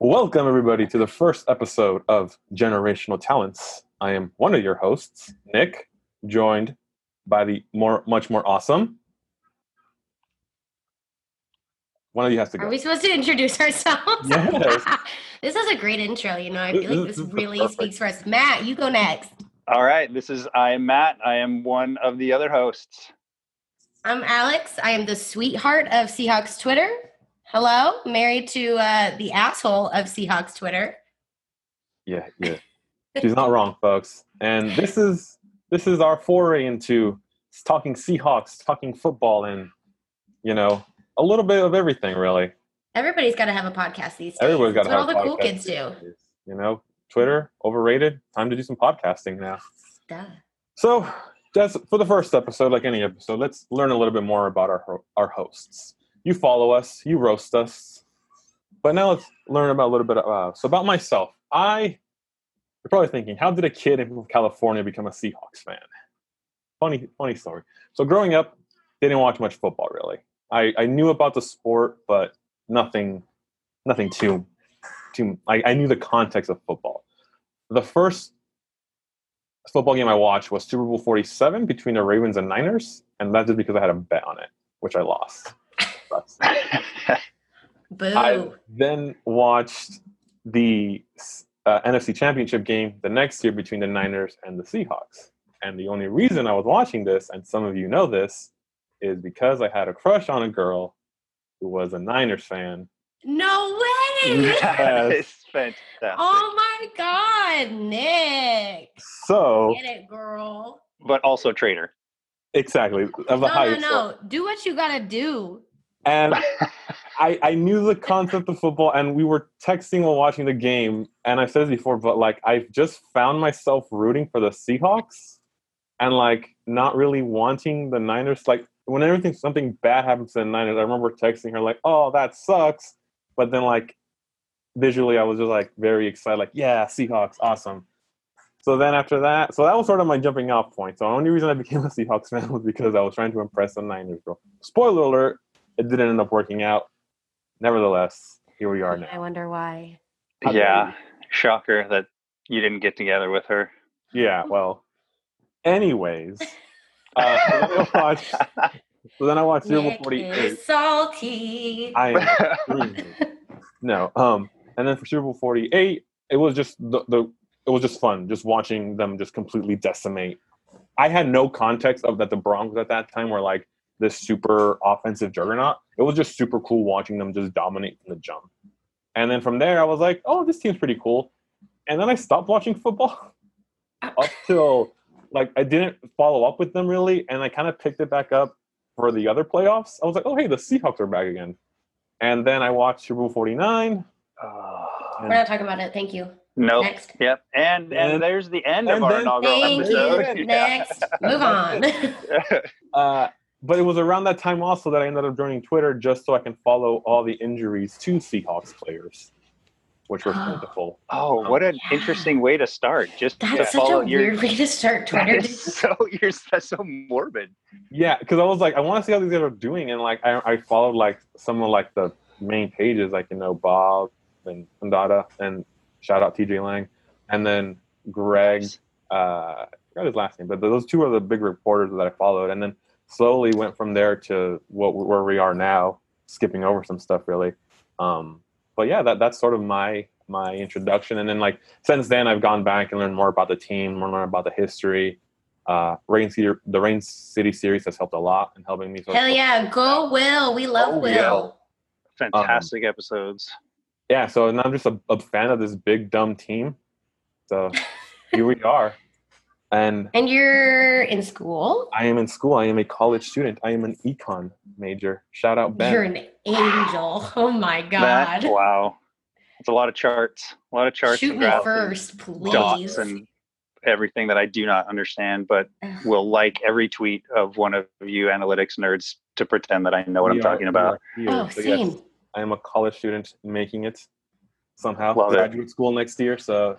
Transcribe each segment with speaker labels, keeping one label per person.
Speaker 1: Welcome, everybody, to the first episode of Generational Talents. I am one of your hosts, Nick, joined by the more, much more awesome. One of you has to
Speaker 2: Are
Speaker 1: go.
Speaker 2: we supposed to introduce ourselves?
Speaker 1: Yes.
Speaker 2: this is a great intro. You know, I
Speaker 1: This-
Speaker 2: feel like
Speaker 1: this
Speaker 2: this
Speaker 1: is the
Speaker 2: really
Speaker 1: perfect-
Speaker 2: speaks for us. Matt, you go next.
Speaker 3: All right, this is I am Matt. I am one of the other hosts.
Speaker 2: I'm Alex. I am the sweetheart of Seahawks Twitter. Hello, married to uh, the asshole of Seahawks Twitter.
Speaker 1: Yeah, yeah. She's not wrong, folks. And this is this is our foray into talking Seahawks, talking football, and you know a little bit of everything, really.
Speaker 2: Everybody's got to have a podcast these days.
Speaker 1: Everyone's got to
Speaker 2: It's
Speaker 1: have
Speaker 2: what
Speaker 1: a
Speaker 2: all the cool
Speaker 1: podcast
Speaker 2: kids
Speaker 1: these
Speaker 2: do.
Speaker 1: days. You know, Twitter overrated. Time to do some podcasting now.
Speaker 2: Duh.
Speaker 1: So, that's for the first episode, like any episode, let's learn a little bit more about our ho- our hosts. You follow us, you roast us, but now let's learn about a little bit. About, so, about myself, I you're probably thinking, how did a kid in California become a Seahawks fan? Funny, funny story. So, growing up, didn't watch much football really. I, I knew about the sport, but nothing, nothing too, too. I, I knew the context of football. The first football game I watched was Super Bowl 47 between the Ravens and Niners, and that's just because I had a bet on it, which I lost. Sucks.
Speaker 2: Boo.
Speaker 1: I then watched the uh, NFC Championship game the next year between the Niners and the Seahawks. And the only reason I was watching this, and some of you know this, is because I had a crush on a girl who was a Niners fan.
Speaker 2: no way.
Speaker 3: That is fantastic.
Speaker 2: oh my God, Nick.
Speaker 1: So,
Speaker 2: Get it, girl.
Speaker 3: But also traitor.
Speaker 1: exactly, of the
Speaker 2: No, no,
Speaker 1: highest.
Speaker 2: no. Do what you got to do.
Speaker 1: And I, I knew the concept of football, and we were texting while watching the game. And I've said this before, but like I've just found myself rooting for the Seahawks, and like not really wanting the Niners. Like when everything something bad happens to the Niners, I remember texting her like, "Oh, that sucks," but then like visually, I was just like very excited, like, "Yeah, Seahawks, awesome." So then after that, so that was sort of my jumping off point. So the only reason I became a Seahawks fan was because I was trying to impress the Niners. Girl. Spoiler alert it didn't end up working out. Nevertheless, here we are now.
Speaker 2: I wonder why.
Speaker 1: How dare
Speaker 3: yeah. Shocker that you didn't get together with her.
Speaker 1: Yeah, well, anyways. Uh, so then I watched, so then I watched Super Bowl
Speaker 2: Nick
Speaker 1: 48.
Speaker 2: is salty.
Speaker 1: I am screaming. no, um, and then for Super Bowl 48, it was just the, the it was just fun, just watching them just completely decimate. I had no context of that the Broncos at that time were like this super offensive juggernaut. It was just super cool watching them just dominate from the jump. And then from there, I was like, oh, this team's pretty cool. And then I stopped watching football up till like I didn't follow up with them really, and I kind of picked it back up for the other playoffs. I was like, oh hey, the Seahawks are back again. And then I watched Super Bowl 49.
Speaker 2: We're not talking about it. Thank you.
Speaker 3: nope.
Speaker 2: Next.
Speaker 3: Yep. And, Ah. and
Speaker 1: And-
Speaker 3: there's the end
Speaker 1: and
Speaker 3: of our
Speaker 1: then-
Speaker 3: inaugural
Speaker 2: Thank
Speaker 3: episode.
Speaker 2: you.
Speaker 3: Yeah.
Speaker 2: Next. Move on.
Speaker 1: Uh, but it was around that time also that I ended up joining Twitter just so I can follow all the injuries to Seahawks players, which were plentiful.
Speaker 3: oh, what an
Speaker 2: Yeah.
Speaker 3: interesting way to start. Just
Speaker 2: That's
Speaker 3: to
Speaker 2: such
Speaker 3: follow
Speaker 2: a
Speaker 3: your
Speaker 2: weird way to start
Speaker 3: that
Speaker 2: Twitter.
Speaker 3: is so you're that's so morbid.
Speaker 1: Yeah, because I was like, I want to see how these guys are doing, and like I, I followed like some of like the main pages, like you know Bob and Andada, and shout out TJ Lang, and then Greg. Uh, I forgot his last name, but those two are the big reporters that I followed, and then slowly went from there to what where we are now, skipping over some stuff really. Um, but yeah, that that's sort of my my introduction, and then like since then I've gone back and learned more about the team, learned more about the history. Uh, Rain City, the Rain City series has helped a lot in helping me. sort of-
Speaker 2: Hell yeah. Go Will. We love
Speaker 3: Oh,
Speaker 2: Will.
Speaker 3: Fantastic episodes.
Speaker 1: yeah so and i'm just a, a fan of this big dumb team so here we are and
Speaker 2: And you're in school.
Speaker 1: i am in school i am a college student i am an econ major shout out ben
Speaker 2: You're an angel. Oh my
Speaker 3: That-
Speaker 2: God.
Speaker 3: wow. It's a lot of charts. A lot of charts
Speaker 2: Shoot
Speaker 3: and
Speaker 2: me
Speaker 3: graphs and
Speaker 2: first, please.
Speaker 3: dots and everything that I do not understand, but will like every tweet of one of you analytics nerds to pretend that I know what
Speaker 1: We
Speaker 3: I'm
Speaker 1: are-
Speaker 3: talking
Speaker 1: we
Speaker 3: about.
Speaker 1: are here.
Speaker 2: oh,
Speaker 1: So yes,
Speaker 2: same.
Speaker 1: i am a college student making it somehow
Speaker 3: Love it.
Speaker 1: graduate school next year so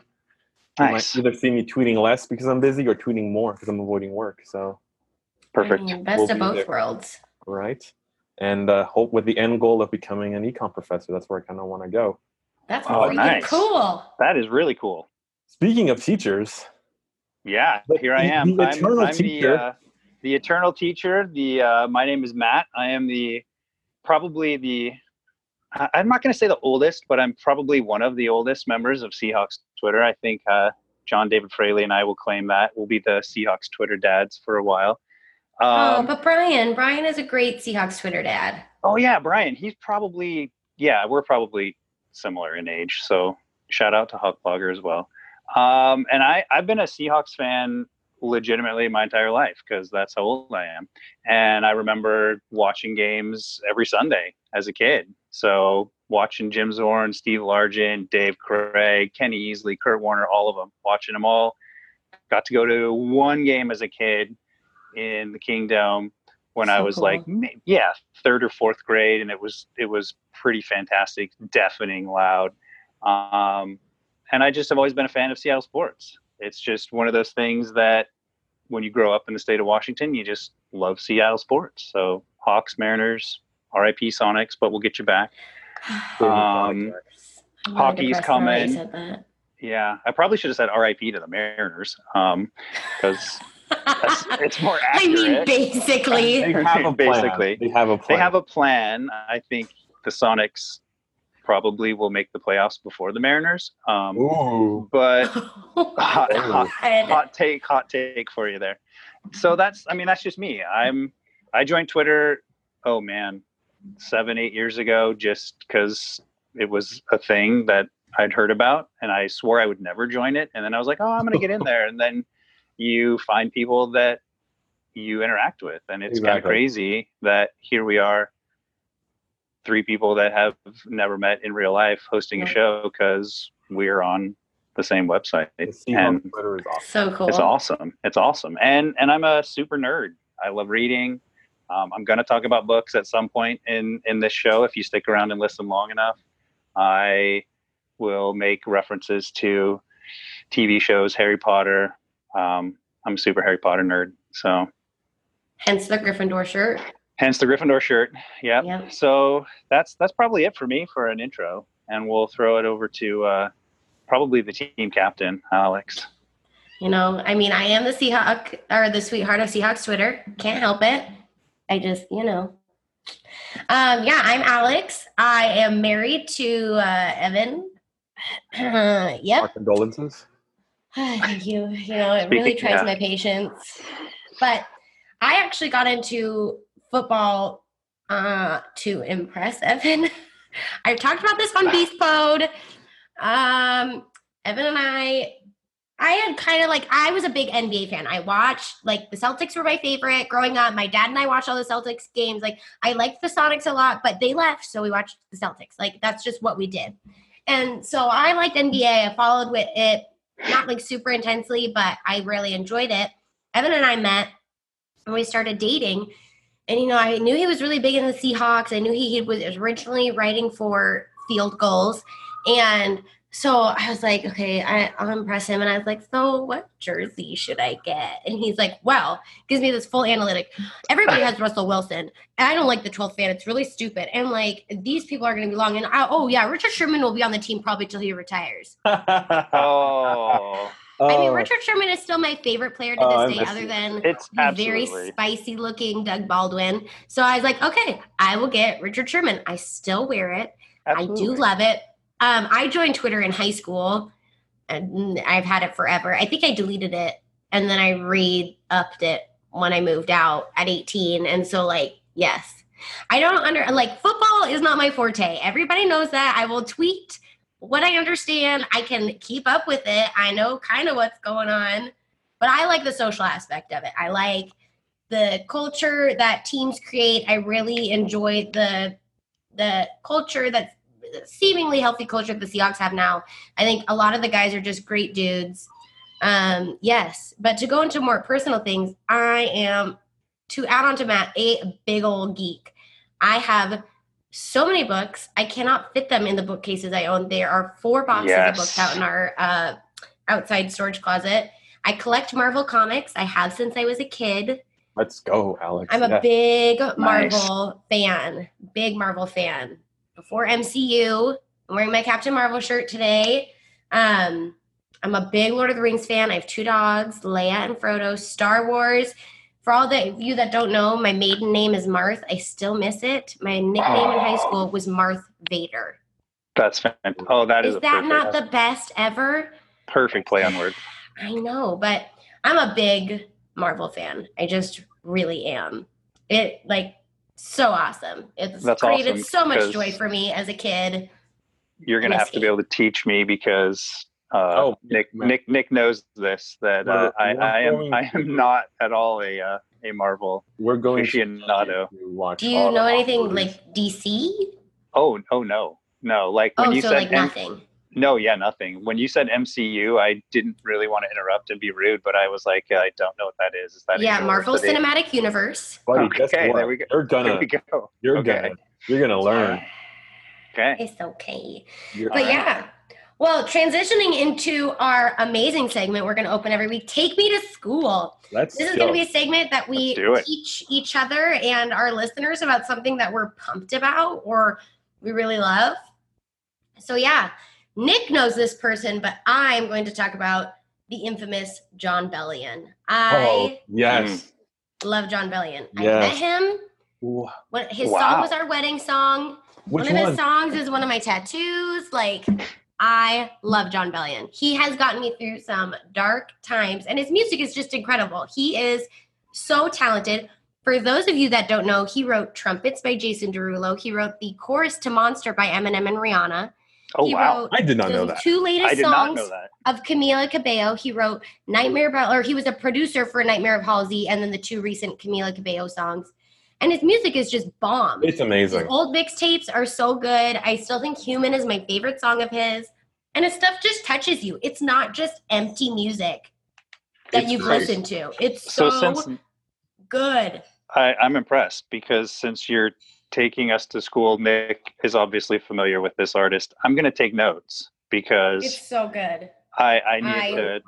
Speaker 1: you
Speaker 3: Nice.
Speaker 1: might either see me tweeting less because i'm busy or tweeting more because i'm avoiding work so
Speaker 2: I
Speaker 3: Perfect.
Speaker 2: mean, best
Speaker 1: We'll
Speaker 2: of
Speaker 1: be
Speaker 2: both
Speaker 1: there.
Speaker 2: worlds.
Speaker 1: right and uh, hope with the end goal of becoming an econ professor that's where i kind of want to go
Speaker 2: That's
Speaker 3: Oh,
Speaker 2: freaking
Speaker 3: nice.
Speaker 2: cool.
Speaker 3: That is really cool.
Speaker 1: Speaking of teachers,
Speaker 3: Yeah,
Speaker 1: But
Speaker 3: here I
Speaker 1: the-
Speaker 3: am.
Speaker 1: the
Speaker 3: I'm,
Speaker 1: eternal
Speaker 3: I'm
Speaker 1: teacher.
Speaker 3: The, uh, the eternal teacher. The uh, my name is Matt. I am the probably the I- I'm not going to say the oldest, but I'm probably one of the oldest members of Seahawks Twitter. I think uh, John David Fraley and I will claim that we'll be the Seahawks Twitter dads for a while.
Speaker 2: oh,
Speaker 3: Um,
Speaker 2: but Brian, Brian is a great Seahawks Twitter dad.
Speaker 3: oh yeah, Brian. He's probably yeah. We're probably similar in age. So shout out to Hawk Blogger as well. Um, and I I've been a Seahawks fan legitimately my entire life because that's how old I am. And I remember watching games every Sunday as a kid. So watching Jim Zorn, Steve Largent, Dave Craig, Kenny Easley, Kurt Warner, all of them, watching them all. Got to go to one game as a kid in the Kingdom when I
Speaker 2: So
Speaker 3: was
Speaker 2: cool.
Speaker 3: like, ma- yeah, third or fourth grade, and it was it was pretty fantastic, deafening loud. Um, and I just have always been a fan of Seattle sports. It's just one of those things that when you grow up in the state of Washington, you just love Seattle sports. So Hawks, Mariners, RIP Sonics, but we'll get you back. Um,
Speaker 2: I'm really
Speaker 3: hockey's
Speaker 2: depressed now that you
Speaker 3: coming.
Speaker 2: said that.
Speaker 3: yeah, I probably should have said RIP to the Mariners because that's it's more
Speaker 2: I
Speaker 3: accurate.
Speaker 2: mean, basically.
Speaker 1: they have a plan.
Speaker 3: Basically.
Speaker 1: they have a plan.
Speaker 3: they have a plan. I think the Sonics probably will make the playoffs before the Mariners. Um,
Speaker 1: Ooh,
Speaker 3: but hot, hot,
Speaker 2: God.
Speaker 3: hot take hot take for you there so that's i mean that's just me i'm i joined twitter oh man seven eight years ago just because it was a thing that i'd heard about and i swore i would never join it and then i was like oh i'm gonna get in there and then you find people that you interact with and it's kind of
Speaker 1: Exactly.
Speaker 3: crazy that here we are three people that have never met in real life hosting a
Speaker 2: Right.
Speaker 3: show because we're on the same website
Speaker 1: the
Speaker 3: and
Speaker 1: Seahawks Twitter is awesome.
Speaker 2: So cool.
Speaker 3: it's awesome. It's awesome. And and I'm a super nerd. I love reading. Um, I'm gonna talk about books at some point in in this show if you stick around and listen long enough. I will make references to TV shows, Harry Potter. Um, I'm a super Harry Potter nerd. So
Speaker 2: Hence the Gryffindor shirt.
Speaker 3: hence the Gryffindor shirt. Yeah.
Speaker 2: Yep.
Speaker 3: So that's that's probably it for me for an intro. And we'll throw it over to uh, probably the team captain, Alex.
Speaker 2: You know, I mean, I am the Seahawk or the sweetheart of Seahawks Twitter. Can't help it. I just, you know. Um, yeah, I'm Alex. I am married to uh, Evan. yep.
Speaker 1: Our condolences.
Speaker 2: Thank you. You know, it really
Speaker 3: Speaking-
Speaker 2: tries
Speaker 3: yeah.
Speaker 2: my patience. But I actually got into football uh, to impress Evan. I've talked about this on Beast Pod. Um, Evan and I, I had kind of like, I was a big NBA fan. I watched, like, the Celtics were my favorite growing up. My dad and I watched all the Celtics games. Like, I liked the Sonics a lot, but they left, so we watched the Celtics. Like, that's just what we did. And so I liked NBA. I followed with it not like super intensely, but I really enjoyed it. Evan and I met and we started dating. And you know, I knew he was really big in the Seahawks. I knew he, he was originally writing for field goals. And so I was like, okay, I, I'll impress him. And I was like, so what jersey should I get? And he's like, well, gives me this full analytic. Everybody has Russell Wilson. And I don't like the 12th man. It's really stupid. And like, these people are going to be long. And I, oh, yeah, Richard Sherman will be on the team probably till he retires.
Speaker 3: Oh.
Speaker 2: I mean,
Speaker 1: Oh,
Speaker 2: Richard Sherman is still my favorite player to this
Speaker 1: Oh, I
Speaker 2: day,
Speaker 1: miss
Speaker 2: other
Speaker 1: you.
Speaker 2: than
Speaker 3: It's
Speaker 2: the very
Speaker 3: absolutely
Speaker 2: spicy looking Doug Baldwin. So I was like, okay, I will get Richard Sherman. I still wear it.
Speaker 3: Absolutely.
Speaker 2: I do love it. Um, I joined Twitter in high school, and I've had it forever. I think I deleted it, and then I re-upped it when I moved out at 18. And so, like, yes, I don't under like football is not my forte. Everybody knows that. I will tweet what I understand. I can keep up with it. I know kind of what's going on, but I like the social aspect of it. I like the culture that teams create. I really enjoy the the culture that's seemingly healthy culture that the Seahawks have now. I think a lot of the guys are just great dudes. Um, yes, but to go into more personal things, I am to add on to Matt a big old geek. I have so many books. I cannot fit them in the bookcases I own. There are four boxes
Speaker 3: Yes.
Speaker 2: of books out in our uh, outside storage closet. I collect Marvel comics. I have since I was a kid.
Speaker 1: let's go, Alex.
Speaker 2: I'm a
Speaker 1: Yeah.
Speaker 2: big Marvel fan, big Marvel fan. Before MCU, I'm wearing my Captain Marvel shirt today. Um, I'm a big Lord of the Rings fan. I have two dogs, Leia and Frodo. Star Wars. For all the you that don't know, my maiden name is Marth. I still miss it. My nickname in high school was Marth Vader.
Speaker 3: That's fantastic. Oh, that is,
Speaker 2: is
Speaker 3: a
Speaker 2: that
Speaker 3: perfect,
Speaker 2: not the best ever?
Speaker 3: perfect play on words.
Speaker 2: I know, but I'm a big Marvel fan. I just really am. It like so awesome. It's
Speaker 3: That's
Speaker 2: created
Speaker 3: awesome,
Speaker 2: so much
Speaker 3: because-
Speaker 2: joy for me as a kid.
Speaker 3: You're gonna have to be able to teach me because uh,
Speaker 1: Oh,
Speaker 3: Nick
Speaker 1: man.
Speaker 3: Nick Nick knows this that uh,
Speaker 1: We're-
Speaker 3: I,
Speaker 1: we're
Speaker 3: I am
Speaker 1: going
Speaker 3: I am
Speaker 1: to-
Speaker 3: not at all a uh, a Marvel.
Speaker 1: We're going to
Speaker 3: Aficionado.
Speaker 1: watch.
Speaker 2: Do you
Speaker 1: all the
Speaker 2: know
Speaker 1: Marvel
Speaker 2: anything
Speaker 1: movies.
Speaker 2: like DC?
Speaker 3: Oh oh no no like when
Speaker 2: Oh,
Speaker 3: you
Speaker 2: so
Speaker 3: said
Speaker 2: like
Speaker 3: M-
Speaker 2: nothing.
Speaker 3: no yeah nothing when you said MCU I didn't really want to interrupt and be rude but I was like I don't know what that is. Is that a
Speaker 2: Yeah, Marvel
Speaker 3: university?
Speaker 2: Cinematic Universe.
Speaker 1: Buddy, guess
Speaker 3: Okay,
Speaker 1: what?
Speaker 3: there we go.
Speaker 1: You're gonna.
Speaker 3: There we go.
Speaker 1: You're
Speaker 3: Okay.
Speaker 1: gonna. You're gonna learn.
Speaker 3: Okay.
Speaker 2: It's okay.
Speaker 1: You're,
Speaker 2: But
Speaker 3: All right.
Speaker 2: yeah. Well, transitioning into our amazing segment we're going to open every week, Take Me to School.
Speaker 1: let's
Speaker 2: This is
Speaker 1: go.
Speaker 2: going to be a segment that we
Speaker 3: Let's do it.
Speaker 2: teach each other and our listeners about something that we're pumped about or we really love. So, yeah, Nick knows this person, but I'm going to talk about the infamous John Bellion.
Speaker 1: oh
Speaker 2: I
Speaker 3: Mm.
Speaker 1: yes.
Speaker 2: love John Bellion. I
Speaker 1: Yes.
Speaker 2: met him.
Speaker 1: Wh-
Speaker 2: When his song
Speaker 3: Wow.
Speaker 2: was our wedding song.
Speaker 1: Which
Speaker 2: one of
Speaker 1: one?
Speaker 2: his songs is one of my tattoos. Like, I love John Bellion. He has gotten me through some dark times, and his music is just incredible. He is so talented. For those of you that don't know, he wrote Trumpets by Jason Derulo. He wrote The Chorus to Monster by Eminem and Rihanna.
Speaker 3: Oh
Speaker 2: he
Speaker 3: wow.
Speaker 2: wrote
Speaker 1: I did not know
Speaker 2: the
Speaker 1: that.
Speaker 2: two latest
Speaker 3: I did not
Speaker 2: songs
Speaker 3: know that.
Speaker 2: of Camila Cabello. He wrote Nightmare About, or he was a producer for Nightmare of Halsey, and then the two recent Camila Cabello songs. And his music is just bomb.
Speaker 1: It's
Speaker 2: His
Speaker 1: amazing.
Speaker 2: old mixtapes are so good. I still think Human is my favorite song of his. And his stuff just touches you. It's not just empty music that
Speaker 1: It's
Speaker 2: you've
Speaker 1: great.
Speaker 2: listened to. It's
Speaker 3: So,
Speaker 2: so,
Speaker 3: since
Speaker 2: good.
Speaker 3: I, I'm impressed because since you're taking us to school, Nick is obviously familiar with this artist. I'm going to take notes because
Speaker 2: It's so good.
Speaker 3: I, I need
Speaker 2: I-
Speaker 3: to.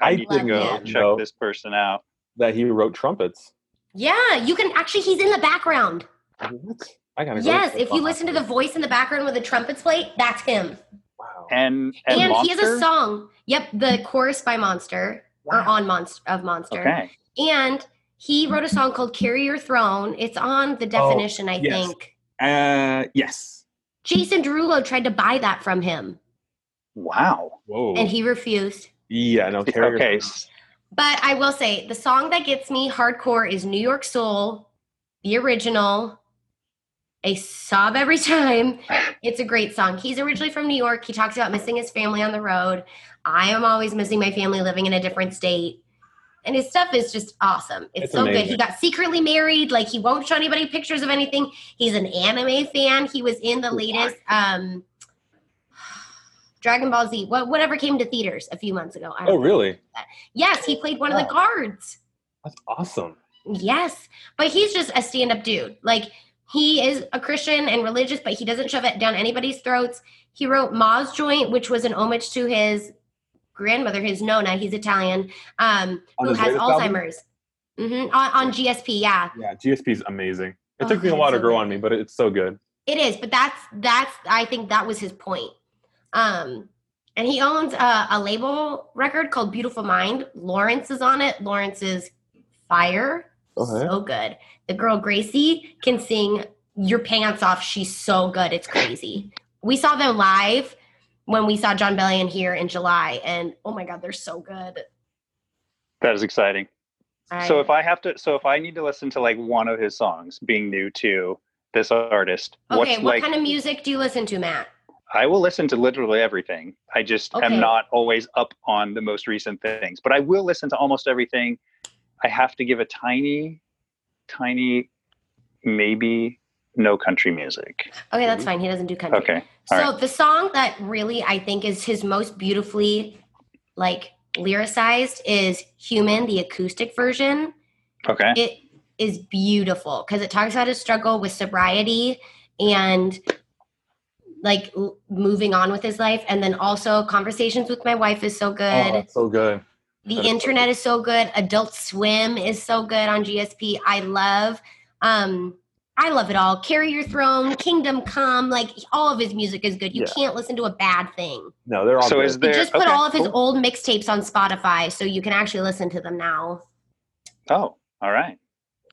Speaker 1: I
Speaker 3: I need to
Speaker 2: did
Speaker 3: go
Speaker 2: not
Speaker 3: check
Speaker 1: know.
Speaker 3: this person out.
Speaker 1: That he wrote trumpets.
Speaker 2: Yeah, you can actually he's in the background.
Speaker 1: What? I gotta. go
Speaker 2: Yes,
Speaker 1: check
Speaker 2: if you
Speaker 1: that
Speaker 2: listen to
Speaker 1: out.
Speaker 2: the voice in the background with the trumpets plate, that's him.
Speaker 1: Wow.
Speaker 3: And and,
Speaker 2: And, he has a
Speaker 3: Monster?
Speaker 2: song. Yep, the chorus by Monster or
Speaker 3: Wow.
Speaker 2: on Monster of Monster.
Speaker 3: Okay,
Speaker 2: And he wrote a song called Carry Your Throne. It's on
Speaker 3: Oh,
Speaker 2: the definition, I
Speaker 1: yes.
Speaker 2: think.
Speaker 1: Uh, yes.
Speaker 2: Jason Derulo tried to buy that from him
Speaker 3: wow.
Speaker 1: Whoa.
Speaker 2: and he refused.
Speaker 1: yeah, no. Carrier
Speaker 3: Okay,
Speaker 1: Crown.
Speaker 3: s-
Speaker 2: But I will say the song that gets me hardcore is New York Soul, the original. I sob every time. It's a great song. He's originally from New York. He talks about missing his family on the road. I am always missing my family living in a different state. And his stuff is just awesome. It's,
Speaker 1: It's
Speaker 2: so good. He
Speaker 1: amazing.
Speaker 2: got secretly married. Like he won't show anybody pictures of anything. He's an anime fan. He was in the latest um Dragon Ball Z, what whatever came to theaters a few months ago. I don't
Speaker 1: Oh, really?
Speaker 2: Yes, he played one of the cards.
Speaker 1: That's awesome.
Speaker 2: Yes, but he's just a stand up dude. Like, he is a Christian and religious, but he doesn't shove it down anybody's throats. He wrote Ma's Joint, which was an homage to his grandmother, his Nona. He's Italian, um,
Speaker 1: On
Speaker 2: who
Speaker 1: his
Speaker 2: has
Speaker 1: latest album?
Speaker 2: Alzheimer's. hmm On, on GSP, yeah.
Speaker 1: Yeah, GSP is amazing. It
Speaker 2: Oh,
Speaker 1: took me a
Speaker 2: it's
Speaker 1: while to
Speaker 2: so
Speaker 1: grow
Speaker 2: good.
Speaker 1: on me, but it's so good.
Speaker 2: It is, but that's that's I think that was his point. Um and he owns a, a label record called Beautiful Mind. Lawrence is on it. Lawrence is fire.
Speaker 1: Okay.
Speaker 2: So good. The girl Gracie can sing your pants off. She's so good. It's crazy. We saw them live when we saw John Bellion here in July, and oh my god, they're so good.
Speaker 3: that is exciting. So if I have to, so if I need to listen to like one of his songs, being new to this artist,
Speaker 2: okay,
Speaker 3: what's
Speaker 2: what
Speaker 3: like
Speaker 2: kind of music do you listen to, Matt?
Speaker 3: I will listen to literally everything. I just
Speaker 2: Okay.
Speaker 3: am not always up on the most recent things, but I will listen to almost everything. I have to give a tiny, tiny, maybe no country music.
Speaker 2: Okay,
Speaker 3: Mm-hmm.
Speaker 2: that's fine. He doesn't do country.
Speaker 3: Okay.
Speaker 2: So
Speaker 3: All
Speaker 2: the song that really I think is his most beautifully like lyricized is Human, the acoustic version.
Speaker 3: Okay.
Speaker 2: It is beautiful because it talks about his struggle with sobriety and like l- moving on with his life. And then also conversations with my wife is so
Speaker 1: Oh,
Speaker 2: good.
Speaker 1: that's so good.
Speaker 2: The
Speaker 1: That is so
Speaker 2: internet is so good. Adult Swim is so good on GSP. I love um I love it all. Carry Your Throne, Kingdom Come, like all of his music is good. You
Speaker 1: Yeah. can't
Speaker 2: can't listen to a bad thing.
Speaker 1: No, they're all
Speaker 3: So
Speaker 1: good.
Speaker 3: is
Speaker 2: He
Speaker 3: there?
Speaker 2: just put
Speaker 3: okay,
Speaker 2: all of his
Speaker 3: cool.
Speaker 2: old mixtapes on Spotify, so you can actually listen to them now.
Speaker 3: Oh, all right.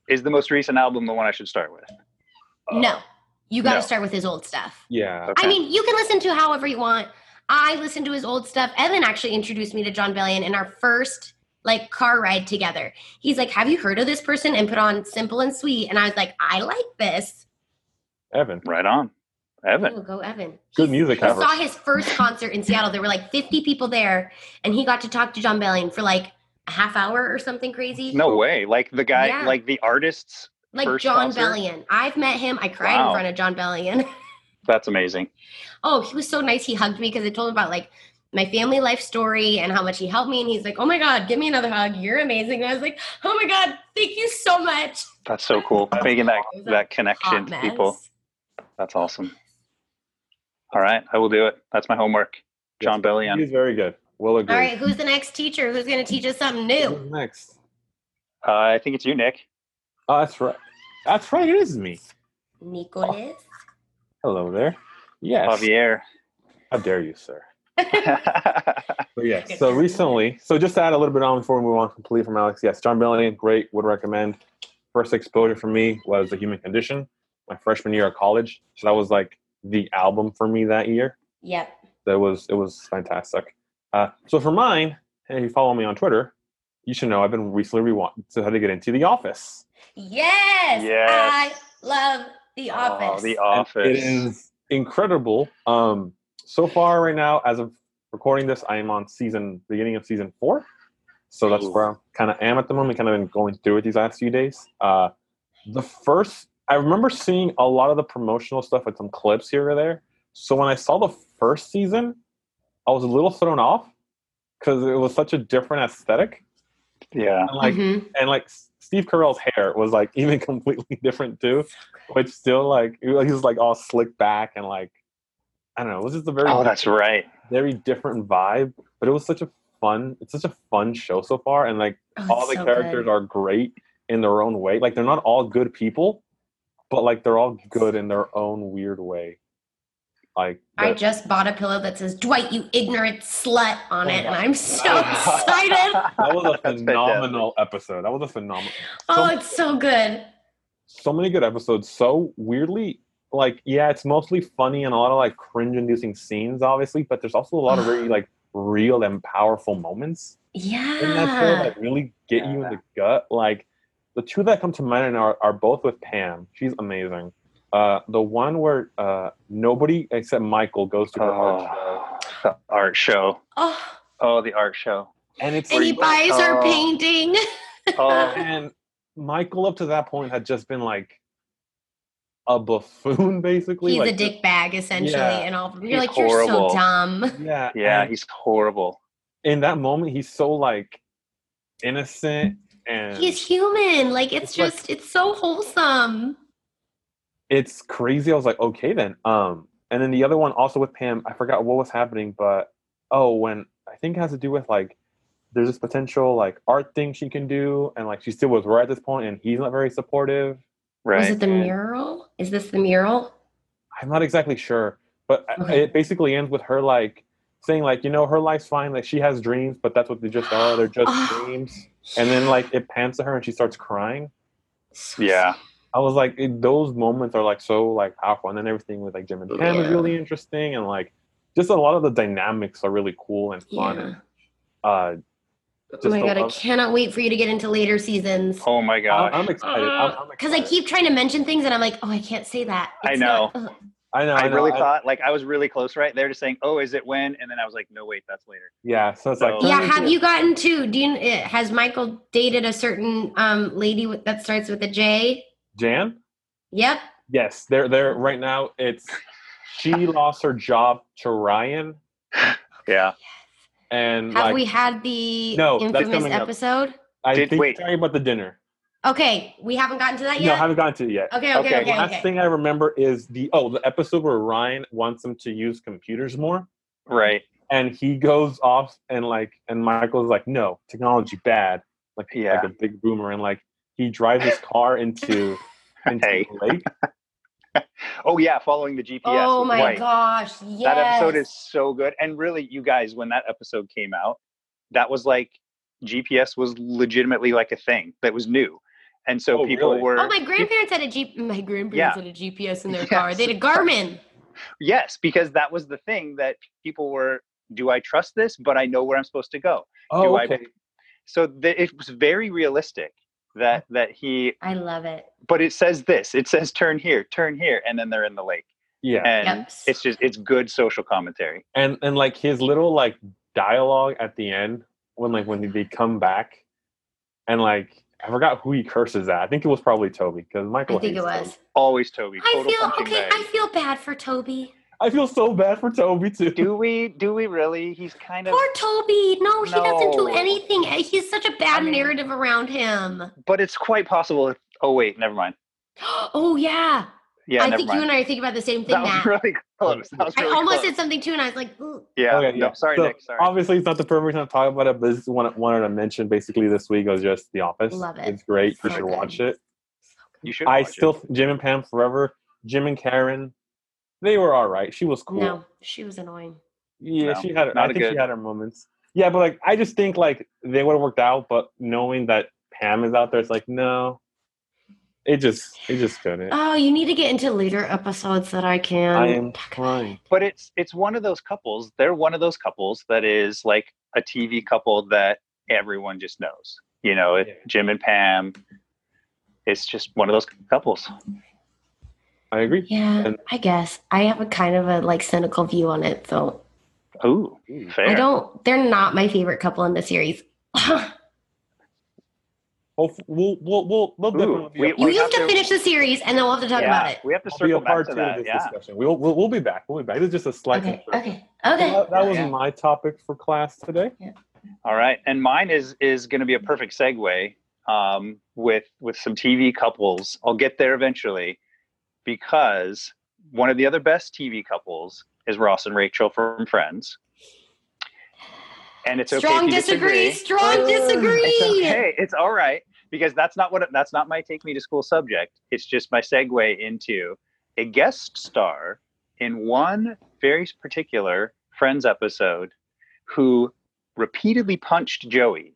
Speaker 3: Is the most recent album the one I should start with?
Speaker 2: no, you got to
Speaker 3: No.
Speaker 2: start with his old stuff.
Speaker 1: yeah.
Speaker 3: Okay.
Speaker 2: I mean, you can listen to however you want. I listened to his old stuff. Evan actually introduced me to John Bellion in our first like car ride together. He's like, "Have you heard of this person?" and put on "Simple and Sweet," and I was like, "I like this."
Speaker 1: Evan.
Speaker 3: right on, Evan.
Speaker 2: Ooh, go Evan.
Speaker 1: Good music
Speaker 2: I
Speaker 1: ever.
Speaker 2: saw his first concert in Seattle. There were like 50 people there, and he got to talk to John Bellion for like a half hour or something crazy.
Speaker 3: No way. Like the guy,
Speaker 2: Yeah.
Speaker 3: like the artists.
Speaker 2: like
Speaker 3: first
Speaker 2: John
Speaker 3: concert?
Speaker 2: Bellion. I've met him. I cried
Speaker 3: Wow.
Speaker 2: in front of John Bellion.
Speaker 3: That's amazing.
Speaker 2: oh, he was so nice. He hugged me because I told him about like my family life story and how much he helped me. And he's like, "Oh my God, give me another hug. You're amazing." And I was like, "Oh my God, thank you so much."
Speaker 3: That's so cool. Making that
Speaker 2: It was a
Speaker 3: that
Speaker 2: Hot
Speaker 3: connection to
Speaker 2: mess.
Speaker 3: people. That's awesome. All right, I will do it. That's my homework. John Bellion.
Speaker 1: He's very good. Will agree.
Speaker 2: All right, who's the next teacher? Who's going to teach us something new?
Speaker 1: Who's Next.
Speaker 3: Uh, I think it's you, Nick.
Speaker 1: Oh, that's right. That's right. It is me.
Speaker 2: Nicholas.
Speaker 1: Hello there. Yes.
Speaker 3: Javier.
Speaker 1: How dare you, sir?
Speaker 3: okay.
Speaker 1: But yes,
Speaker 2: Good
Speaker 1: so
Speaker 2: job.
Speaker 1: recently, so just to add a little bit on before we move on completely from Alex, yes, John Bellion, great, would recommend. First exposure for me was The Human Condition, my freshman year of college. So that was like the album for me that year.
Speaker 2: Yep.
Speaker 1: That was it was fantastic. Uh, so for mine, and if you follow me on Twitter, you should know I've been recently rewatching so how to get into The Office.
Speaker 2: Yes.
Speaker 3: Yes.
Speaker 2: I love The Office.
Speaker 3: Oh, the
Speaker 1: And
Speaker 3: office.
Speaker 1: It is incredible. Um, so far, right now, as of recording this, I am on season beginning of season four. So that's
Speaker 3: Ooh.
Speaker 1: where I kind of am at the moment. Kind of been going through it these last few days. Uh, the first, I remember seeing a lot of the promotional stuff with some clips here or there. So when I saw the first season, I was a little thrown off because it was such a different aesthetic.
Speaker 3: Yeah.
Speaker 1: And like,
Speaker 2: Mhm.
Speaker 1: and like Steve Carell's hair was like even completely different too, which still like he was like all slicked back and like I don't know. It was just a very
Speaker 3: Oh, that's right.
Speaker 1: very different vibe, but it was such a fun. It's such a fun show so far, and like
Speaker 2: Oh,
Speaker 1: all
Speaker 2: it's
Speaker 1: the
Speaker 2: so
Speaker 1: characters
Speaker 2: good.
Speaker 1: are great in their own way. Like they're not all good people, but like they're all good in their own weird way. Like
Speaker 2: I
Speaker 1: the-
Speaker 2: just bought a pillow that says "Dwight, you ignorant slut" on
Speaker 1: Oh
Speaker 2: it, and
Speaker 1: my
Speaker 2: I'm so excited.
Speaker 1: that was a
Speaker 3: That's
Speaker 1: phenomenal episode. That was a phenomenal.
Speaker 2: Oh,
Speaker 1: So-
Speaker 2: it's so good.
Speaker 1: so many good episodes. So weirdly, like yeah, it's mostly funny and a lot of like cringe-inducing scenes, obviously, but there's also a lot of really like real and powerful moments in that show
Speaker 2: Yeah.
Speaker 1: that really get you in the gut. Like the two that come to mind are, are both with Pam. She's amazing. Uh, the one where uh, nobody except Michael goes to her
Speaker 2: Uh.
Speaker 1: art show,
Speaker 3: Oh, the art show.
Speaker 2: Oh,
Speaker 3: Oh, the art show.
Speaker 1: and it's
Speaker 2: and he
Speaker 1: like,
Speaker 2: buys her
Speaker 3: Oh.
Speaker 2: painting.
Speaker 3: Oh,
Speaker 1: and Michael up to that point had just been like a buffoon, basically.
Speaker 2: He's
Speaker 1: like,
Speaker 2: a dick bag, essentially,
Speaker 1: Yeah.
Speaker 2: and all. You're
Speaker 3: He's
Speaker 2: like, you're
Speaker 3: horrible.
Speaker 2: so dumb.
Speaker 1: Yeah,
Speaker 3: yeah.
Speaker 1: and-
Speaker 3: He's horrible.
Speaker 1: in that moment he's so like innocent and
Speaker 2: He's human. Like it's
Speaker 1: It's like-
Speaker 2: just, it's so wholesome.
Speaker 1: it's crazy i was like okay then um and then the other one also with pam i forgot what was happening but oh when i think it has to do with like there's this potential like art thing she can do and like she still was right at this point and he's not very supportive
Speaker 2: Was
Speaker 3: Right.
Speaker 2: it the
Speaker 1: and-
Speaker 2: mural? Is this the mural?
Speaker 1: i'm not exactly sure but I-
Speaker 2: Okay.
Speaker 1: it basically ends with her like saying like you know her life's fine like she has dreams but that's what they just are they're just
Speaker 2: Oh.
Speaker 1: dreams and then like it pans to her and she starts crying
Speaker 2: So
Speaker 3: Yeah.
Speaker 1: I was like, it, those moments are like so like powerful, and then everything with like Jim and Pam is
Speaker 2: Yeah.
Speaker 1: really interesting, and like just a lot of the dynamics are really cool and fun.
Speaker 2: Yeah.
Speaker 1: And, uh,
Speaker 2: Oh
Speaker 1: just
Speaker 2: my
Speaker 1: the
Speaker 2: god, I
Speaker 1: love-
Speaker 2: cannot wait for you to get into later seasons.
Speaker 3: Oh my
Speaker 1: I'm,
Speaker 3: gosh.
Speaker 1: I'm excited. I'm, I'm
Speaker 2: Because Uh, I
Speaker 1: excited.
Speaker 2: keep trying to mention things and I'm like, oh, I can't say that.
Speaker 3: I
Speaker 2: not- ugh.
Speaker 1: I know.
Speaker 3: I
Speaker 1: know,
Speaker 3: really thought like I was really close right there to saying, "Oh, is it when?" And then I was like, "No, wait, that's later."
Speaker 1: Yeah. So it's like.
Speaker 3: So-
Speaker 2: yeah,
Speaker 1: turn
Speaker 2: have
Speaker 1: into-
Speaker 2: you gotten to? Do you, eh, has Michael dated a certain um, lady with, that starts with a J?
Speaker 1: Jan?
Speaker 2: Yep.
Speaker 1: Yes. They're they're right now. It's she lost her job to Ryan,
Speaker 3: Yeah.
Speaker 1: and
Speaker 2: Have
Speaker 1: like
Speaker 2: we had the
Speaker 1: No, that's
Speaker 2: infamous
Speaker 1: coming up.
Speaker 2: episode?
Speaker 1: I
Speaker 3: Did-
Speaker 1: think
Speaker 3: wait.
Speaker 1: sorry about the dinner.
Speaker 2: Okay, we haven't gotten to that
Speaker 1: No, I
Speaker 2: yet.
Speaker 1: haven't gotten to it yet.
Speaker 2: okay, okay,
Speaker 3: Okay,
Speaker 2: Uh, okay.
Speaker 1: Last
Speaker 2: okay.
Speaker 1: thing I remember is the oh the episode where Ryan wants them to use computers more.
Speaker 3: Right.
Speaker 1: and he goes off and like and michael's like no technology bad like
Speaker 3: Yeah.
Speaker 1: like a big boomer and like he drives his car into into
Speaker 3: Hey.
Speaker 1: the lake.
Speaker 3: Oh yeah, following the GPS.
Speaker 2: oh
Speaker 3: with
Speaker 2: my
Speaker 3: Dwight.
Speaker 2: gosh. Yes.
Speaker 3: That episode is so good. And really, you guys, when that episode came out, that was like GPS was legitimately like a thing that was new. And so
Speaker 1: Oh,
Speaker 3: people
Speaker 1: really?
Speaker 3: were
Speaker 2: Oh, my grandparents had a G- my grandparents had a GPS in their car. They had a Garmin.
Speaker 3: yes, because that was the thing that people were do I trust this? But I know where I'm supposed to go.
Speaker 1: Oh,
Speaker 3: do
Speaker 1: okay.
Speaker 3: I so th- it was very realistic that that he
Speaker 2: I love it.
Speaker 3: but it says this, it says turn here, turn here, and then they're in the lake.
Speaker 1: Yeah,
Speaker 3: And
Speaker 2: Yep.
Speaker 3: it's just it's good social commentary.
Speaker 1: and and like his little like dialogue at the end when like when they come back, and like I forgot who he curses at. I think it was probably Toby because Michael.
Speaker 2: I think it
Speaker 1: hates Toby.
Speaker 2: was.
Speaker 3: Always Toby.
Speaker 2: I
Speaker 3: total
Speaker 2: feel
Speaker 3: punching
Speaker 2: okay.
Speaker 3: bag.
Speaker 2: I feel bad for Toby.
Speaker 1: I feel so bad for Toby too.
Speaker 3: do we do we really? He's kind of
Speaker 2: Poor Toby. No, he doesn't do
Speaker 3: No. Mm.
Speaker 2: anything. He's such a bad
Speaker 3: I mean-
Speaker 2: narrative around him.
Speaker 3: but it's quite possible. Oh wait, never mind.
Speaker 2: Oh yeah.
Speaker 3: Yeah,
Speaker 2: I
Speaker 3: never
Speaker 2: think
Speaker 3: mind.
Speaker 2: you and I are thinking about the same thing.
Speaker 3: that
Speaker 2: Matt.
Speaker 3: was really close. That was
Speaker 2: I
Speaker 3: really
Speaker 2: almost
Speaker 3: close.
Speaker 2: said something too, and I was like, "Ooh."
Speaker 3: yeah,
Speaker 1: Okay,
Speaker 3: no,
Speaker 1: yeah.
Speaker 3: sorry,
Speaker 1: So, um,
Speaker 3: Nick. Sorry.
Speaker 1: Obviously, it's not the perfect time to talk about it, but this is one I wanted to mention. Basically, this week was just The Office.
Speaker 2: Love it.
Speaker 1: It's great. you
Speaker 2: So
Speaker 1: should
Speaker 2: good.
Speaker 1: watch it.
Speaker 3: you should.
Speaker 1: I
Speaker 3: watch it.
Speaker 1: still Jim and Pam forever. Jim and Karen, they were all right. She was cool.
Speaker 2: no, she was annoying.
Speaker 1: Yeah,
Speaker 3: No,
Speaker 1: she had. I
Speaker 3: not a
Speaker 1: think she
Speaker 3: good-
Speaker 1: had her moments. Yeah, but like I just think like they would have worked out, but knowing that Pam is out there, it's like no. It just it just couldn't.
Speaker 2: Oh, you need to get into later episodes that I can.
Speaker 1: I am
Speaker 2: talk about.
Speaker 1: crying.
Speaker 3: But it's it's one of those couples. They're one of those couples that is like a TV couple that everyone just knows. You know, it,
Speaker 1: Yeah.
Speaker 3: Jim and Pam. It's just one of those couples.
Speaker 1: I agree.
Speaker 2: Yeah,
Speaker 1: And-
Speaker 2: I guess I have a kind of a like cynical view on it, so
Speaker 3: Ooh,
Speaker 1: Mm-hmm.
Speaker 3: fair.
Speaker 2: I don't. They're not my favorite couple in the series. you
Speaker 1: Hope- We'll we'll we'll, we'll
Speaker 3: Ooh,
Speaker 1: definitely be
Speaker 3: we-
Speaker 1: a-
Speaker 3: we-
Speaker 2: have
Speaker 3: have
Speaker 2: to
Speaker 3: to-
Speaker 2: finish the series, and then we'll have to talk
Speaker 3: yeah,
Speaker 2: about it.
Speaker 3: We have to
Speaker 1: be a
Speaker 3: circle back
Speaker 1: part
Speaker 3: to
Speaker 1: two of
Speaker 3: that.
Speaker 1: this
Speaker 3: Yeah.
Speaker 1: discussion. We'll, we'll we'll be back. We'll be back. This is just a slight.
Speaker 2: Okay,
Speaker 1: interruption.
Speaker 2: okay,
Speaker 1: So
Speaker 2: okay.
Speaker 1: That, that was
Speaker 3: Yeah.
Speaker 1: my topic for class today.
Speaker 3: All right, and mine is is going to be a perfect segue um, with with some TV couples. I'll get there eventually because one of the other best TV couples is Ross and Rachel from Friends, and it's okay.
Speaker 2: Strong
Speaker 3: if you
Speaker 2: disagree. Strong disagree.
Speaker 3: It's okay. It's all right because that's not what that's not my take me to school subject. It's just my segue into a guest star in one very particular Friends episode who repeatedly punched Joey.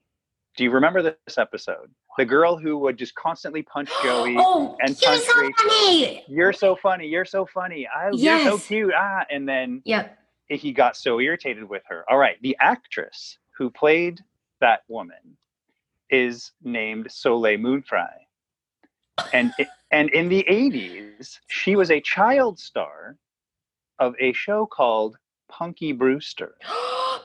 Speaker 3: Do you remember this episode? The girl who would just constantly punch Joey.
Speaker 2: oh,
Speaker 3: and
Speaker 2: you're so
Speaker 3: country.
Speaker 2: funny.
Speaker 3: You're so funny. You're so funny. I, You're so
Speaker 2: Yes.
Speaker 3: cute. Ah, and then
Speaker 2: Yep.
Speaker 3: he got so irritated with her. All right, the actress who played that woman is named Soleil Moonfry. And and in the 80s, she was a child star of a show called Punky Brewster.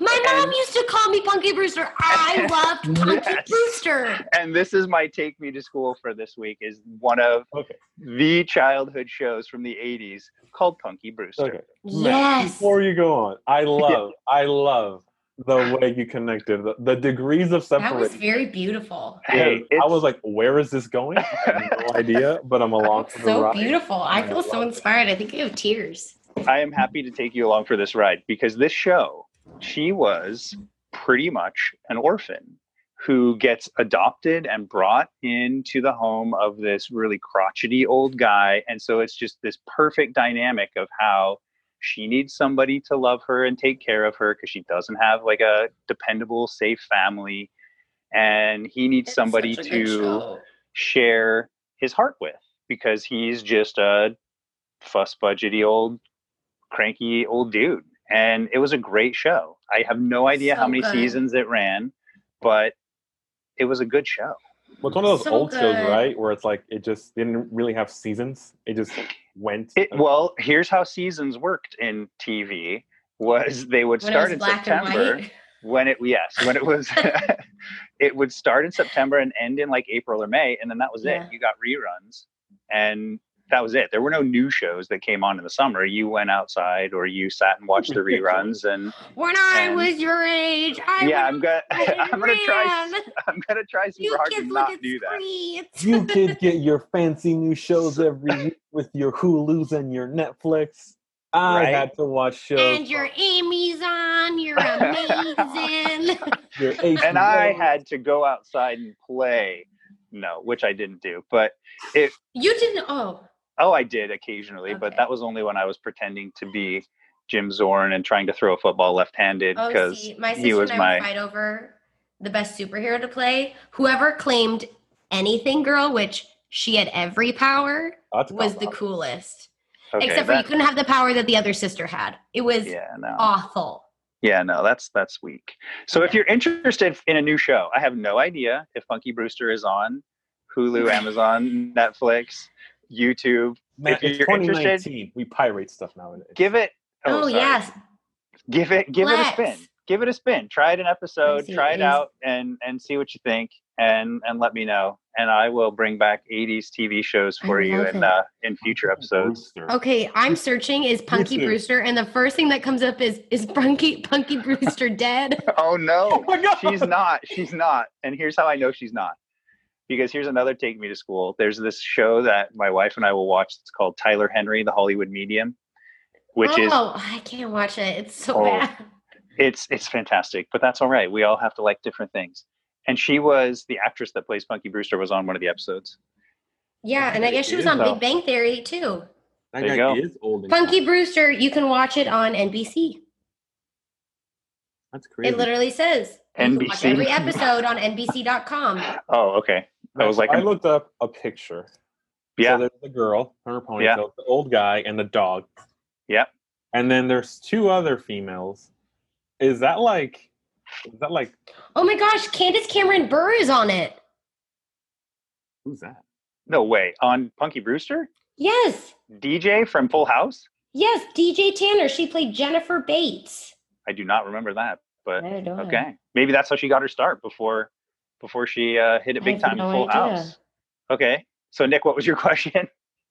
Speaker 2: My mom
Speaker 3: And-
Speaker 2: used to call me Punky Brewster. I loved Punky
Speaker 3: Yes.
Speaker 2: Brewster.
Speaker 3: And this is my take me to school for this week is one of
Speaker 1: Okay.
Speaker 3: the childhood shows from the 80s called Punky Brewster.
Speaker 1: Okay. Matt,
Speaker 2: Yes.
Speaker 1: Before you go on, I love I love the way you connected the, the degrees of
Speaker 2: That was
Speaker 1: separation.
Speaker 2: very beautiful.
Speaker 3: Hey,
Speaker 1: I
Speaker 3: it's-
Speaker 1: was like, where is this going? I have no idea, but I'm along for the
Speaker 2: So
Speaker 1: ride.
Speaker 2: beautiful.
Speaker 1: I
Speaker 2: I feel so
Speaker 1: love it.
Speaker 2: inspired. I think I have tears.
Speaker 3: I am happy to take you along for this ride because this show, she was pretty much an orphan who gets adopted and brought into the home of this really crotchety old guy. And so it's just this perfect dynamic of how she needs somebody to love her and take care of her because she doesn't have like a dependable, safe family. And he needs somebody
Speaker 2: Such a good
Speaker 3: to
Speaker 2: show.
Speaker 3: share his heart with because he's just a fuss budgety old cranky old dude and it was a great show i have no idea how
Speaker 2: So
Speaker 3: many
Speaker 2: good.
Speaker 3: seasons it ran but it was a good show
Speaker 1: Well, it's one of those
Speaker 2: So
Speaker 1: old shows,
Speaker 2: good.
Speaker 1: right? Where it's like it just didn't really have seasons. It just went.
Speaker 3: it well here's how seasons worked in tv was they would
Speaker 2: When it
Speaker 3: start
Speaker 2: was
Speaker 3: in
Speaker 2: black
Speaker 3: september
Speaker 2: and white.
Speaker 3: when it yes when it was it would start in september and end in like april or may and then that was
Speaker 2: Yeah.
Speaker 3: it you got reruns and that was it there were no new shows that came on in the summer you went outside or you sat and watched the reruns and
Speaker 2: When I
Speaker 3: And-
Speaker 2: was your age, I
Speaker 3: yeah
Speaker 2: went
Speaker 3: i'm gonna
Speaker 2: outside and
Speaker 3: i'm gonna try
Speaker 2: ran.
Speaker 3: i'm gonna try
Speaker 2: You
Speaker 3: super hard to
Speaker 2: kids look
Speaker 3: not
Speaker 2: at
Speaker 3: do that
Speaker 2: screens.
Speaker 1: you could get your fancy new shows every week with your Hulu's and your Netflix. I
Speaker 3: Right.
Speaker 1: had to watch shows.
Speaker 2: And your Amy's on. You're amazing.
Speaker 1: your
Speaker 3: and i
Speaker 1: HBO.
Speaker 3: had to go outside and play no, which I didn't do. But it
Speaker 2: You didn't. Oh,
Speaker 3: oh, I did occasionally, but
Speaker 2: Okay.
Speaker 3: that was only when I was pretending to be Jim Zorn and trying to throw a football left-handed
Speaker 2: oh,
Speaker 3: because
Speaker 2: see, my
Speaker 3: he
Speaker 2: sister
Speaker 3: was
Speaker 2: and I
Speaker 3: my-
Speaker 2: would fight over the best superhero to play. Whoever claimed anything, girl, which she had every power,
Speaker 1: That's a
Speaker 2: was
Speaker 1: cop
Speaker 2: the
Speaker 1: out.
Speaker 2: coolest.
Speaker 3: Oh, okay,
Speaker 2: Except for you
Speaker 3: that-
Speaker 2: couldn't have the power that the other sister had. It was
Speaker 3: yeah, no.
Speaker 2: awful.
Speaker 3: Yeah, no, that's that's weak. So if you're interested in a new show, I have no idea if Funky Brewster is on Hulu, Amazon, Netflix, YouTube.
Speaker 1: Matt,
Speaker 3: if
Speaker 1: it's
Speaker 3: you're interested-
Speaker 1: 2019. We pirate stuff nowadays.
Speaker 3: Give it
Speaker 2: Oh,
Speaker 3: sorry.
Speaker 2: yes.
Speaker 3: Give it give
Speaker 2: Let's.
Speaker 3: it a spin. Give it a spin. Try it an episode,
Speaker 2: see
Speaker 3: try
Speaker 2: what it
Speaker 3: it
Speaker 2: is.
Speaker 3: out and and see what you think and and let me know. And I will bring back 80s TV shows
Speaker 2: I
Speaker 3: for you
Speaker 2: love
Speaker 3: in
Speaker 2: it.
Speaker 3: uh, in future episodes.
Speaker 1: Brewster.
Speaker 2: Okay, I'm searching is Punky
Speaker 1: too.
Speaker 2: Brewster, and the first thing that comes up is is Punky Punky Brewster dead?
Speaker 3: Oh
Speaker 1: Oh
Speaker 3: no.
Speaker 1: my god!
Speaker 3: she's not. She's not. And here's how I know she's not. Because here's another take me to school. There's this show that my wife and I will watch. It's called Tyler Henry, the Hollywood Medium, which
Speaker 2: oh,
Speaker 3: is
Speaker 2: I can't watch it. It's so
Speaker 3: Oh.
Speaker 2: bad.
Speaker 3: it's it's fantastic. But that's all right. We all have to like different things. And she was the actress that plays Punky Brewster was on one of the episodes.
Speaker 2: Yeah, and I guess she was on
Speaker 3: So-
Speaker 2: Big Bang Theory too.
Speaker 1: That
Speaker 3: There
Speaker 1: guy
Speaker 3: you go.
Speaker 1: is old. and-
Speaker 2: Punky Brewster, you can watch it on NBC.
Speaker 1: That's
Speaker 2: It
Speaker 1: crazy.
Speaker 2: literally says you can watch
Speaker 3: NBC.
Speaker 2: every episode on NBC.com.
Speaker 3: Oh, okay. I was like, "Hmm."
Speaker 1: I looked up a picture.
Speaker 3: yeah,
Speaker 1: So there's the girl, her ponytail,
Speaker 3: Yeah.
Speaker 1: the old guy, and the dog.
Speaker 3: Yep.
Speaker 1: And then there's two other females. Is that like? Is that like?
Speaker 2: Oh my gosh, Candace Cameron Burr is on it.
Speaker 1: Who's that?
Speaker 3: no way. On Punky Brewster?
Speaker 2: Yes,
Speaker 3: DJ from Full House?
Speaker 2: yes, DJ Tanner. She played Jennifer Bates.
Speaker 3: I do not remember that, but
Speaker 2: Neither do I.
Speaker 3: Uh, Okay. Maybe that's how she got her start before before she uh, hit it
Speaker 2: I
Speaker 3: big
Speaker 2: have
Speaker 3: time in
Speaker 2: no
Speaker 3: Full
Speaker 2: idea.
Speaker 3: House. Okay. So Nick, what was your question?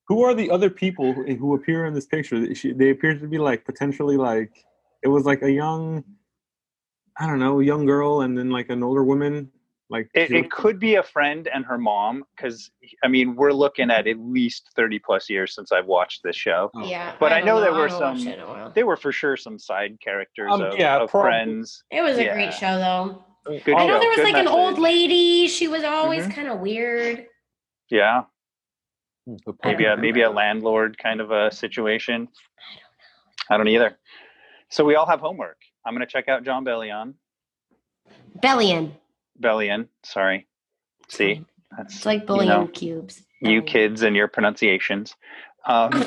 Speaker 1: Who are the other people who, who appear in this picture? She, they appear to be like potentially like it was like a young, I don't know, young girl, and then like an older woman. Like
Speaker 3: It,
Speaker 1: she
Speaker 3: it
Speaker 1: looked-
Speaker 3: could be a friend and her mom because I mean we're looking at at least thirty plus years since I've watched this show.
Speaker 1: Oh.
Speaker 2: Yeah,
Speaker 3: But I
Speaker 2: don't
Speaker 3: know there were
Speaker 2: haven't watched
Speaker 3: some-
Speaker 2: it in a while.
Speaker 3: There were for sure some side characters
Speaker 1: Um,
Speaker 3: of,
Speaker 1: yeah,
Speaker 3: of
Speaker 1: probably.
Speaker 3: friends.
Speaker 2: It was a
Speaker 3: Yeah.
Speaker 2: great show, though.
Speaker 3: Good
Speaker 2: I know
Speaker 3: show,
Speaker 2: there was
Speaker 3: Oh, good
Speaker 2: like an old
Speaker 3: message. Mm-hmm.
Speaker 2: lady. She was always kind of weird.
Speaker 3: Yeah,
Speaker 1: The
Speaker 3: maybe
Speaker 2: don't
Speaker 3: a, maybe a landlord kind of a situation. I don't know. I don't either. So we all have homework. I'm going to check out John Bellion.
Speaker 2: Bellion.
Speaker 3: Bellion, sorry. See, that's
Speaker 2: It's like billion
Speaker 3: know,
Speaker 2: cubes.
Speaker 3: you
Speaker 2: Bellion.
Speaker 3: kids and your pronunciations. Um,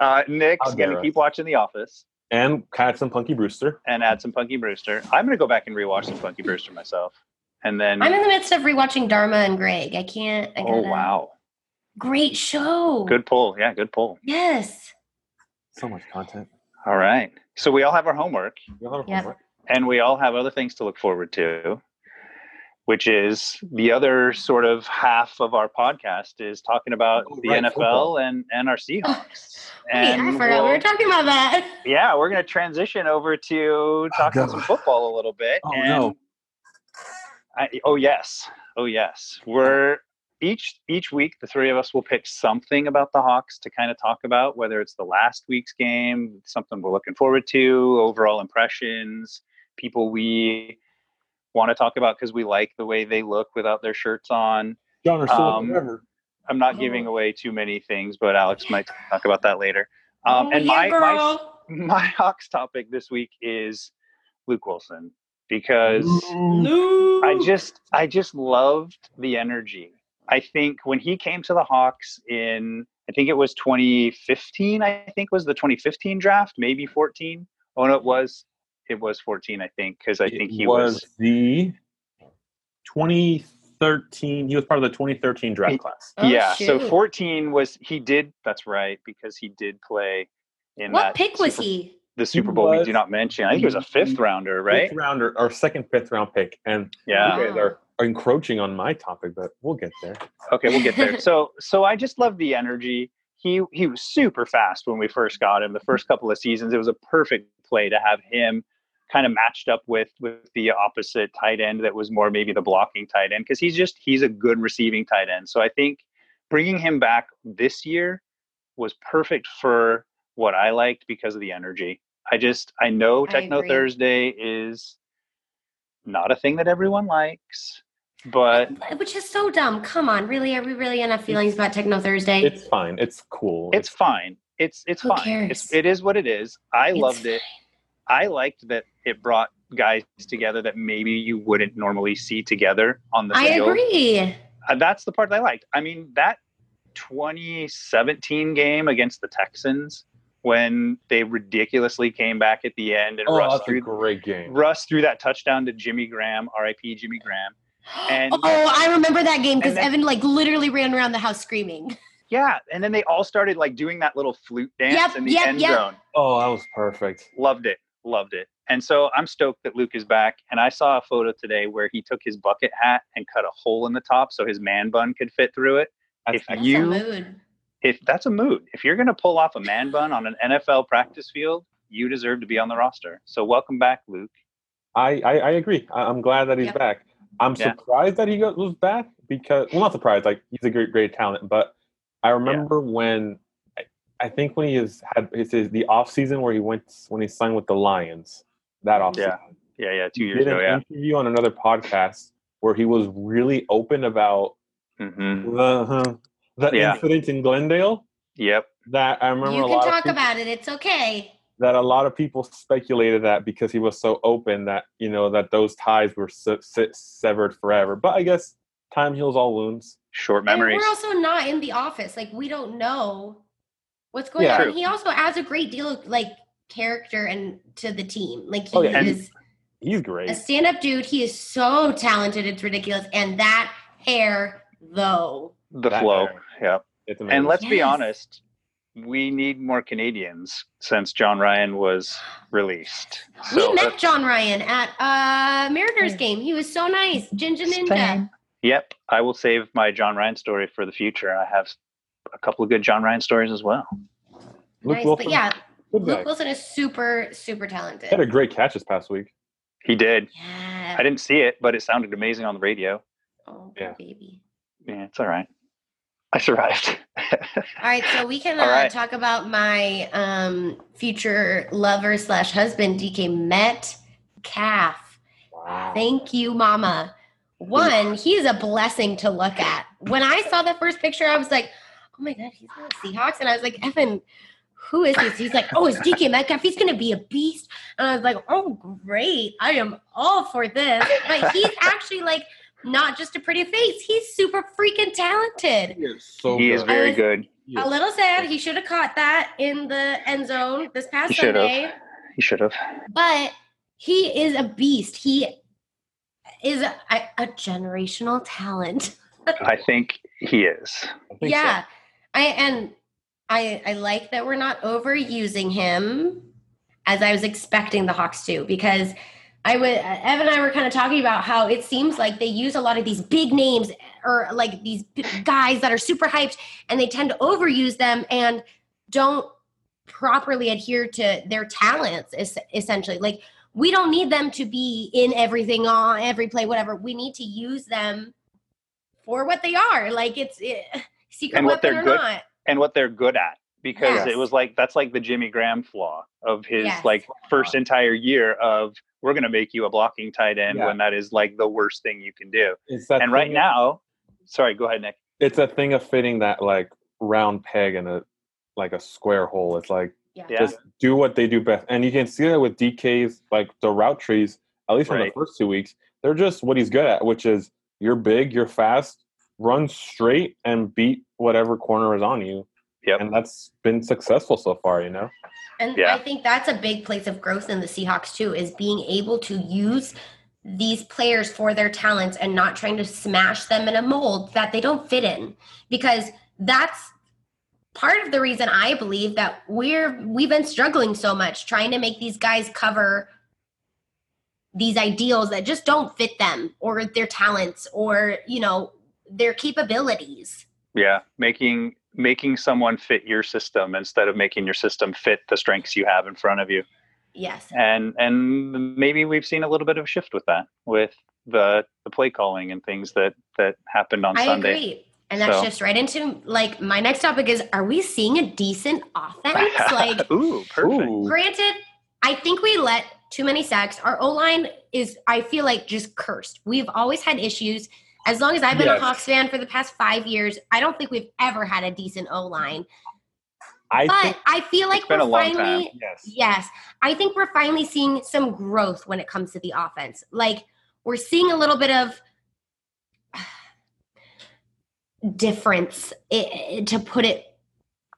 Speaker 3: uh, Nick's
Speaker 1: How
Speaker 3: going to
Speaker 1: dare
Speaker 3: keep watching The Office
Speaker 1: and cats and Punky Brewster.
Speaker 3: and add some Punky Brewster. I'm going to go back and rewatch some Punky Brewster myself. And then,
Speaker 2: I'm in the midst of rewatching Dharma and Greg. I can't. I
Speaker 3: oh,
Speaker 2: gotta-
Speaker 3: wow.
Speaker 2: Great show.
Speaker 3: Good pull. Yeah, good pull.
Speaker 2: Yes.
Speaker 1: So much content.
Speaker 3: All right. So we all have our homework
Speaker 1: Y'all have
Speaker 2: Yep.
Speaker 1: homework?
Speaker 3: and we all have other things to look forward to, which is the other sort of half of our podcast is talking about
Speaker 1: Oh,
Speaker 3: the
Speaker 1: right,
Speaker 3: NFL
Speaker 1: football.
Speaker 3: and, and our Seahawks.
Speaker 2: Wait, I forgot we
Speaker 3: we'll-
Speaker 2: were talking about that.
Speaker 3: yeah, we're going to transition over to talking
Speaker 1: God.
Speaker 3: some football a little bit.
Speaker 1: Oh,
Speaker 3: and
Speaker 1: no.
Speaker 3: I, oh yes, oh yes. We're each each week the three of us will pick something about the Hawks to kind of talk about, whether it's the last week's game, something we're looking forward to, overall impressions, people we want to talk about because we like the way they look without their shirts on.
Speaker 1: John or Silver,
Speaker 3: Um,
Speaker 1: whatever.
Speaker 3: I'm not giving
Speaker 2: Oh.
Speaker 3: away too many things, but Alex might talk about that later. Um,
Speaker 2: Oh,
Speaker 3: and
Speaker 2: yeah,
Speaker 3: my, my
Speaker 2: girl.
Speaker 3: my Hawks topic this week is Luke Wilson because
Speaker 2: Lou.
Speaker 3: I just I just loved the energy. I think when he came to the Hawks in I think it was 2015. I think was the 2015 draft, maybe 14. Oh no, it was it was 14. I think because I think he was,
Speaker 1: the 2013. He was part of the 2013 draft
Speaker 3: He-
Speaker 1: class.
Speaker 2: Oh,
Speaker 3: yeah. So
Speaker 2: shoot.
Speaker 3: 14 was he did that's right because he did play in
Speaker 2: What
Speaker 3: that
Speaker 2: pick was
Speaker 3: Super-
Speaker 2: he?
Speaker 3: The Super Bowl we
Speaker 1: was-
Speaker 3: do not mention. I think it was a fifth rounder, right?
Speaker 1: Fifth rounder, our second fifth round pick, and
Speaker 3: Yeah.
Speaker 1: you guys are encroaching on my topic, but we'll get there.
Speaker 3: Okay, we'll get there. So so I just love the energy. He he was super fast when we first got him. The first couple of seasons, it was a perfect play to have him kind of matched up with with the opposite tight end that was more maybe the blocking tight end because he's just he's a good receiving tight end. So I think bringing him back this year was perfect for what I liked because of the energy. I just I know
Speaker 2: I
Speaker 3: Techno
Speaker 2: agree.
Speaker 3: Thursday is not a thing that everyone likes But
Speaker 2: Which is so dumb. Come on, really? Are we really gonna have feelings about Techno Thursday?
Speaker 1: It's fine. It's cool.
Speaker 3: it's fine. It's it's
Speaker 2: Who
Speaker 3: fine.
Speaker 2: cares?
Speaker 3: It's it is what it is. I
Speaker 2: It's
Speaker 3: loved it. I liked that it brought guys together that maybe you wouldn't normally see together on the
Speaker 2: I
Speaker 3: field.
Speaker 2: agree.
Speaker 3: Uh, That's the part that I liked. I mean, that 2017 game against the Texans when they ridiculously came back at the end and
Speaker 1: oh,
Speaker 3: rushed
Speaker 1: that's a
Speaker 3: through
Speaker 1: great game.
Speaker 3: Russ threw that touchdown to Jimmy Graham, RIP Jimmy Graham. And-
Speaker 2: oh, I remember that game because
Speaker 3: and that-
Speaker 2: Evan like literally ran around the house screaming.
Speaker 3: Yeah, and then they all started like doing that little flute dance
Speaker 2: Yep,
Speaker 3: in the
Speaker 2: yep,
Speaker 3: end
Speaker 2: yep.
Speaker 3: zone.
Speaker 1: Oh, that was perfect.
Speaker 3: Loved it, loved it. And so I'm stoked that Luke is back. And I saw a photo today where he took his bucket hat and cut a hole in the top so his man bun could fit through it.
Speaker 1: That's
Speaker 3: If
Speaker 2: That's
Speaker 3: you-
Speaker 2: a mood.
Speaker 3: If that's a mood, if you're going to pull off a man bun on an NFL practice field, you deserve to be on the roster. So welcome back, Luke.
Speaker 1: I, I, I agree. I, I'm glad that he's
Speaker 2: Yeah.
Speaker 1: back. I'm
Speaker 3: Yeah.
Speaker 1: surprised that he goes was back because well, not surprised. Like he's a great, great talent. But I remember when I, I think when he is had his, his the off season where he went when he signed with the Lions that off season.
Speaker 3: Yeah, yeah, yeah. Two
Speaker 1: he
Speaker 3: years
Speaker 1: did
Speaker 3: ago,
Speaker 1: an
Speaker 3: yeah.
Speaker 1: interview on another podcast where he was really open about
Speaker 3: hmm
Speaker 1: the the
Speaker 3: Yeah.
Speaker 1: incident in Glendale.
Speaker 3: Yep.
Speaker 1: That I remember
Speaker 2: You
Speaker 1: a
Speaker 2: can
Speaker 1: lot of
Speaker 2: talk
Speaker 1: people-
Speaker 2: about it. It's okay.
Speaker 1: that a lot of people speculated that because he was so open that you know that those ties were se- se- severed forever. But I guess time heals all wounds.
Speaker 3: Short
Speaker 2: And
Speaker 3: memories.
Speaker 2: we're also not in the office. Like we don't know what's going
Speaker 1: Yeah.
Speaker 2: on.
Speaker 3: True.
Speaker 2: He also adds a great deal of like character and to the team. Like he
Speaker 1: Oh, yeah.
Speaker 3: And-
Speaker 2: is
Speaker 1: He's
Speaker 2: a
Speaker 1: great.
Speaker 2: stand-up dude. He is so talented. It's ridiculous. And that hair, though.
Speaker 3: The
Speaker 1: That
Speaker 3: flow.
Speaker 1: era.
Speaker 3: Yeah.
Speaker 1: It's amazing.
Speaker 3: And let's be
Speaker 2: Yes.
Speaker 3: honest, we need more Canadians since John Ryan was released. So
Speaker 2: we met
Speaker 3: uh,
Speaker 2: John Ryan at a Mariners game. He was so nice. Ginger Ninja.
Speaker 3: yep, I will save my John Ryan story for the future. I have a couple of good John Ryan stories as well.
Speaker 1: Luke
Speaker 2: Nice.
Speaker 1: Wilson,
Speaker 2: But yeah,
Speaker 1: good guy.
Speaker 2: Luke Wilson is super, super
Speaker 1: He had a
Speaker 2: talented.
Speaker 1: great catch this past week.
Speaker 3: He did.
Speaker 2: Yeah.
Speaker 3: I didn't see it, but it sounded amazing on the radio.
Speaker 2: Oh,
Speaker 1: Yeah.
Speaker 2: baby.
Speaker 3: Yeah, it's all right. I survived.
Speaker 2: All right, so we can uh,
Speaker 3: All right.
Speaker 2: talk about my um, future lover slash husband, DK Met Calf.
Speaker 1: Wow.
Speaker 2: Thank you, Mama. One, he's a blessing to look at. When I saw the first picture, I was like, "Oh my God, he's on the Seahawks!" And I was like, "Evan, who is this?" He's like, "Oh, it's DK Metcalf. He's gonna be a beast." And I was like, "Oh, great! I am all for this." But he's actually like not just a pretty face; he's super freaking talented.
Speaker 1: He is so
Speaker 3: he is
Speaker 1: good.
Speaker 3: very
Speaker 2: was-
Speaker 3: good.
Speaker 1: He
Speaker 2: A
Speaker 1: is-
Speaker 2: little sad. He should have caught that in the end zone this past
Speaker 3: He should have.
Speaker 2: Sunday.
Speaker 3: He should have.
Speaker 2: But he is a beast. He is a, a generational talent.
Speaker 3: I think he is.
Speaker 1: I think so.
Speaker 2: Yeah. I and I I like that we're not overusing him as I was expecting the Hawks to because I would Evan and I were kind of talking about how it seems like they use a lot of these big names or like these b- guys that are super hyped and they tend to overuse them and don't properly adhere to their talents es- essentially like we don't need them to be in everything on every play whatever we need to use them for what they are like it's it, secret
Speaker 3: And what
Speaker 2: weapon
Speaker 3: they're
Speaker 2: or
Speaker 3: good-
Speaker 2: not
Speaker 3: and what they're good at because
Speaker 2: Yes.
Speaker 3: it was like that's like the Jimmy Graham flaw of his
Speaker 2: Yes.
Speaker 3: like first entire year of we're going to make you a blocking tight end
Speaker 1: Yeah.
Speaker 3: when that is like the worst thing you can do.
Speaker 1: It's that
Speaker 3: and right
Speaker 1: thing-
Speaker 3: now, sorry, go ahead Nick.
Speaker 1: it's a thing of fitting that like round peg in a like a square hole. It's like
Speaker 3: Yeah.
Speaker 1: just do what they do best. And you can see that with DK's like the route trees, at least from the
Speaker 3: Right.
Speaker 1: first two weeks, they're just what he's good at, which is you're big, you're fast, run straight and beat whatever corner is on you.
Speaker 3: Yep.
Speaker 1: And that's been successful so far, you know?
Speaker 2: And
Speaker 3: Yeah.
Speaker 2: I think that's a big place of growth in the Seahawks too, is being able to use these players for their talents and not trying to smash them in a mold that they don't fit in. Because that's part of the reason I believe that we're we've been struggling so much trying to make these guys cover these ideals that just don't fit them or their talents or, you know, their capabilities.
Speaker 3: Yeah, making making someone fit your system instead of making your system fit the strengths you have in front of you.
Speaker 2: Yes.
Speaker 3: And and maybe we've seen a little bit of a shift with that with the the play calling and things that that happened on
Speaker 2: I
Speaker 3: Sunday.
Speaker 2: agree. And that
Speaker 3: So.
Speaker 2: shifts right into like my next topic is are we seeing a decent offense? like
Speaker 3: Ooh, perfect.
Speaker 1: Ooh.
Speaker 2: granted, I think we let too many sacks. Our O line is I feel like just cursed. We've always had issues. As long as I've been
Speaker 1: Yes.
Speaker 2: a Hawks fan for the past five years, I don't think we've ever had a decent O line.
Speaker 1: I
Speaker 2: But
Speaker 1: think
Speaker 2: I feel like
Speaker 3: it's been
Speaker 2: we're
Speaker 3: a long
Speaker 2: finally
Speaker 3: time. Yes.
Speaker 2: Yes. I think we're finally seeing some growth when it comes to the offense. Like we're seeing a little bit of difference i- to put it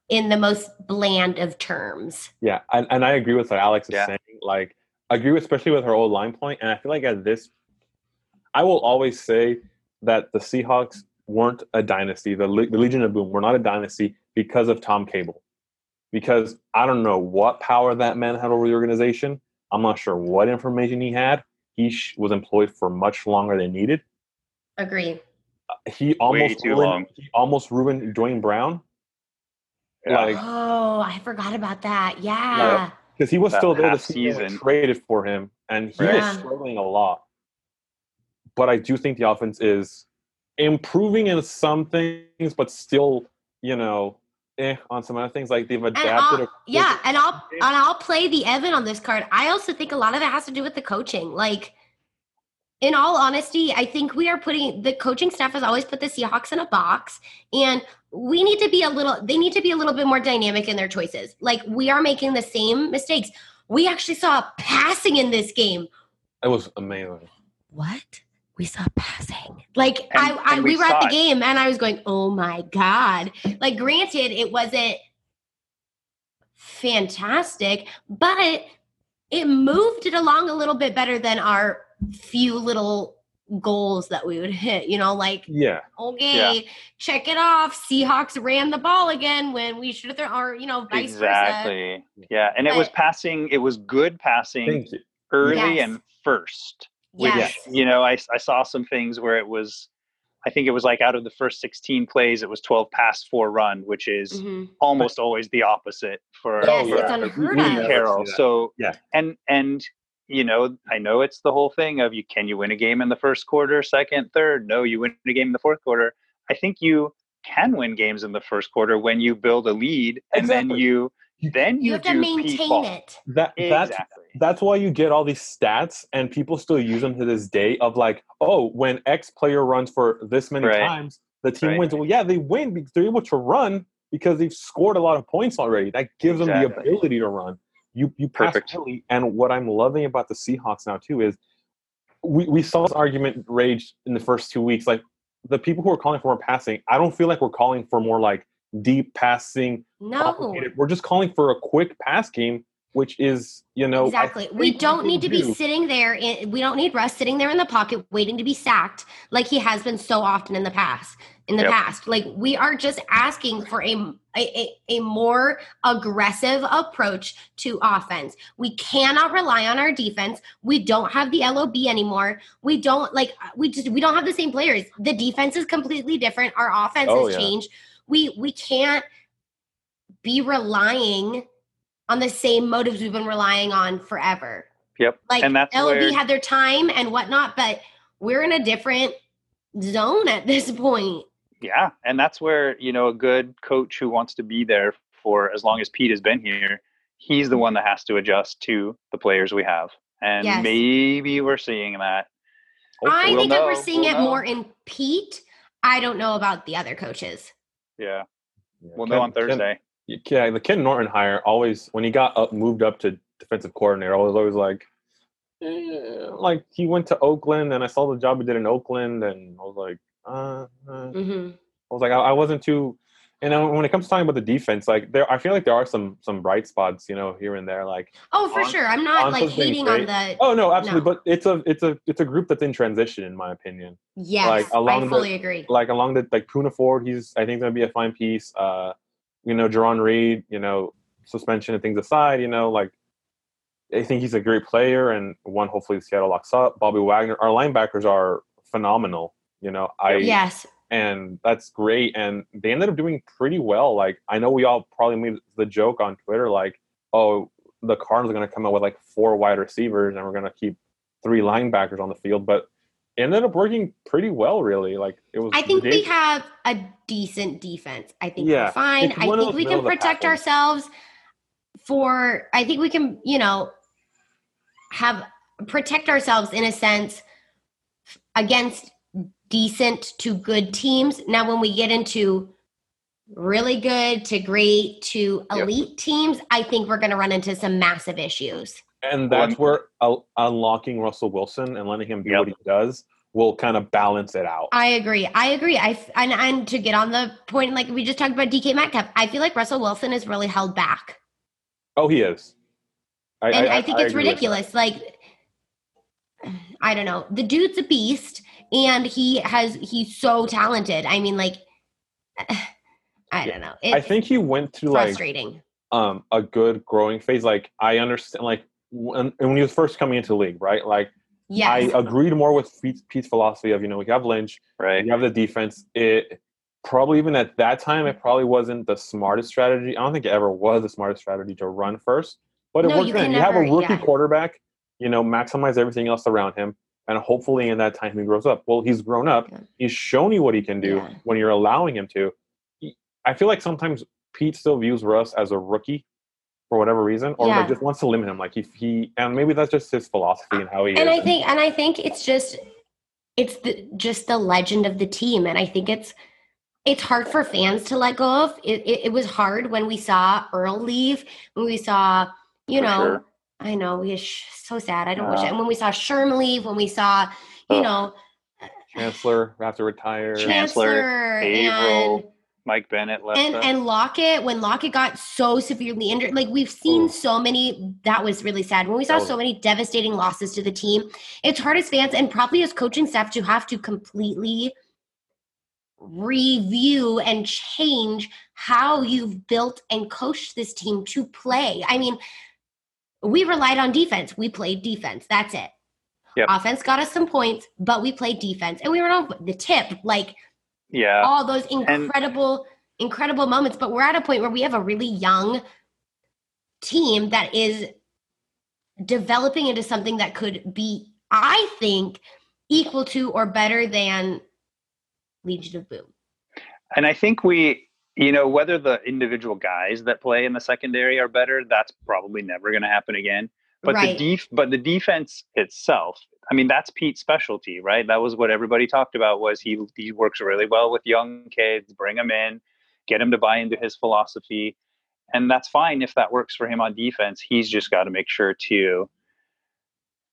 Speaker 2: in the most bland of terms.
Speaker 1: Yeah, and, and I agree with what Alex is
Speaker 3: Yeah.
Speaker 1: saying. Like, I agree, with, especially with her old line point. And I feel like at this, I will always say that the Seahawks weren't a dynasty. The, Le- the Legion of Boom were not a dynasty because of Tom Cable. Because I don't know what power that man had over the organization. I'm not sure what information he had. He sh- was employed for much longer than needed.
Speaker 2: Agree.
Speaker 1: He almost
Speaker 3: too
Speaker 1: ruined,
Speaker 3: long.
Speaker 1: He almost ruined Dwayne Brown.
Speaker 3: Yeah.
Speaker 1: Like,
Speaker 2: oh, I forgot about that. Yeah.
Speaker 1: because he was
Speaker 3: About
Speaker 1: still there the
Speaker 3: half
Speaker 1: season we
Speaker 3: season.
Speaker 1: traded for him, and he
Speaker 2: Right.
Speaker 1: was struggling a lot. But I do think the offense is improving in some things, but still, you know, eh, on some other things. Like they've
Speaker 2: And
Speaker 1: adapted.
Speaker 2: I'll, yeah, and I'll and I'll play the Evan on this card. I also think a lot of it has to do with the coaching. Like in all honesty, I think we are putting the coaching staff has always put the Seahawks in a box and we need to be a little they need to be a little bit more dynamic in their choices. Like we are making the same mistakes. We actually saw passing in this game.
Speaker 1: It was amazing.
Speaker 2: What? We saw passing. Like
Speaker 3: And-
Speaker 2: I, I
Speaker 3: and
Speaker 2: we,
Speaker 3: we
Speaker 2: were at
Speaker 3: saw
Speaker 2: the
Speaker 3: it.
Speaker 2: game and I was going, "Oh my god." Like granted it wasn't fantastic, but it moved it along a little bit better than our few little goals that we would hit, you know, like
Speaker 1: Yeah,
Speaker 2: okay, check it off. Seahawks ran the ball again when we should have thrown or you know, vice versa.
Speaker 3: Exactly. Yeah, and it was
Speaker 2: But-
Speaker 3: passing. It was good passing
Speaker 1: thank you.
Speaker 3: early
Speaker 2: Yes.
Speaker 3: and first. Which,
Speaker 2: Yes.
Speaker 3: you know, I, I saw some things where it was, I think it was like out of the first 16 plays, it was 12 pass, four run, which is
Speaker 2: Mhm.
Speaker 3: almost always the opposite for,
Speaker 1: Oh,
Speaker 2: Yes,
Speaker 3: for
Speaker 2: it's
Speaker 3: a
Speaker 2: unheard
Speaker 1: We
Speaker 2: of.
Speaker 1: never
Speaker 3: Carroll.
Speaker 1: see that.
Speaker 3: So
Speaker 1: Yeah.
Speaker 3: and and you know, I know it's the whole thing of you can you win a game in the first quarter, second, third? No, you win a game in the fourth quarter. I think you can win games in the first quarter when you build a lead and then
Speaker 1: Exactly.
Speaker 3: you
Speaker 1: You-
Speaker 3: then you,
Speaker 2: You have to
Speaker 3: do
Speaker 2: maintain
Speaker 3: people.
Speaker 2: it.
Speaker 1: that that's
Speaker 3: Exactly.
Speaker 1: that's why you get all these stats, and people still use them to this day. Of like, oh, when X player runs for this many
Speaker 3: Right.
Speaker 1: times, the team
Speaker 3: Right.
Speaker 1: wins. Well, yeah, they win because they're able to run because they've scored a lot of points already. That gives them the
Speaker 3: Exactly.
Speaker 1: ability to run. You you pass
Speaker 3: Perfect.
Speaker 1: early, and what I'm loving about the Seahawks now too is we we saw this argument rage in the first two weeks. Like the people who are calling for more passing, I don't feel like we're calling for more like deep passing.
Speaker 2: No.
Speaker 1: complicated- We're just calling for a quick pass game, which is you know I
Speaker 2: Exactly. We
Speaker 1: think
Speaker 2: don't
Speaker 1: we
Speaker 2: need to be
Speaker 1: do.
Speaker 2: sitting there. In, we don't need Russ sitting there in the pocket waiting to be sacked like he has been so often in the past. In the
Speaker 3: Yep.
Speaker 2: past, like we are just asking for a, a a- a more aggressive approach to offense. We cannot rely on our defense. We don't have the LOB anymore. We don't like we just we don't have the same players. The defense is completely different. Our offense
Speaker 1: Oh,
Speaker 2: has
Speaker 1: yeah.
Speaker 2: changed. We we can't be relying on the same motives we've been relying on forever.
Speaker 3: Yep.
Speaker 2: Like
Speaker 3: and that's
Speaker 2: LOB
Speaker 3: where
Speaker 2: had their time and whatnot, but we're in a different zone at this point.
Speaker 3: yeah, and that's where, you know, a good coach who wants to be there for as long as Pete has been here, he's the one that has to adjust to the players we have. And
Speaker 2: Yes.
Speaker 3: maybe we're seeing that
Speaker 1: Oh,
Speaker 2: I
Speaker 3: We'll
Speaker 2: think that we're
Speaker 3: know.
Speaker 2: seeing
Speaker 3: We'll
Speaker 2: it
Speaker 3: know.
Speaker 2: more in Pete. I don't know about the other coaches.
Speaker 3: Yeah,
Speaker 1: Yeah,
Speaker 3: we'll know
Speaker 1: Ken-
Speaker 3: on
Speaker 1: Ken-
Speaker 3: Thursday.
Speaker 1: yeah, the Ken Norton hire always when he got up moved up to defensive coordinator, I was always like, eh, like he went to Oakland, and I saw the job he did in Oakland, and I was like, uh, uh,
Speaker 2: Mm-hmm.
Speaker 1: I was like, I, I wasn't too. And then when it comes to talking about the defense, like there, I feel like there are some some bright spots, you know, here and there. Like,
Speaker 2: Oh, for
Speaker 1: Hon-
Speaker 2: sure. I'm not like
Speaker 1: Honda's been
Speaker 2: hating on
Speaker 1: great.
Speaker 2: the.
Speaker 1: oh no, absolutely,
Speaker 2: No.
Speaker 1: but it's a it's a it's a group that's in transition, in my opinion.
Speaker 2: Yes,
Speaker 1: like, along
Speaker 2: I
Speaker 1: the-
Speaker 2: fully agree.
Speaker 1: like along the like Puna Ford, he's I think gonna be a fine piece. Uh, you know, Jerron Reed, you know, suspension and things aside, you know, like I think he's a great player and one hopefully Seattle locks up. Bobby Wagner, our linebackers are phenomenal. You know, I
Speaker 2: yes,
Speaker 1: and that's great. And they ended up doing pretty well. Like I know we all probably made the joke on Twitter, like, oh, the Cardinals are going to come out with like four wide receivers, and we're going to keep three linebackers on the field, but it ended up working pretty well. Really, like it was.
Speaker 2: I think we
Speaker 1: ridiculous.
Speaker 2: have a decent defense. I think
Speaker 1: Yeah,
Speaker 2: we're fine.
Speaker 1: it's
Speaker 2: I
Speaker 1: one of
Speaker 2: think
Speaker 1: those
Speaker 2: we can
Speaker 1: middle of the pack
Speaker 2: protect
Speaker 1: ones.
Speaker 2: ourselves for I think we can, you know, have protect ourselves in a sense against decent to good teams. Now, when we get into really good to great to
Speaker 3: Yep.
Speaker 2: elite teams, I think we're going to run into some massive issues.
Speaker 1: And that's
Speaker 3: Um,
Speaker 1: where uh, unlocking Russell Wilson and letting him do what he does will kind of balance it out.
Speaker 2: I agree. I agree. I f- and and to get on the point, like we just talked about DK Metcalf, I feel like Russell Wilson is really held back.
Speaker 1: oh, he is.
Speaker 2: and I, think it's
Speaker 1: agree with that.
Speaker 2: ridiculous. Like, I don't know. The dude's a beast, and he has he's so talented. I mean, like, I don't know. It,
Speaker 1: I think he went through
Speaker 2: it's
Speaker 1: like
Speaker 2: frustrating.
Speaker 1: um a good growing phase. Like I understand, like when, when he was first coming into league, right? Like
Speaker 2: Yeah, yes,
Speaker 1: I agreed more with Pete's, Pete's philosophy of you know we have Lynch,
Speaker 3: right?
Speaker 1: you have the defense. It probably even at that time, it probably wasn't the smartest strategy. I don't think it ever was the smartest strategy to run first, but it
Speaker 2: No,
Speaker 1: worked.
Speaker 2: you
Speaker 1: then.
Speaker 2: can
Speaker 1: you have a
Speaker 2: never-
Speaker 1: rookie
Speaker 2: yeah.
Speaker 1: quarterback. You know, maximize everything else around him, and hopefully, in that time, he grows up. Well, he's grown up.
Speaker 2: Yeah.
Speaker 1: He's shown you what he can do
Speaker 2: Yeah.
Speaker 1: when you're allowing him to. He- I feel like sometimes Pete still views Russ as a rookie for whatever reason, or
Speaker 2: Yeah.
Speaker 1: like just wants to limit him. Like he, he, and maybe that's just his philosophy and how he
Speaker 2: and
Speaker 1: is.
Speaker 2: I think and I think it's just it's the just the legend of the team, and I think it's it's hard for fans to let go of. It, it, it was hard when we saw Earl leave, when we saw you
Speaker 3: For
Speaker 2: know.
Speaker 3: sure.
Speaker 2: I know we sh- so sad. I don't wish.
Speaker 3: Yeah.
Speaker 2: And when we saw Sherm leave, when we saw, you
Speaker 3: Ugh.
Speaker 2: know,
Speaker 1: Chancellor after retire.
Speaker 2: Chancellor and
Speaker 3: Averill Mike Bennett left
Speaker 2: and
Speaker 3: us.
Speaker 2: and Lockett when Lockett got so severely injured. Like we've seen
Speaker 1: Oh.
Speaker 2: so many. That was really sad. When we saw
Speaker 1: That was-
Speaker 2: so many devastating losses to the team, it's hard as fans and probably as coaching staff to have to completely review and change how you've built and coached this team to play. I mean, we relied on defense. We played defense. That's it.
Speaker 3: Yep.
Speaker 2: Offense got us some points, but we played defense and we were on the tip. Like
Speaker 3: yeah,
Speaker 2: all those incredible incredible moments but we're at a point where we have a really young team that is developing into something that could be i think equal to or better than legion of boom
Speaker 3: and I think we, you know, whether the individual guys that play in the secondary are better, that's probably never going to happen again. But
Speaker 2: Right.
Speaker 3: the def- but the defense itself, I mean, that's Pete's specialty, right? That was what everybody talked about. Was he he works really well with young kids, bring them in, get them to buy into his philosophy, and that's fine if that works for him on defense. He's just got to make sure to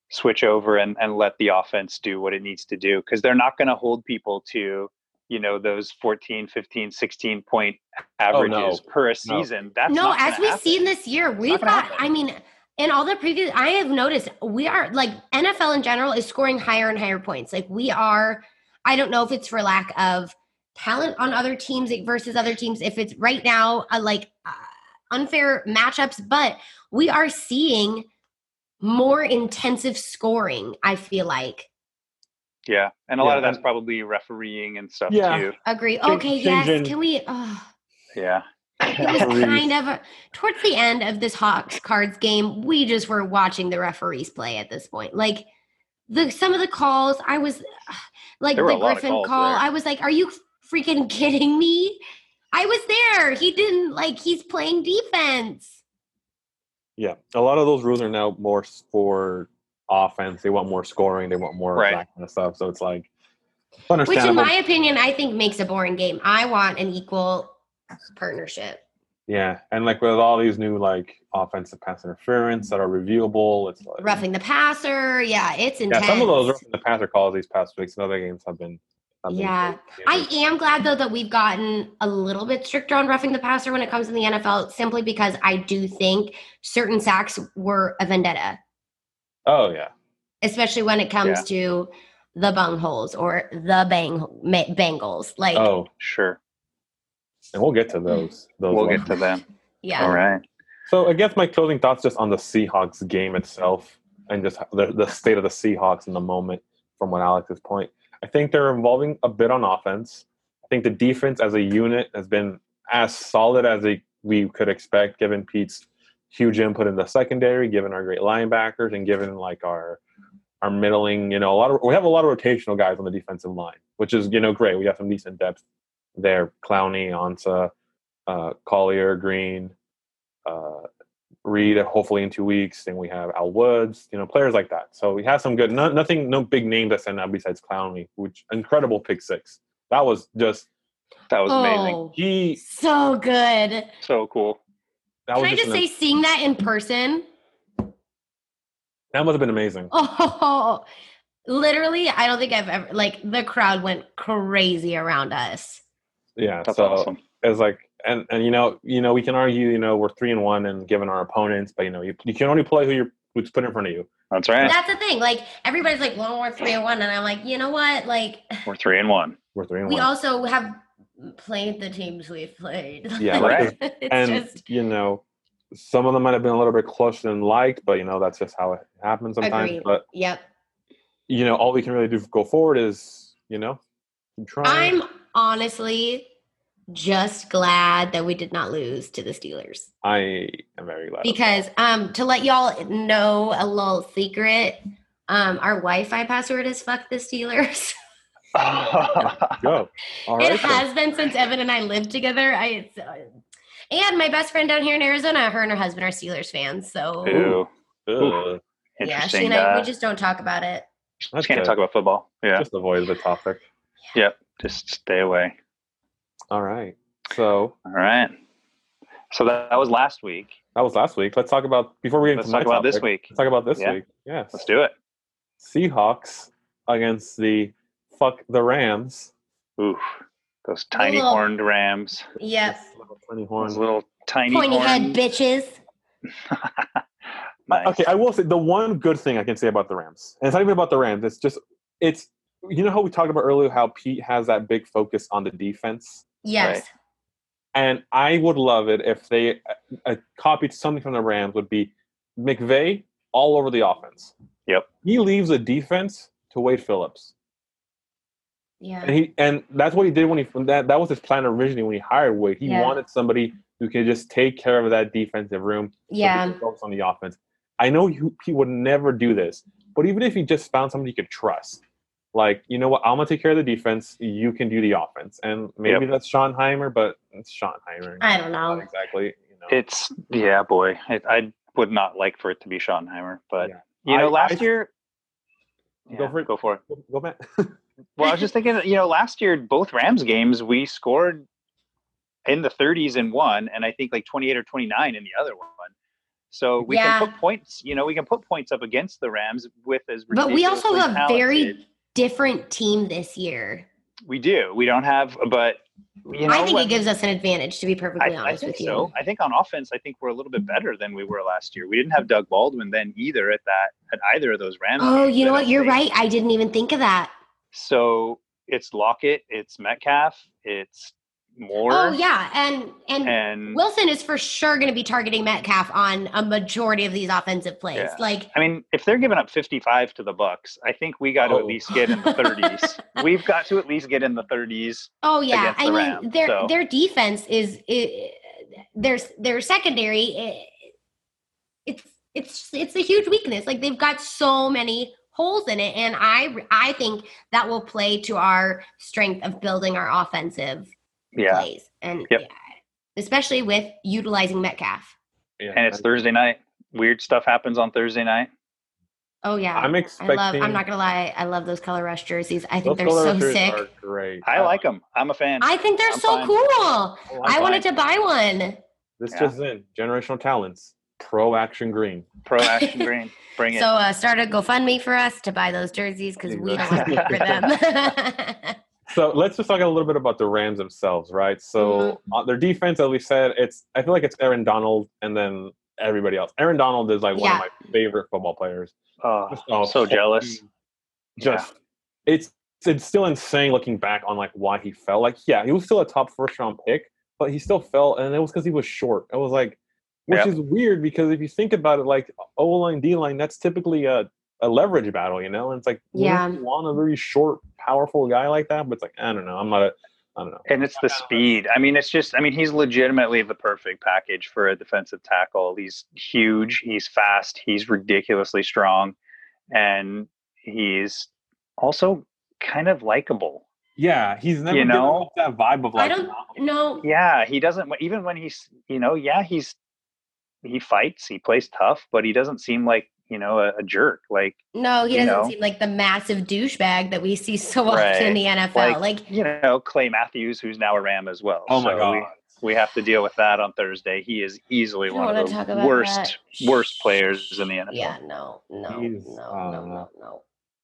Speaker 3: switch over and, and let the offense do what it needs to do because they're not going to hold people to you know those 14 15 16 point
Speaker 1: Oh,
Speaker 3: averages per a season that's
Speaker 2: no
Speaker 3: not
Speaker 2: as
Speaker 3: gonna
Speaker 2: we've
Speaker 3: happen.
Speaker 2: seen this year we've
Speaker 3: not gonna
Speaker 2: got
Speaker 3: happen.
Speaker 2: i mean in all the previous i have noticed we are like nfl in general is scoring higher and higher points like we are i don't know if it's for lack of talent on other teams versus other teams if it's right now uh, like uh, unfair matchups but we are seeing more intensive scoring i feel like
Speaker 3: yeah and a
Speaker 1: Yeah,
Speaker 3: lot of that's
Speaker 1: and-
Speaker 3: probably refereeing and stuff
Speaker 1: Yeah.
Speaker 3: too
Speaker 2: agree
Speaker 1: Change-
Speaker 2: okay
Speaker 1: changing-
Speaker 2: yes can we oh.
Speaker 3: yeah
Speaker 2: it was
Speaker 1: Referees.
Speaker 2: kind of towards the end of this Hawks Cards game. We just were watching the referees play at this point. Like the some of the calls, I was like
Speaker 3: There were
Speaker 2: the
Speaker 3: a lot of
Speaker 2: Griffin
Speaker 3: calls
Speaker 2: call.
Speaker 3: there.
Speaker 2: I was like, "Are you freaking kidding me?" I was there. He didn't like. He's playing defense.
Speaker 1: Yeah, a lot of those rules are now more s- for offense. They want more scoring. They want more of
Speaker 3: Right.
Speaker 1: that kind of stuff. So it's like it's
Speaker 2: Which, in
Speaker 1: understandable.
Speaker 2: my opinion, I think makes a boring game. I want an equal partnership.
Speaker 1: yeah, and like with all these new like offensive pass interference that are reviewable, it's like
Speaker 2: Roughing the passer. Yeah, it's
Speaker 1: yeah.
Speaker 2: intense.
Speaker 1: Some of those are the passer calls these past weeks and other games have been. Have been
Speaker 2: Yeah.
Speaker 1: crazy.
Speaker 2: I am glad though that we've gotten a little bit stricter on roughing the passer when it comes to the NFL, simply because I do think certain sacks were a vendetta,
Speaker 1: oh yeah,
Speaker 2: especially when it comes to the bung holes or the bang ma- bangles. Like,
Speaker 1: oh,
Speaker 3: sure
Speaker 1: and we'll
Speaker 2: Mm.
Speaker 1: get to those. Those
Speaker 3: we'll
Speaker 1: ones.
Speaker 3: get to them
Speaker 2: yeah,
Speaker 3: all right
Speaker 1: So I guess my closing thoughts just on the Seahawks game itself and just the, the state of the Seahawks in the moment from what Alex's point. I think they're involving a bit on offense. I think the defense as a unit has been as solid as they, we could expect given Pete's huge input in the secondary, given our great linebackers and given like our our middling, you know, a lot of we have a lot of rotational guys on the defensive line, which is, you know, great. We have some decent depth there. Clowney, Ansa, uh, Collier, Green, uh, Reed, hopefully in two weeks. Then we have Al Woods, you know, players like that. So we have some good, no, nothing, no big names I sent out besides Clowney, which incredible pick six. That was just
Speaker 3: That was amazing.
Speaker 2: Oh,
Speaker 1: he.
Speaker 2: so good.
Speaker 3: So cool.
Speaker 1: That
Speaker 2: Can
Speaker 1: was
Speaker 2: I just
Speaker 1: an-
Speaker 2: say, seeing that in person?
Speaker 1: that must have been amazing.
Speaker 2: Oh, literally, I don't think I've ever, like, the crowd went crazy around us.
Speaker 1: yeah,
Speaker 3: That's
Speaker 1: so
Speaker 3: awesome.
Speaker 1: it's like, and and you know, you know, we can argue, you know, we're three and one and given our opponents, but you know, you, you can only play who you're who's put in front of you.
Speaker 3: That's right.
Speaker 2: That's the thing. Like, everybody's like, well, we're 3 and 1. oh And I'm like, you know what? Like,
Speaker 3: We're three and one.
Speaker 1: We're three and
Speaker 2: we
Speaker 1: one.
Speaker 2: also have played the teams we've played.
Speaker 1: Yeah,
Speaker 2: Like, it's
Speaker 1: and
Speaker 2: just
Speaker 1: you know, some of them might have been a little bit closer than liked, but you know, that's just how it happens sometimes.
Speaker 2: Agreed.
Speaker 1: But
Speaker 2: yep.
Speaker 1: you know, all we can really do go forward is, you know, keep trying.
Speaker 2: I'm honestly just glad that we did not lose to the Steelers.
Speaker 1: I am very glad.
Speaker 2: because um to let y'all know a little secret um our wi-fi password is fuck the steelers
Speaker 1: Go. All
Speaker 2: it
Speaker 1: right. then.
Speaker 2: has been since evan and i lived together i it's, uh, and my best friend down here in arizona her and her husband are steelers fans so
Speaker 3: Ooh,
Speaker 1: Ugh,
Speaker 2: yeah she
Speaker 3: interesting.
Speaker 2: and I,
Speaker 3: uh,
Speaker 2: we just don't talk about it
Speaker 1: that's
Speaker 3: can't
Speaker 1: good.
Speaker 3: talk about football. Yeah,
Speaker 1: Just avoid the topic.
Speaker 3: just stay away.
Speaker 1: All right. So
Speaker 3: All right. So that, that was last week.
Speaker 1: that was last week. Let's talk about before we get
Speaker 3: Let's
Speaker 1: into
Speaker 3: talk
Speaker 1: my
Speaker 3: about this
Speaker 1: topic,
Speaker 3: week.
Speaker 1: Let's talk about this
Speaker 3: Yeah.
Speaker 1: week. Yes.
Speaker 3: Let's do it.
Speaker 1: Seahawks against the fuck the Rams.
Speaker 3: Oof, those tiny
Speaker 2: Little-
Speaker 3: horned rams.
Speaker 2: yep
Speaker 1: Little tiny
Speaker 3: Those
Speaker 1: horns.
Speaker 3: little tiny
Speaker 2: pointy head
Speaker 3: horns.
Speaker 2: bitches
Speaker 3: nice.
Speaker 1: Okay, I will say the one good thing I can say about the Rams, and it's not even about the Rams. It's just it's you know how we talked about earlier how Pete has that big focus on the defense,
Speaker 2: yes
Speaker 1: and I would love it if they uh, uh, copied something from the Rams would be McVay all over the offense.
Speaker 3: Yep.
Speaker 1: he leaves the defense to Wade Phillips, and
Speaker 2: yeah
Speaker 1: he and that's what he did when he that that was his plan originally when he hired Wade. He
Speaker 2: Yeah.
Speaker 1: wanted somebody who could just take care of that defensive room so
Speaker 2: yeah
Speaker 1: they can focus on the offense. I know you, he would never do this, but even if he just found somebody he could trust, like you know what, I'm gonna take care of the defense. You can do the offense, and maybe that's Schottenheimer, but it's Schottenheimer.
Speaker 2: I don't
Speaker 1: Not
Speaker 2: know.
Speaker 1: exactly. You know.
Speaker 3: It's yeah, boy. It, I would not like for it to be Schottenheimer, but
Speaker 1: Yeah.
Speaker 3: you know,
Speaker 1: I-
Speaker 3: last
Speaker 1: I-
Speaker 3: year.
Speaker 1: Go for it.
Speaker 3: Go for it.
Speaker 1: Go- go back.
Speaker 3: Well, I was just thinking, that, you know, last year both Rams games we scored in the 30s in one, and I think like 28 or 29 in the other one. So we
Speaker 2: Yeah.
Speaker 3: can put points. You know, we can put points up against the Rams with as.
Speaker 2: but we also
Speaker 3: ridiculously
Speaker 2: have a
Speaker 3: talented-
Speaker 2: very different team this year
Speaker 3: We do. We don't have, but you know,
Speaker 2: i think
Speaker 3: when-
Speaker 2: it gives us an advantage to be
Speaker 3: I,
Speaker 2: perfectly
Speaker 3: I
Speaker 2: honest
Speaker 3: think
Speaker 2: with you
Speaker 3: so. I think on offense, I think we're a little bit better than we were last year. We didn't have Doug Baldwin then either at that at either of those Rams.
Speaker 2: oh
Speaker 3: games,
Speaker 2: you know
Speaker 3: I
Speaker 2: what
Speaker 3: don't
Speaker 2: you're
Speaker 3: think.
Speaker 2: right i didn't even think of that
Speaker 3: So it's Lockett, it's Metcalf, it's Moore,
Speaker 2: Oh yeah, and and,
Speaker 3: and
Speaker 2: Wilson is for sure going to be targeting Metcalf on a majority of these offensive plays.
Speaker 3: Yeah.
Speaker 2: Like
Speaker 3: I mean, if they're giving up 55 to the Bucks, I think we got to
Speaker 1: Oh.
Speaker 3: at least get in the 30s. We've got to at least get in the 30s.
Speaker 2: oh yeah,
Speaker 3: Against
Speaker 2: I
Speaker 3: the
Speaker 2: mean
Speaker 3: Rams,
Speaker 2: their
Speaker 3: so.
Speaker 2: their defense is i their their secondary. i it's it's it's a huge weakness. Like they've got so many holes in it, and I I think that will play to our strength of building our offensive
Speaker 3: Yeah.
Speaker 2: plays, and
Speaker 3: Yep.
Speaker 2: yeah, especially with utilizing Metcalf.
Speaker 1: Yeah,
Speaker 3: And it's
Speaker 1: I-
Speaker 3: Thursday night. Weird stuff happens on Thursday night.
Speaker 2: Oh yeah,
Speaker 1: I'm
Speaker 2: I
Speaker 1: expecting.
Speaker 2: love. I'm not gonna lie. I love those color rush jerseys. I
Speaker 1: those
Speaker 2: think they're
Speaker 1: color
Speaker 2: so
Speaker 1: shirts
Speaker 2: sick.
Speaker 1: Are great. Uh,
Speaker 3: I like them. I'm a fan.
Speaker 2: I think they're
Speaker 3: I'm
Speaker 2: so
Speaker 3: fine.
Speaker 2: cool.
Speaker 1: I like
Speaker 2: Oh, I
Speaker 3: fine.
Speaker 2: wanted to buy one.
Speaker 1: This
Speaker 3: Yeah.
Speaker 1: just in: generational talents, pro action green.
Speaker 3: Pro Action Green. Bring it.
Speaker 2: So uh, start a GoFundMe for us to buy those jerseys because we don't want to pay for them.
Speaker 1: So let's just talk a little bit about the Rams themselves, right? So uh, their defense, as we said, it's I feel like it's Aaron Donald and then everybody else. Aaron Donald is like one of
Speaker 2: Yeah.
Speaker 1: my favorite football players.
Speaker 3: Oh,
Speaker 1: Oh,
Speaker 3: so jealous.
Speaker 1: Just it's it's still insane looking back on like why he fell. Like yeah, he was still a top first round pick, but he still fell, and it was because he was short. It was like, which
Speaker 3: Yep.
Speaker 1: is weird because if you think about it, like O line D line, that's typically a a leverage battle, you know. And it's like you don't
Speaker 2: Yeah.
Speaker 1: really want a very short, powerful guy like that, but it's like I don't know, I'm not a, I don't know.
Speaker 3: And it's the speed. I mean, it's just, I mean, he's legitimately the perfect package for a defensive tackle. He's huge, he's fast, he's ridiculously strong, and he's also kind of likable.
Speaker 1: Yeah, he's never
Speaker 3: You
Speaker 1: given
Speaker 3: know?
Speaker 1: off that vibe of
Speaker 2: I
Speaker 1: like
Speaker 2: don't know.
Speaker 3: Yeah, he doesn't, even when he's, you know, yeah, he's he fights, he plays tough, but he doesn't seem like you know a, a jerk. Like
Speaker 2: No, he
Speaker 3: You
Speaker 2: doesn't
Speaker 3: know.
Speaker 2: seem like the massive douchebag that we see so often in
Speaker 3: Right.
Speaker 2: the NFL.
Speaker 3: Like-
Speaker 2: like
Speaker 3: you know Clay Matthews, who's now a Ram as well.
Speaker 1: Oh my
Speaker 3: So
Speaker 1: god.
Speaker 3: we- We have to deal with that on Thursday. He is easily
Speaker 2: I
Speaker 3: one
Speaker 2: wanna
Speaker 3: of
Speaker 2: talk
Speaker 3: the
Speaker 2: about
Speaker 3: worst
Speaker 2: that.
Speaker 3: worst players in the NFL.
Speaker 2: Yeah, no, no,
Speaker 1: He's,
Speaker 2: no,
Speaker 1: uh,
Speaker 2: no, no,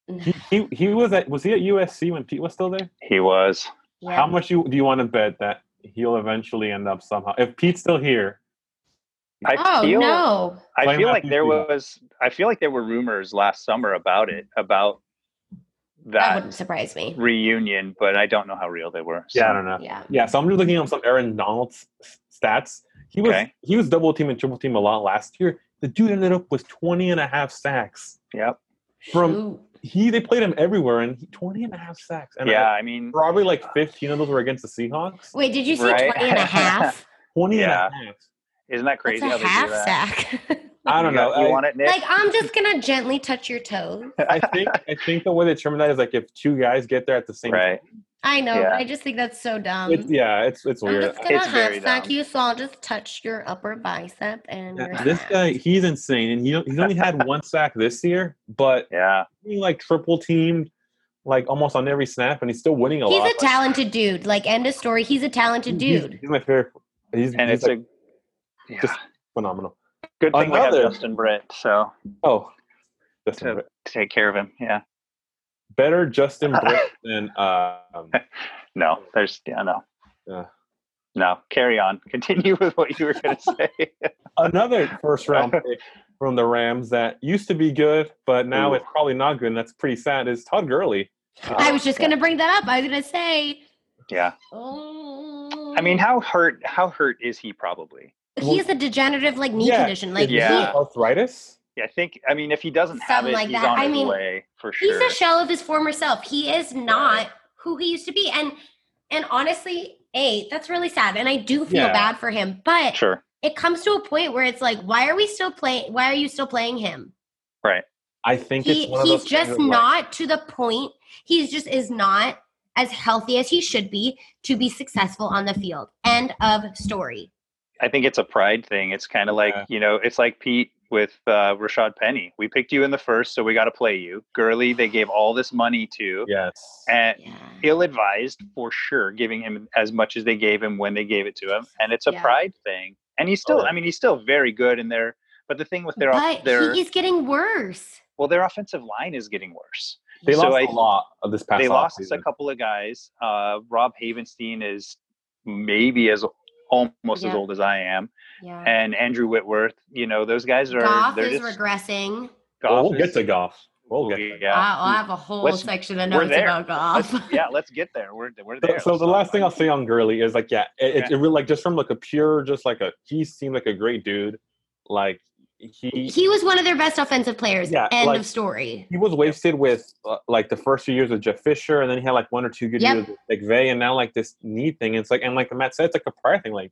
Speaker 2: no.
Speaker 1: He, he he was at was he at USC when Pete was still there?
Speaker 3: He was.
Speaker 2: Yeah.
Speaker 1: How much you, do you want to bet that he'll eventually end up somehow? If Pete's still here,
Speaker 3: I
Speaker 2: oh
Speaker 3: feel
Speaker 2: no!
Speaker 3: I
Speaker 1: Clay
Speaker 3: feel like
Speaker 1: Matthews
Speaker 3: there
Speaker 1: Jr.
Speaker 3: was I feel like there were rumors last summer about it about
Speaker 2: That
Speaker 3: that
Speaker 2: wouldn't surprise me.
Speaker 3: reunion, but I don't know how real they were. so-
Speaker 1: yeah, I don't know.
Speaker 2: Yeah.
Speaker 1: Yeah, so I'm just looking up some Aaron Donald's s- stats. He was
Speaker 3: Okay.
Speaker 1: he was double team and triple team a lot last year. The dude ended up with 20 and a half sacks.
Speaker 3: Yep.
Speaker 1: From-
Speaker 2: Ooh,
Speaker 1: He they played him everywhere and he, 20 and a half sacks. And
Speaker 3: yeah,
Speaker 1: yeah.
Speaker 3: I mean,
Speaker 1: probably like 15 of those were against the Seahawks.
Speaker 2: Wait, did you say
Speaker 3: Right.
Speaker 2: twenty and a half?
Speaker 1: 20
Speaker 3: Yeah.
Speaker 1: and a half.
Speaker 3: isn't that
Speaker 2: That's
Speaker 3: crazy?
Speaker 2: a
Speaker 3: how they do
Speaker 2: half
Speaker 3: that?
Speaker 2: sack.
Speaker 1: I don't
Speaker 3: You
Speaker 1: know.
Speaker 3: got- You
Speaker 1: I-
Speaker 3: want it, Nick?
Speaker 2: like I'm just gonna gently touch your toes.
Speaker 1: I think I think the way they determine that is like if two guys get there at the same
Speaker 3: right.
Speaker 2: I know,
Speaker 3: Yeah.
Speaker 2: but I just think that's so dumb.
Speaker 1: It's, yeah, it's it's
Speaker 2: I'm
Speaker 1: weird.
Speaker 2: just gonna
Speaker 3: It's very
Speaker 2: half sack
Speaker 3: dumb.
Speaker 2: you, so I'll just touch your upper bicep and
Speaker 1: Yeah,
Speaker 2: your
Speaker 1: this
Speaker 2: sack.
Speaker 1: guy, he's insane, and he he's only had one sack this year, but
Speaker 3: Yeah.
Speaker 1: he like triple teamed, like almost on every snap, and he's still winning a lot.
Speaker 2: He's
Speaker 1: Like,
Speaker 2: a talented dude. Like end of story. He's a talented
Speaker 1: he's-
Speaker 2: dude.
Speaker 1: He's, my favorite. He's,
Speaker 3: And
Speaker 1: he's,
Speaker 3: it's
Speaker 1: like,
Speaker 3: a yeah.
Speaker 1: just- phenomenal.
Speaker 3: good thing we
Speaker 1: another-
Speaker 3: have Justin Britt, so
Speaker 1: Oh, Justin
Speaker 3: to,
Speaker 1: Britt.
Speaker 3: to take care of him. Yeah.
Speaker 1: better Justin Britt than um,
Speaker 3: No, there's yeah, no.
Speaker 1: Yeah.
Speaker 3: No, carry on. Continue with what you were going to say.
Speaker 1: another first round pick from the Rams that used to be good, but now
Speaker 3: Ooh.
Speaker 1: it's probably not good, and that's pretty sad. Is Todd Gurley?
Speaker 2: I was just gonna bring that up. I was gonna say.
Speaker 3: yeah.
Speaker 2: Oh,
Speaker 3: I mean, how hurt? How hurt is he? Probably.
Speaker 2: he has oh, a degenerative like knee
Speaker 1: Yeah,
Speaker 2: condition. Like
Speaker 3: yeah.
Speaker 2: he-
Speaker 1: arthritis.
Speaker 3: Yeah, I think. I mean, if he doesn't have
Speaker 2: Something
Speaker 3: it,
Speaker 2: like
Speaker 3: he's
Speaker 2: that.
Speaker 3: on
Speaker 2: I
Speaker 3: his
Speaker 2: mean,
Speaker 3: way for
Speaker 2: he's
Speaker 3: sure.
Speaker 2: a shell of his former self. He is not who he used to be. And and honestly, A, that's really sad. And I do feel
Speaker 1: Yeah.
Speaker 2: bad for him. But
Speaker 3: sure.
Speaker 2: it comes to a point where it's like, why are we still playing why are you still playing him?
Speaker 3: Right.
Speaker 1: I think
Speaker 2: He
Speaker 1: it's one of
Speaker 2: he's
Speaker 1: those things
Speaker 2: just
Speaker 1: of, like,
Speaker 2: not to the point. He's just is not as healthy as he should be to be successful on the field. End of story.
Speaker 3: I think it's a pride thing. It's kind of like
Speaker 1: Yeah.
Speaker 3: you know, it's like Pete with uh, Rashad Penny. We picked you in the first, so we got to play you. Gurley, they gave all this money to,
Speaker 1: Yes.
Speaker 3: and
Speaker 2: Yeah.
Speaker 3: ill-advised for sure, giving him as much as they gave him when they gave it to him, and it's a
Speaker 2: Yeah.
Speaker 3: pride thing. And he's still.
Speaker 1: Totally.
Speaker 3: I mean, he's still very good in there. But the thing with their
Speaker 2: But
Speaker 3: their
Speaker 2: he is getting worse.
Speaker 3: well, their offensive line is getting worse.
Speaker 1: They
Speaker 3: So
Speaker 1: lost
Speaker 3: I-
Speaker 1: a lot of this past.
Speaker 3: they lost a
Speaker 1: offseason.
Speaker 3: couple of guys. Uh, Rob Havenstein is maybe as almost
Speaker 2: Yeah.
Speaker 3: as old as I am,
Speaker 2: Yeah.
Speaker 3: and Andrew Whitworth. You know, those guys are
Speaker 2: Goff
Speaker 3: they're
Speaker 2: Mm-hmm. is
Speaker 3: just
Speaker 2: regressing.
Speaker 1: Well,
Speaker 3: Goff
Speaker 1: Oh, we'll get
Speaker 3: is-
Speaker 1: to golf. We'll get. To
Speaker 3: yeah.
Speaker 2: I'll, I'll have a whole
Speaker 3: Let's-
Speaker 2: section of
Speaker 3: we're
Speaker 2: notes
Speaker 3: there.
Speaker 2: about golf.
Speaker 3: Let's- yeah, let's get there. We're we're
Speaker 1: So,
Speaker 3: there.
Speaker 1: so the last thing I'll say on Gurley is like, yeah, it, it,
Speaker 3: Okay.
Speaker 1: it really like just from like a pure, just like a he seemed like a great dude. Like he he,
Speaker 2: he was one of their best offensive players.
Speaker 1: Yeah,
Speaker 2: End
Speaker 1: like-
Speaker 2: of story.
Speaker 1: was wasted with uh, like the first few years with Jeff Fisher, and then he had like one or two good
Speaker 2: Yep.
Speaker 1: years with McVay, and now like this knee thing. It's like and like Matt said, it's like a pride thing. Like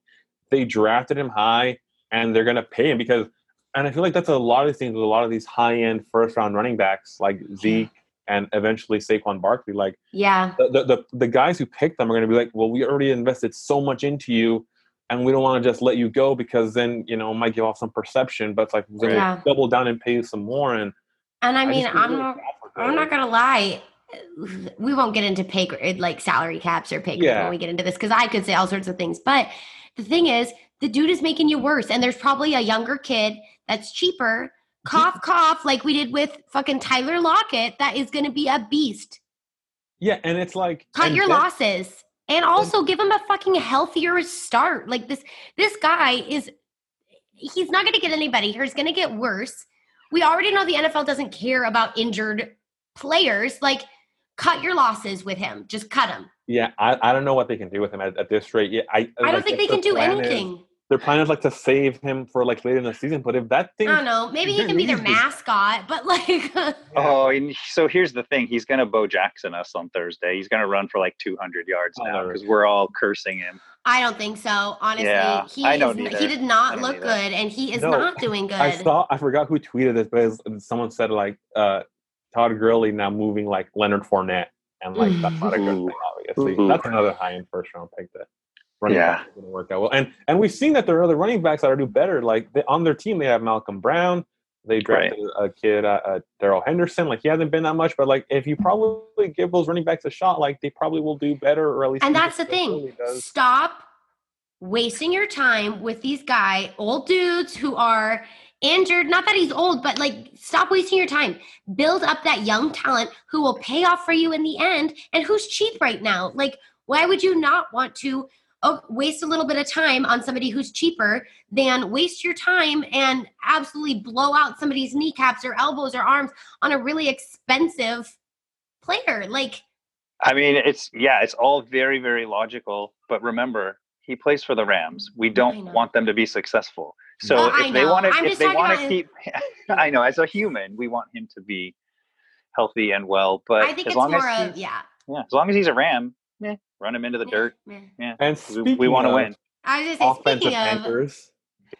Speaker 1: they drafted him high, and they're gonna pay him because. And I feel like that's a lot of these things with a lot of these high end first round running backs like Zeke and eventually Saquon Barkley. Like
Speaker 2: Yeah.
Speaker 1: the, the, the, the guys who pick them are going to be like, well, we already invested so much into you, and we don't want to just let you go because then you know it might give off some perception. But it's like we're gonna
Speaker 2: Yeah.
Speaker 1: double down and pay you some more. And
Speaker 2: And I
Speaker 1: just
Speaker 2: mean,
Speaker 1: feel
Speaker 2: I'm
Speaker 1: really
Speaker 2: not,
Speaker 1: bad for
Speaker 2: I'm
Speaker 1: Gurley.
Speaker 2: not gonna lie. We won't get into pay grade, like salary caps or pay grade
Speaker 1: Yeah.
Speaker 2: when we get into this because I could say all sorts of things. But the thing is, the dude is making you worse, and there's probably a younger kid that's cheaper. Cough, cough, like we did with fucking Tyler Lockett. That is going to be a beast.
Speaker 1: Yeah, and it's like
Speaker 2: cut
Speaker 1: and
Speaker 2: your
Speaker 1: then-
Speaker 2: losses and also give him a fucking healthier start like this this guy is he's not going to get any better he's going to get worse we already know the nfl doesn't care about injured players like cut your losses with him just cut him
Speaker 1: Yeah, I, I don't know what they can do with him at, at this rate. Yeah, I
Speaker 2: i don't
Speaker 1: like,
Speaker 2: think
Speaker 1: their-
Speaker 2: they can
Speaker 1: their
Speaker 2: do
Speaker 1: plan is-
Speaker 2: anything
Speaker 1: their plan is like to save him for like later in the season. But if that
Speaker 2: i
Speaker 1: thing,
Speaker 2: don't know maybe he
Speaker 1: their
Speaker 2: can be their
Speaker 1: knees is-
Speaker 2: mascot but like
Speaker 3: Oh, and so here's the thing. He's going to Bo Jackson us on Thursday. He's going to run for like 200 yards
Speaker 1: Oh,
Speaker 3: now
Speaker 1: Lord.
Speaker 3: because we're all cursing him.
Speaker 2: i don't think so honestly
Speaker 3: Yeah,
Speaker 2: he,
Speaker 3: I
Speaker 2: is,
Speaker 3: don't
Speaker 2: n- he
Speaker 3: either.
Speaker 2: did
Speaker 3: I
Speaker 2: not
Speaker 3: don't
Speaker 2: look
Speaker 3: either.
Speaker 2: good and he is
Speaker 1: No,
Speaker 2: not doing good
Speaker 1: I saw I forgot who tweeted this, but it was- someone said like uh, Todd Gurley now moving like Leonard Fournette, and like that's not a good
Speaker 3: Ooh.
Speaker 1: thing, obviously.
Speaker 3: Ooh.
Speaker 1: That's another high end first round pick that running
Speaker 3: Mm-hmm. Yeah.
Speaker 1: back going to work out well. And and we've seen that there are other running backs that are do better. Like they, on their team, they have Malcolm Brown. They drafted a kid, uh, uh, Daryl Henderson. Like he hasn't been that much, but like if you probably give those running backs a shot, like they probably will do better, or at least
Speaker 2: And
Speaker 1: do
Speaker 2: that's the
Speaker 1: what
Speaker 2: thing.
Speaker 1: Philly does.
Speaker 2: Stop wasting your time with these guy, old dudes who are injured. Not that he's old, but like stop wasting your time. Build up that young talent who will pay off for you in the end and who's cheap right now. Like why would you not want to uh, waste a little bit of time on somebody who's cheaper than waste your time and absolutely blow out somebody's kneecaps or elbows or arms on a really expensive player? Like
Speaker 3: I mean, it's yeah, it's all very, very logical. But remember, he plays for the Rams. We
Speaker 2: I
Speaker 3: don't
Speaker 2: know.
Speaker 3: want them to be successful. So
Speaker 2: Well, I
Speaker 3: if they
Speaker 2: know.
Speaker 3: want
Speaker 2: I'm
Speaker 3: to, if
Speaker 2: just
Speaker 3: they
Speaker 2: talking
Speaker 3: want
Speaker 2: about-
Speaker 3: to keep, I know, as a human, we want him to be healthy and well. But
Speaker 2: I think
Speaker 3: as
Speaker 2: it's
Speaker 3: long
Speaker 2: more
Speaker 3: as
Speaker 2: of
Speaker 3: he-
Speaker 2: yeah.
Speaker 3: yeah, as long as he's a Ram, eh, run him into the dirt.
Speaker 2: Meh, meh.
Speaker 1: And
Speaker 3: We,
Speaker 1: speaking
Speaker 3: we want to
Speaker 1: of
Speaker 3: win.
Speaker 2: I was just say,
Speaker 1: Offensive
Speaker 2: speaking of,
Speaker 1: anchors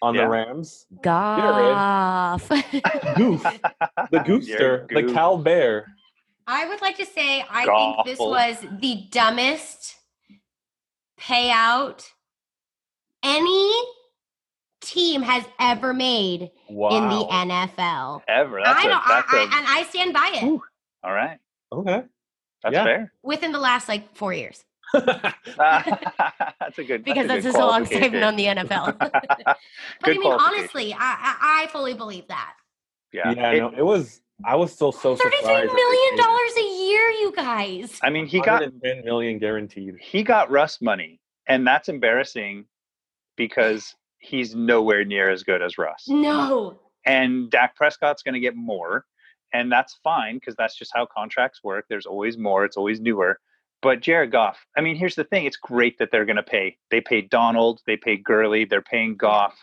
Speaker 1: on
Speaker 3: Yeah.
Speaker 1: the Rams,
Speaker 4: Goff.
Speaker 1: Goof, the
Speaker 3: You're
Speaker 1: Goofster, the
Speaker 3: goof.
Speaker 1: Cal Bear.
Speaker 2: I would like to say I think this
Speaker 3: Goffle.
Speaker 2: was the dumbest payout any team has ever made
Speaker 1: Wow.
Speaker 2: in the NFL.
Speaker 3: ever. That's
Speaker 2: I
Speaker 3: a,
Speaker 2: don't, I,
Speaker 3: that's a,
Speaker 2: I, and I stand by it.
Speaker 3: Ooh. all right.
Speaker 1: Okay.
Speaker 3: That's
Speaker 1: Yeah.
Speaker 3: fair.
Speaker 2: Within the last like four years,
Speaker 3: that's a good
Speaker 2: because
Speaker 3: that's
Speaker 2: that's
Speaker 3: a good
Speaker 2: just how long I've
Speaker 3: qualification.
Speaker 2: known the NFL. but I
Speaker 3: Good
Speaker 2: mean,
Speaker 3: qualification.
Speaker 2: honestly, I, I, I fully believe that.
Speaker 1: Yeah,
Speaker 3: Yeah.
Speaker 1: yeah
Speaker 3: It-
Speaker 1: no, it was. I was still so surprised.
Speaker 2: Thirty-three
Speaker 1: that they
Speaker 2: million
Speaker 1: gave
Speaker 2: dollars a year, you guys.
Speaker 3: I mean, he got
Speaker 1: 110 million guaranteed.
Speaker 3: he got Russ money, and that's embarrassing because he's nowhere near as good as Russ.
Speaker 2: No,
Speaker 3: And Dak Prescott's going to get more, and that's fine because that's just how contracts work. There's always more. It's always newer. But Jared Goff, I mean, here's the thing: it's great that they're going to pay. They paid Donald, they paid Gurley, they're paying Goff.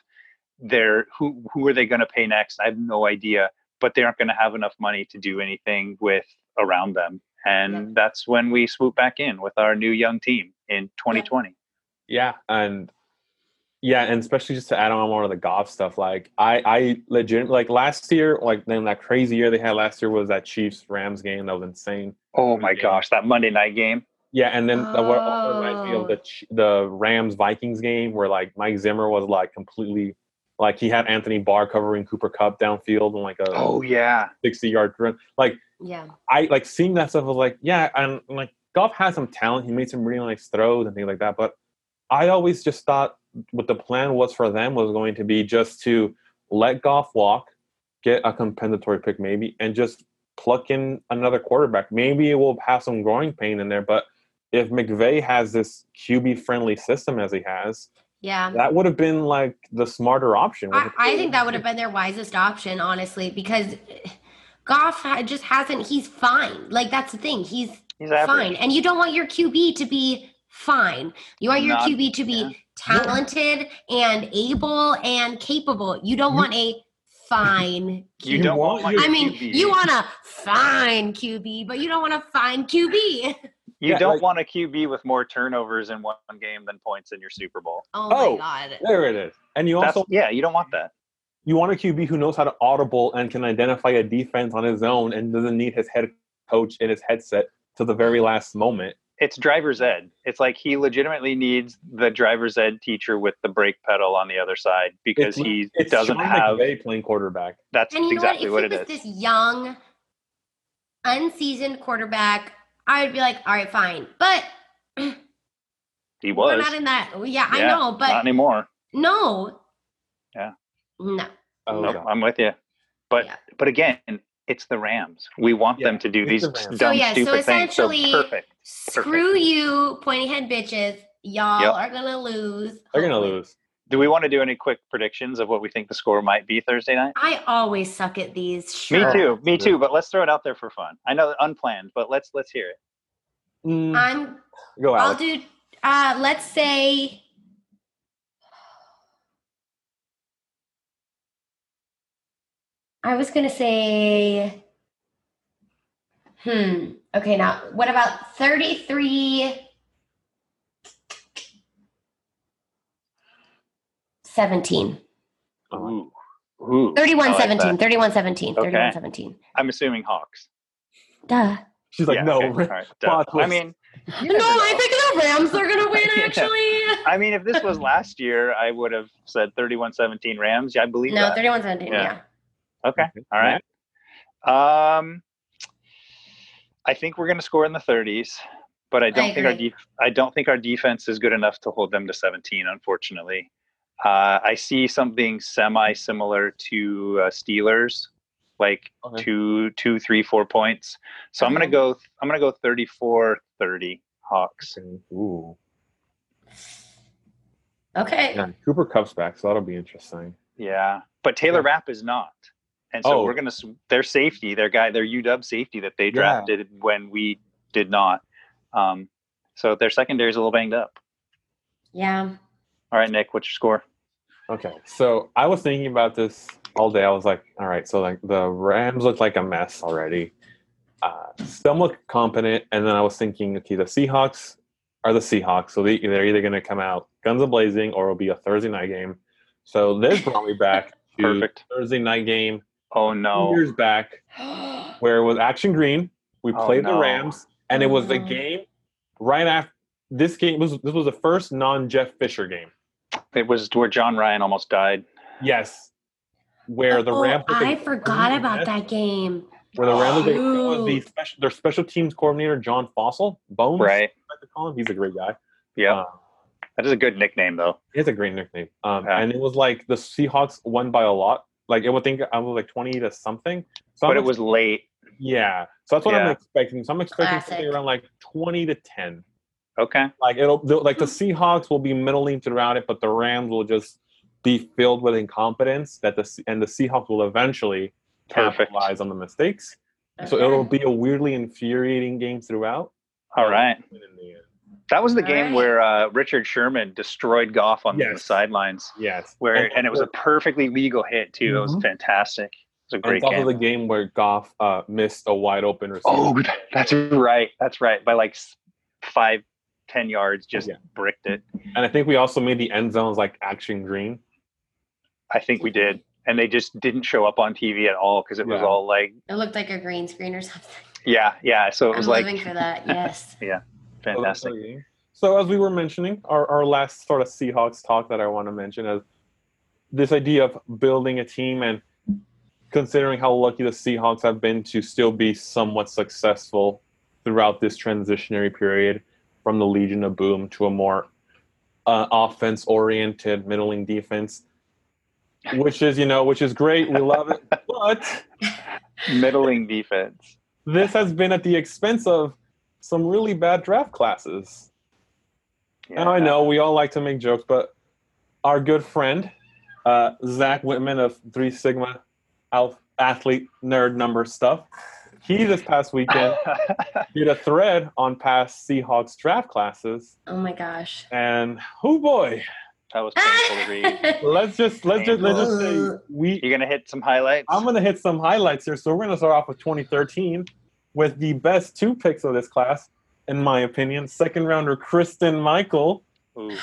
Speaker 3: They're who who are they going to pay next? I have no idea. But they aren't going to have enough money to do anything with around them, and
Speaker 2: Yeah.
Speaker 3: that's when we swoop back in with our new young team in 2020.
Speaker 1: Yeah, and yeah, and especially just to add on more of the golf stuff. Like I, I legit like last year, like then that crazy year they had last year was that Chiefs Rams game that was insane.
Speaker 3: Oh my
Speaker 1: Yeah.
Speaker 3: gosh, that Monday night game.
Speaker 1: Yeah, and then that what also reminds me of
Speaker 2: Oh.
Speaker 1: the Ch- the Rams Vikings game where like Mike Zimmer was like completely like he had Anthony Barr covering Cooper Cup downfield and like a
Speaker 3: Oh yeah,
Speaker 1: sixty yard run. Like
Speaker 2: yeah.
Speaker 1: I like seeing that stuff was like, yeah, and like Goff has some talent. He made some really nice throws and things like that. But I always just thought what the plan was for them was going to be just to let Goff walk, get a compensatory pick maybe, and just pluck in another quarterback. Maybe it will have some growing pain in there, but if McVay has this QB friendly system as he has,
Speaker 2: Yeah.
Speaker 1: that would have been like the smarter option.
Speaker 2: I, I think that would have been their wisest option, honestly, because Goff ha- just hasn't, he's fine. Like, that's the thing. He's
Speaker 3: he's
Speaker 2: fine. And you don't want your QB to be fine. You want your
Speaker 3: Not-
Speaker 2: QB to be
Speaker 3: yeah.
Speaker 2: talented and able and capable. You don't
Speaker 1: You-
Speaker 2: want a fine
Speaker 3: You,
Speaker 1: You
Speaker 2: QB.
Speaker 3: don't
Speaker 1: want
Speaker 3: want.
Speaker 1: your-
Speaker 3: like,
Speaker 2: I mean,
Speaker 3: QB.
Speaker 2: you want a fine QB, but you don't want a fine QB.
Speaker 3: You
Speaker 1: Yeah,
Speaker 3: don't
Speaker 1: like-
Speaker 3: want a QB with more turnovers in one game than points in your Super Bowl.
Speaker 2: Oh,
Speaker 1: Oh,
Speaker 2: my God.
Speaker 1: There it is. And you
Speaker 3: That's,
Speaker 1: also
Speaker 3: yeah, you don't want that.
Speaker 1: You want a QB who knows how to audible and can identify a defense on his own and doesn't need his head coach in his headset to the very last moment.
Speaker 3: It's driver's ed. It's like he legitimately needs the driver's ed teacher with the brake pedal on the other side because
Speaker 1: It's-
Speaker 3: he
Speaker 1: It's
Speaker 3: doesn't
Speaker 1: Sean
Speaker 3: have.
Speaker 1: McVay playing quarterback.
Speaker 3: That's
Speaker 2: And you
Speaker 3: exactly
Speaker 2: know what?
Speaker 3: what
Speaker 2: If
Speaker 3: it
Speaker 2: he
Speaker 3: is.
Speaker 2: was this young, unseasoned quarterback, I would be like, all right, fine. But
Speaker 3: he
Speaker 2: we're
Speaker 3: was
Speaker 2: not in that. well, Yeah,
Speaker 3: Yeah,
Speaker 2: I know,
Speaker 3: not
Speaker 2: but
Speaker 3: anymore.
Speaker 2: no.
Speaker 3: Yeah.
Speaker 2: No.
Speaker 1: Oh,
Speaker 3: Nope,
Speaker 1: God.
Speaker 3: I'm with you. But
Speaker 2: Yeah.
Speaker 3: but again, it's the Rams. We want them
Speaker 1: Yeah,
Speaker 3: to do
Speaker 1: it's
Speaker 3: these
Speaker 1: the Rams.
Speaker 3: dumb,
Speaker 2: So, yeah, so
Speaker 3: stupid things. So
Speaker 2: essentially-
Speaker 3: perfect.
Speaker 2: Screw you, pointy head bitches. Y'all
Speaker 3: Yep.
Speaker 2: are gonna lose.
Speaker 1: They're going to
Speaker 2: hopefully.
Speaker 1: lose.
Speaker 3: Do we want to do any quick predictions of what we think the score might be Thursday night?
Speaker 2: I always suck at these.
Speaker 3: Me
Speaker 2: Sure.
Speaker 3: too. Me
Speaker 1: Yeah.
Speaker 3: too. But let's throw it out there for fun. I know unplanned, but let's let's hear it.
Speaker 1: Mm,
Speaker 2: I'm.
Speaker 1: go
Speaker 2: Uh, I'll
Speaker 1: out.
Speaker 2: do. Uh, let's say. I was gonna say. Hmm. Okay. Now, what about thirty-three? Seventeen.
Speaker 1: Oh,
Speaker 3: Ooh. Ooh. I
Speaker 2: Thirty-one
Speaker 3: like
Speaker 2: seventeen.
Speaker 3: that.
Speaker 2: Thirty-one seventeen.
Speaker 3: Okay.
Speaker 2: Thirty-one seventeen.
Speaker 3: I'm assuming Hawks.
Speaker 2: Duh.
Speaker 1: She's like,
Speaker 3: Yeah,
Speaker 1: no.
Speaker 3: okay. All right, duh.
Speaker 1: plot
Speaker 3: I
Speaker 1: twist.
Speaker 3: mean, You
Speaker 2: No,
Speaker 3: never know.
Speaker 2: I think the Rams are gonna win.
Speaker 3: Yeah.
Speaker 2: Actually,
Speaker 3: I mean, if this was last year, I would have said 31-17 Rams. Yeah, I believe
Speaker 2: no,
Speaker 3: that.
Speaker 2: thirty-one seventeen.
Speaker 3: Yeah.
Speaker 2: Yeah.
Speaker 3: okay. All right. Um, I think we're going to score in the 30s, but I don't think our
Speaker 2: agree.
Speaker 3: def- I don't think our defense is good enough to hold them to 17. Unfortunately, uh, I see something semi-similar to uh, Steelers, like
Speaker 1: Okay.
Speaker 3: two, two, three, four points. So I'm going
Speaker 2: Okay.
Speaker 3: to go. I'm going to go 34-30 Hawks.
Speaker 1: Ooh.
Speaker 2: Okay.
Speaker 1: Yeah, Cooper Cup's back, so that'll be interesting.
Speaker 3: Yeah, but Taylor
Speaker 1: Yeah.
Speaker 3: Rapp is not, and so
Speaker 1: Oh.
Speaker 3: we're gonna s- their safety, their guy, their UW safety that they drafted when we did not. Um, so their secondary is a little banged up.
Speaker 2: Yeah.
Speaker 3: All right, Nick, what's your score?
Speaker 1: Okay, so I was thinking about this all day. I was like, all right, so like the Rams look like a mess already. Uh, some look competent, and then I was thinking, okay, the Seahawks are the Seahawks, so they, they're either going to come out guns a blazing, or it'll be a Thursday night game. So this brought me back to
Speaker 3: Perfect.
Speaker 1: Thursday night game
Speaker 3: Oh
Speaker 1: two
Speaker 3: no,
Speaker 1: years back, where it was Action Green. We
Speaker 3: Oh,
Speaker 1: played
Speaker 3: no.
Speaker 1: the Rams, and it was the
Speaker 2: Oh.
Speaker 1: game right after. This game was this was the first non Jeff Fisher game.
Speaker 3: it was where John Ryan almost died.
Speaker 1: Yes. Where the
Speaker 2: oh,
Speaker 1: Rams. looked
Speaker 2: I
Speaker 1: like-
Speaker 2: forgot about that game.
Speaker 1: Where the Rams. looked like-
Speaker 2: Shoot.
Speaker 1: was the special, their special teams coordinator, John Fossil. Bones.
Speaker 3: Right.
Speaker 1: I like to call him. He's a great guy.
Speaker 3: Yeah,
Speaker 1: Uh,
Speaker 3: that is a good nickname though.
Speaker 1: he has a great nickname. Um,
Speaker 3: Yeah.
Speaker 1: And it was like the Seahawks won by a lot. Like, it would think I was like 20 to something. So
Speaker 3: But
Speaker 1: I'm
Speaker 3: it was late.
Speaker 1: ex- Yeah. So that's what I'm
Speaker 3: Yeah.
Speaker 1: expecting. So I'm expecting something
Speaker 2: Classic.
Speaker 1: around like 20 to 10.
Speaker 3: Okay.
Speaker 1: Like, it'll, they'll- like the Seahawks will be middling throughout it, but the Rams will just be filled with incompetence that the, Se- and the Seahawks will eventually
Speaker 3: Perfect.
Speaker 1: capitalize on the mistakes. So it'll be a weirdly infuriating game throughout.
Speaker 3: All right.
Speaker 1: In the end.
Speaker 3: That was the
Speaker 2: All
Speaker 3: game
Speaker 2: right.
Speaker 3: where uh, Richard Sherman destroyed Goff on the
Speaker 1: Yes.
Speaker 3: sidelines.
Speaker 1: Yes.
Speaker 3: Where and, it was a perfectly legal hit too. It was
Speaker 1: Mhm.
Speaker 3: fantastic. It was a
Speaker 1: and
Speaker 3: great
Speaker 1: it's also
Speaker 3: game.
Speaker 1: the game where Goff uh, missed a wide open receiver.
Speaker 3: Oh, that- that's right. That's right. By like s- five, ten yards, just
Speaker 1: Yeah.
Speaker 3: bricked it.
Speaker 1: And I think we also made the end zones like action green.
Speaker 3: I think we did. And they just didn't show up on TV at all because it was
Speaker 1: Yeah.
Speaker 3: all like,
Speaker 2: It looked like a green screen or something.
Speaker 3: yeah, yeah. So it was
Speaker 2: I'm
Speaker 3: like
Speaker 2: living for that. Yes.
Speaker 1: So that's
Speaker 3: fantastic.
Speaker 1: our game. So as we were mentioning, our, our last sort of Seahawks talk that I want to mention is this idea of building a team and considering how lucky the Seahawks have been to still be somewhat successful throughout this transitionary period from the Legion of Boom to a more uh, offense oriented middling defense, which is, you know, which is great. We love it. But
Speaker 3: Middling defense.
Speaker 1: this has been at the expense of some really bad draft classes. And Oh, I
Speaker 3: Yeah.
Speaker 1: know we all like to make jokes, but our good friend, uh, Zach Whitman of Three Sigma Alpha Athlete Nerd Number Stuff, he this past weekend did a thread on past Seahawks draft classes.
Speaker 2: Oh my gosh.
Speaker 1: And oh boy,
Speaker 3: that was painful to read.
Speaker 1: let's just let's just let's just say we
Speaker 3: You're going to hit some highlights?
Speaker 1: I'm gonna hit some highlights here. So we're gonna start off with 2013 with the best two picks of this class, in my opinion. Second rounder Kristen Michael,
Speaker 3: Ooh.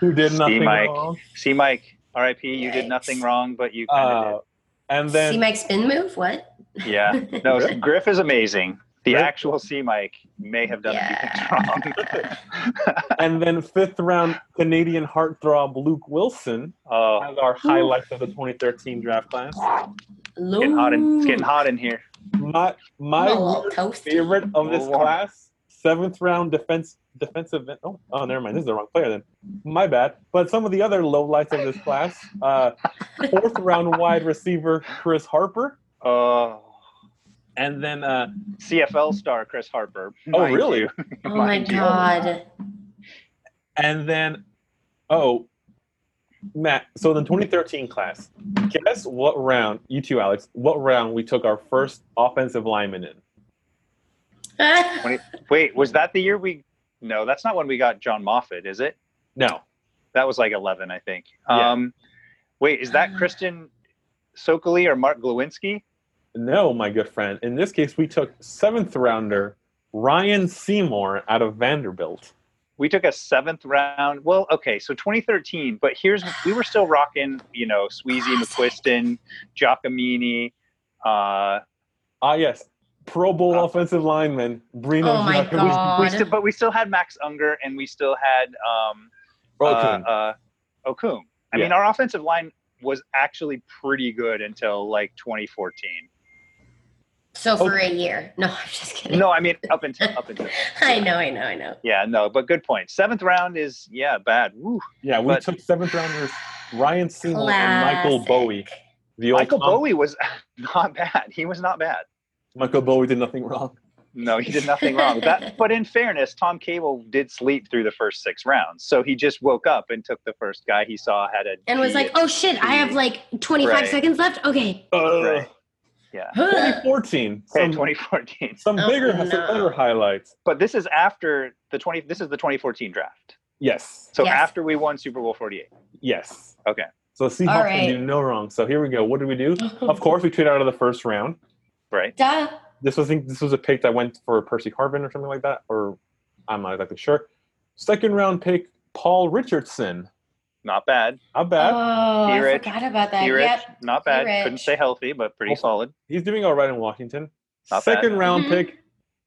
Speaker 1: who did
Speaker 3: See,
Speaker 1: nothing
Speaker 3: Mike.
Speaker 1: wrong.
Speaker 3: See, Mike, RIP, you did
Speaker 2: Yikes.
Speaker 3: nothing wrong, but you kind
Speaker 1: Uh,
Speaker 3: of
Speaker 1: and then
Speaker 2: See my spin move? What?
Speaker 3: did. Yeah. No, Griff is amazing.
Speaker 1: Oh.
Speaker 3: The
Speaker 1: Griff-
Speaker 3: actual C Mike may have done
Speaker 2: Yeah.
Speaker 3: a few things wrong.
Speaker 1: and then fifth round Canadian heartthrob Luke Wilson
Speaker 3: Oh,
Speaker 1: as our highlights of the 2013 draft class.
Speaker 3: It's getting hot in it's getting hot in here.
Speaker 1: My my
Speaker 2: I'm a little
Speaker 1: weird
Speaker 2: toasty.
Speaker 1: favorite of this
Speaker 3: Little warm.
Speaker 1: class, seventh round defense defensive. end- Oh, oh, never mind. This is the wrong player then. My bad. But some of the other lowlights of this class: uh, fourth round wide receiver Chris Harper,
Speaker 3: Oh,
Speaker 1: and then uh,
Speaker 3: CFL star Chris Harper.
Speaker 1: oh
Speaker 3: Mind
Speaker 1: really?
Speaker 3: you.
Speaker 2: Oh my
Speaker 3: Mind you.
Speaker 2: god.
Speaker 1: And then, oh, Matt. So the 2013 class, guess what round? You two, Alex. What round we took our first offensive lineman in?
Speaker 3: Wait, was that the year we? No, that's not when we got John Moffat, is it?
Speaker 1: No,
Speaker 3: That was like eleven, I think.
Speaker 1: Yeah.
Speaker 3: Um, wait, is that Christian Sokoli or Mark Glowinski?
Speaker 1: no, my good friend. In this case, we took seventh rounder Ryan Seymour out of Vanderbilt.
Speaker 3: We took a seventh round. Well, okay, so 2013, but here's we were still rocking, you know, Sweezy, McQuiston, Giacomini. Uh,
Speaker 1: Ah, yes. Pro Bowl
Speaker 3: Oh.
Speaker 1: offensive lineman Brino.
Speaker 2: Oh my
Speaker 1: Jakob-
Speaker 2: God.
Speaker 3: We still, but we still had Max Unger and we still had um,
Speaker 1: Okun.
Speaker 3: Uh, uh, Okung. I mean,
Speaker 1: Yeah.
Speaker 3: our offensive line was actually pretty good until like 2014.
Speaker 2: So for a year. No, I'm just kidding.
Speaker 3: No, I mean up until up until.
Speaker 2: I know, I know, I know.
Speaker 3: Yeah, no, but good point. Seventh round is yeah bad. Woo.
Speaker 1: yeah, we
Speaker 3: but-
Speaker 1: took seventh rounders Ryan Seymour and Michael
Speaker 2: Classic.
Speaker 1: Bowie. The old
Speaker 3: Michael
Speaker 1: Tom-
Speaker 3: Bowie was not bad. He was not bad.
Speaker 1: Michael Bowie did nothing wrong.
Speaker 3: No, he did nothing wrong. That, but in fairness, Tom Cable did sleep through the first six rounds, so he just woke up and took the first guy he saw had a.
Speaker 2: And was
Speaker 3: D
Speaker 2: like, oh shit, I have like 25
Speaker 3: Right.
Speaker 2: seconds left. Okay.
Speaker 1: Uh,
Speaker 3: Right. yeah.
Speaker 2: Huh.
Speaker 1: 2014.
Speaker 3: Okay,
Speaker 1: Uh, Some,
Speaker 3: 2014.
Speaker 1: some
Speaker 2: Oh,
Speaker 1: bigger, some
Speaker 2: no.
Speaker 1: better highlights.
Speaker 3: But this is after the 20. This is the 2014 draft.
Speaker 1: Yes,
Speaker 3: So
Speaker 2: Yes.
Speaker 3: after we won Super Bowl 48.
Speaker 1: yes.
Speaker 3: Okay.
Speaker 1: So Seahawks
Speaker 2: All
Speaker 1: can
Speaker 2: right.
Speaker 1: do no wrong. So here we go. What did we do? of course, we traded out of the first round.
Speaker 3: Right.
Speaker 2: Duh.
Speaker 1: This was I think this was a pick that went for Percy Harvin or something like that, or I'm not exactly sure. Second round pick Paul Richardson.
Speaker 3: Not bad.
Speaker 1: Not bad.
Speaker 2: Oh, I
Speaker 3: Erich.
Speaker 2: forgot about that.
Speaker 3: Erich,
Speaker 2: Yep.
Speaker 3: not bad.
Speaker 2: Erich.
Speaker 3: Couldn't stay healthy, but pretty
Speaker 1: Also-
Speaker 3: solid.
Speaker 1: He's doing all right in Washington.
Speaker 3: Not bad.
Speaker 1: Second round
Speaker 2: Mhm.
Speaker 1: pick,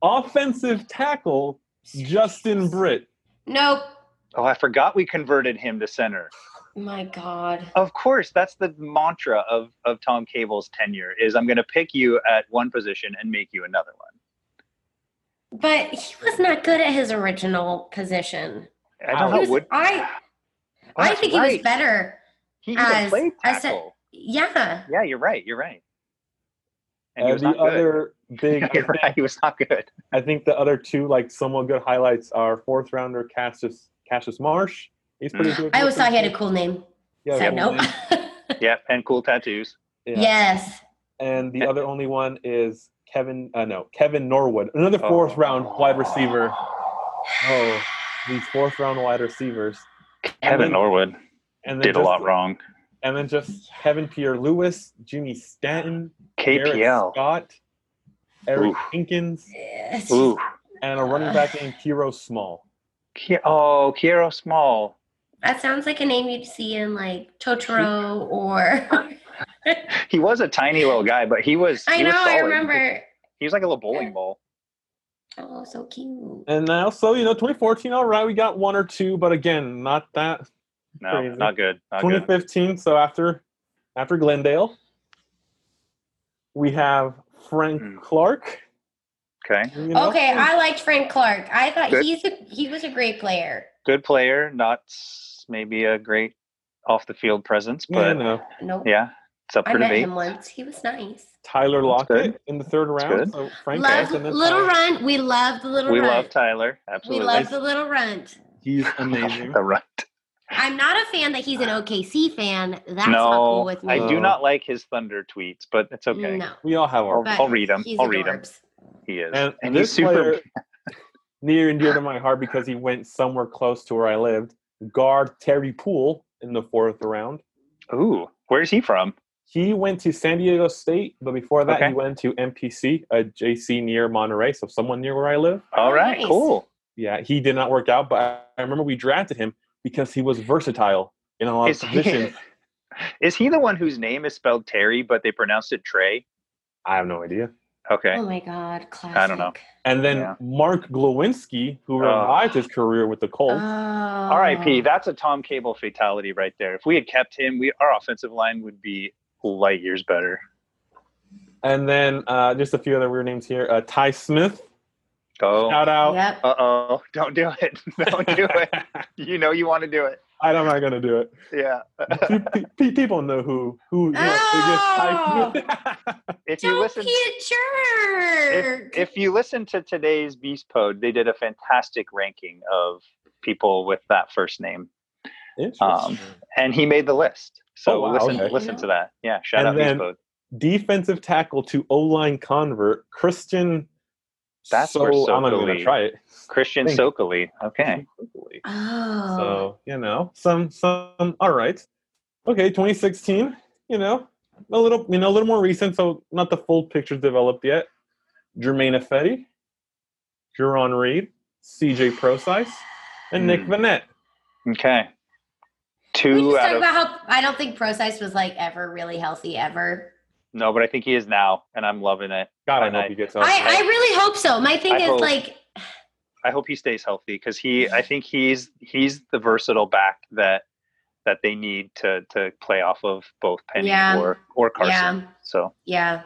Speaker 1: offensive tackle Justin Britt.
Speaker 2: Nope.
Speaker 3: Oh, I forgot we converted him to center.
Speaker 2: My God.
Speaker 3: Of course, that's the mantra of of Tom Cable's tenure is I'm going to pick you at one position and make you another one.
Speaker 2: But he was not good at his original position.
Speaker 3: I don't
Speaker 1: He
Speaker 3: know.
Speaker 2: was-
Speaker 3: Would,
Speaker 2: I-
Speaker 3: Oh,
Speaker 2: I
Speaker 3: that's
Speaker 2: think he was
Speaker 3: right.
Speaker 2: better.
Speaker 3: He even
Speaker 2: as-
Speaker 3: played
Speaker 2: as a-
Speaker 3: tackle.
Speaker 2: Yeah.
Speaker 3: yeah, you're right. You're right.
Speaker 1: And,
Speaker 3: And he was
Speaker 1: the
Speaker 3: not good.
Speaker 1: other big, I
Speaker 3: You're
Speaker 1: think,
Speaker 3: right. He was not good.
Speaker 1: I think the other two like somewhat good highlights are fourth rounder Cassius Cassius Marsh. He's pretty
Speaker 3: Mm.
Speaker 1: good.
Speaker 2: I always thought he had a cool name.
Speaker 1: Yeah,
Speaker 2: Side
Speaker 1: cool
Speaker 2: note.
Speaker 1: name.
Speaker 3: Yep, and cool tattoos.
Speaker 1: Yeah.
Speaker 2: yes.
Speaker 1: And the other only one is Kevin. Uh, no, Kevin Norwood, another
Speaker 3: Oh.
Speaker 1: fourth round wide receiver. Oh, these fourth round wide receivers.
Speaker 3: Kevin
Speaker 1: then-
Speaker 3: Norwood
Speaker 1: And
Speaker 3: did a
Speaker 1: just-
Speaker 3: lot wrong.
Speaker 1: And then just Kevin Pierre Lewis, Jimmy Stanton, Garrett
Speaker 3: KPL.
Speaker 1: Scott, Eric
Speaker 3: Oof.
Speaker 1: Hinkins,
Speaker 2: It's just-
Speaker 3: Ooh.
Speaker 1: and a running back named Kiro Small.
Speaker 3: Ki- oh, Kiero Small.
Speaker 2: That sounds like a name you'd see in like Totoro or.
Speaker 3: He was a tiny little guy, but he was.
Speaker 2: I
Speaker 3: he was
Speaker 2: know, I
Speaker 3: solid.
Speaker 2: remember.
Speaker 3: He was like a little bowling ball.
Speaker 2: Oh, so cute.
Speaker 1: And now, so you know, 2014, all right, we got one or two, but again, not that.
Speaker 3: No,
Speaker 1: Crazy.
Speaker 3: not good. Not good.
Speaker 1: 2015, so after after Glendale, we have Frank
Speaker 3: Hmm.
Speaker 1: Clark.
Speaker 3: Okay.
Speaker 1: you know?
Speaker 2: okay, I liked Frank Clark. I thought
Speaker 3: Good.
Speaker 2: he's a, he was a great player.
Speaker 3: Good player, not s- maybe a great off the field presence,
Speaker 1: Yeah,
Speaker 3: but yeah,
Speaker 1: no.
Speaker 2: Nope.
Speaker 3: it's up
Speaker 2: I
Speaker 3: for
Speaker 2: met
Speaker 3: debate.
Speaker 2: him once. He was nice.
Speaker 1: Tyler
Speaker 3: That's good.
Speaker 1: Lockett in the third
Speaker 3: That's
Speaker 1: round.
Speaker 3: good.
Speaker 1: So Frank
Speaker 2: Love
Speaker 1: Clark and then
Speaker 2: Little
Speaker 1: Tyler.
Speaker 2: Runt. We love the Little
Speaker 3: We
Speaker 2: Runt.
Speaker 3: love Tyler.
Speaker 2: we
Speaker 3: Absolutely.
Speaker 2: love the Little Runt.
Speaker 1: He's amazing.
Speaker 3: the runt.
Speaker 2: I'm not a fan that he's an OKC fan. That's not cool
Speaker 3: No,
Speaker 2: with me.
Speaker 3: I do
Speaker 1: No.
Speaker 3: not like his Thunder tweets, but it's okay.
Speaker 2: No.
Speaker 1: we all have our.
Speaker 3: I'll- I'll read 'em.
Speaker 2: he's
Speaker 3: I'll read 'em.
Speaker 2: adorbs.
Speaker 3: He is.
Speaker 1: And,
Speaker 3: he's
Speaker 1: this
Speaker 3: super.
Speaker 1: player, near and dear to my heart because he went somewhere close to where I lived. Guard Terry Poole in the fourth round.
Speaker 3: Ooh, where's he from?
Speaker 1: He went to San Diego State, but before that,
Speaker 3: Okay.
Speaker 1: he went to MPC, a JC near Monterey, so someone near where I live.
Speaker 3: All right,
Speaker 2: nice.
Speaker 3: cool.
Speaker 1: Yeah, he did not work out, but I- I remember we drafted him because he was versatile in a lot
Speaker 3: Is
Speaker 1: of
Speaker 3: he-
Speaker 1: positions.
Speaker 3: Is he the one whose name is spelled Terry, but they pronounced it Trey?
Speaker 1: I have no idea.
Speaker 3: Okay.
Speaker 2: Oh my God. Classic.
Speaker 3: I don't know.
Speaker 1: And then
Speaker 3: Yeah.
Speaker 1: Mark Glowinski, who revived his career with the Colts.
Speaker 2: Oh.
Speaker 3: R.I.P. That's a Tom Cable fatality right there. If we had kept him, we our offensive line would be light years better.
Speaker 1: and then uh, just a few other weird names here. Uh, Ty Smith,
Speaker 3: Oh,
Speaker 1: shout out.
Speaker 2: Yep.
Speaker 3: uh oh! Don't do it! Don't do it! You know you want to do it.
Speaker 1: I'm not going to do it.
Speaker 3: Yeah.
Speaker 1: Pe- pe- pe- people know who who you know,
Speaker 2: Oh!
Speaker 1: biggest type-
Speaker 3: If you
Speaker 2: Don't
Speaker 3: listen,
Speaker 2: be a jerk.
Speaker 3: if, if you listen to today's Beast Pod, they did a fantastic ranking of people with that first name,
Speaker 1: Interesting.
Speaker 3: and he made the list. So
Speaker 1: Oh, wow,
Speaker 3: listen,
Speaker 1: okay.
Speaker 3: listen to that. Yeah. Shout
Speaker 1: And
Speaker 3: out
Speaker 1: then-
Speaker 3: Beast Pod.
Speaker 1: Defensive tackle to O line convert Christian.
Speaker 3: That's
Speaker 1: so
Speaker 3: where
Speaker 1: I'm not even
Speaker 3: Sokoli-
Speaker 1: gonna try it.
Speaker 3: Christian
Speaker 1: Thank-
Speaker 3: Sokoli. Okay.
Speaker 2: oh.
Speaker 1: So you know some some all right. Okay, 2016. You know a little you know a little more recent, so not the full picture developed yet. Jermaine Effetti, Jerron Reed, C.J. Procyse, and Nick
Speaker 3: Hmm.
Speaker 1: Vanette.
Speaker 3: Okay.
Speaker 2: we
Speaker 3: Two
Speaker 2: just
Speaker 3: out
Speaker 2: talked
Speaker 3: of
Speaker 2: about how I don't think Procise was like ever really healthy ever.
Speaker 3: No, but I think he is now, and I'm loving it.
Speaker 1: God, I
Speaker 3: And
Speaker 1: hope
Speaker 3: I-
Speaker 1: he gets
Speaker 2: I,
Speaker 1: out.
Speaker 2: I really hope so. My thing
Speaker 3: Oh, I
Speaker 2: is
Speaker 3: hope-
Speaker 2: like
Speaker 3: I hope he stays healthy because he, I think he's he's the versatile back that that they need to to play off of both Penny
Speaker 2: Yeah.
Speaker 3: or or Carson.
Speaker 2: yeah,
Speaker 3: So,
Speaker 2: yeah.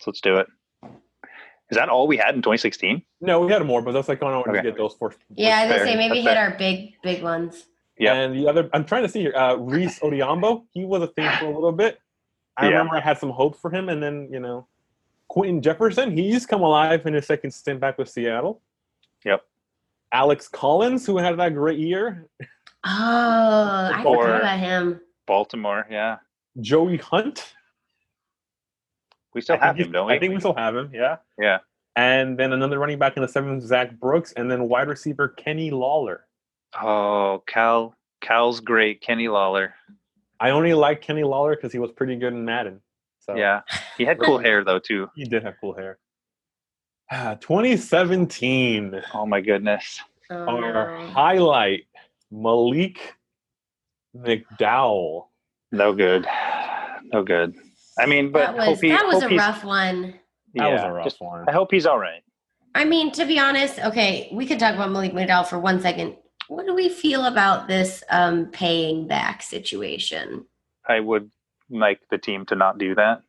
Speaker 3: so let's do it. Is that all we had in 2016?
Speaker 1: No, we had more, but that's like going on when you
Speaker 3: Okay.
Speaker 1: get those four.
Speaker 2: Yeah, I was gonna
Speaker 3: fair.
Speaker 2: say maybe
Speaker 3: That's
Speaker 2: hit
Speaker 3: fair.
Speaker 2: our big big ones.
Speaker 3: Yeah.
Speaker 1: And the other, I'm trying to see here. Uh, Reese Odiambo, he was a thing for a little bit. I
Speaker 3: Yeah.
Speaker 1: remember I had some hope for him, and then you know, Quentin Jefferson, he's come alive in his second stint back with Seattle.
Speaker 3: Yep.
Speaker 1: Alex Collins, who had that great year.
Speaker 2: Oh, I
Speaker 3: Or-
Speaker 2: forgot about him.
Speaker 3: Baltimore, yeah.
Speaker 1: Joey Hunt,
Speaker 3: We still
Speaker 1: I think
Speaker 3: have
Speaker 1: he's-
Speaker 3: him, don't we?
Speaker 1: I think we still have him. Yeah.
Speaker 3: Yeah.
Speaker 1: And then another running back in the seventh, Zach Brooks, and then wide receiver Kenny Lawler.
Speaker 3: Oh, Cal. Cal's great. Kenny Lawler.
Speaker 1: I only like Kenny Lawler because he was pretty good in Madden. So
Speaker 3: Yeah. He had cool hair though too.
Speaker 1: he did have cool hair. Ah, 2017,
Speaker 3: Oh my goodness.
Speaker 2: Oh,
Speaker 1: our
Speaker 2: no.
Speaker 1: highlight Malik McDowell.
Speaker 3: No good. No good. I mean, but
Speaker 2: that was
Speaker 3: hope he-
Speaker 2: that was
Speaker 3: hope
Speaker 2: a
Speaker 3: he's-
Speaker 2: rough one.
Speaker 1: That was
Speaker 3: yeah,
Speaker 1: a rough
Speaker 3: just-
Speaker 1: one.
Speaker 3: I hope he's all right.
Speaker 2: I mean, to be honest, okay, we could talk about Malik McDowell for one second. What do we feel about this um, paying back situation?
Speaker 3: I would like the team to not do that.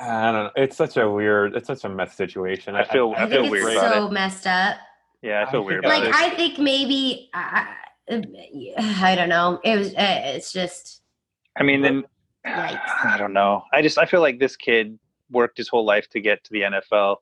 Speaker 1: I don't know. It's such a weird, it's such a mess situation.
Speaker 3: I feel-
Speaker 2: I,
Speaker 3: I
Speaker 2: think
Speaker 3: feel
Speaker 2: it's
Speaker 3: weird about
Speaker 2: so messed up.
Speaker 3: Yeah, I
Speaker 1: I
Speaker 3: feel
Speaker 1: think
Speaker 3: weird
Speaker 1: Yeah,
Speaker 3: about
Speaker 2: like,
Speaker 3: it.
Speaker 2: I think maybe I, I- I don't know. It was. Uh, it's just
Speaker 3: I mean, then
Speaker 2: Yikes.
Speaker 3: I don't know. I just I feel like this kid worked his whole life to get to the NFL,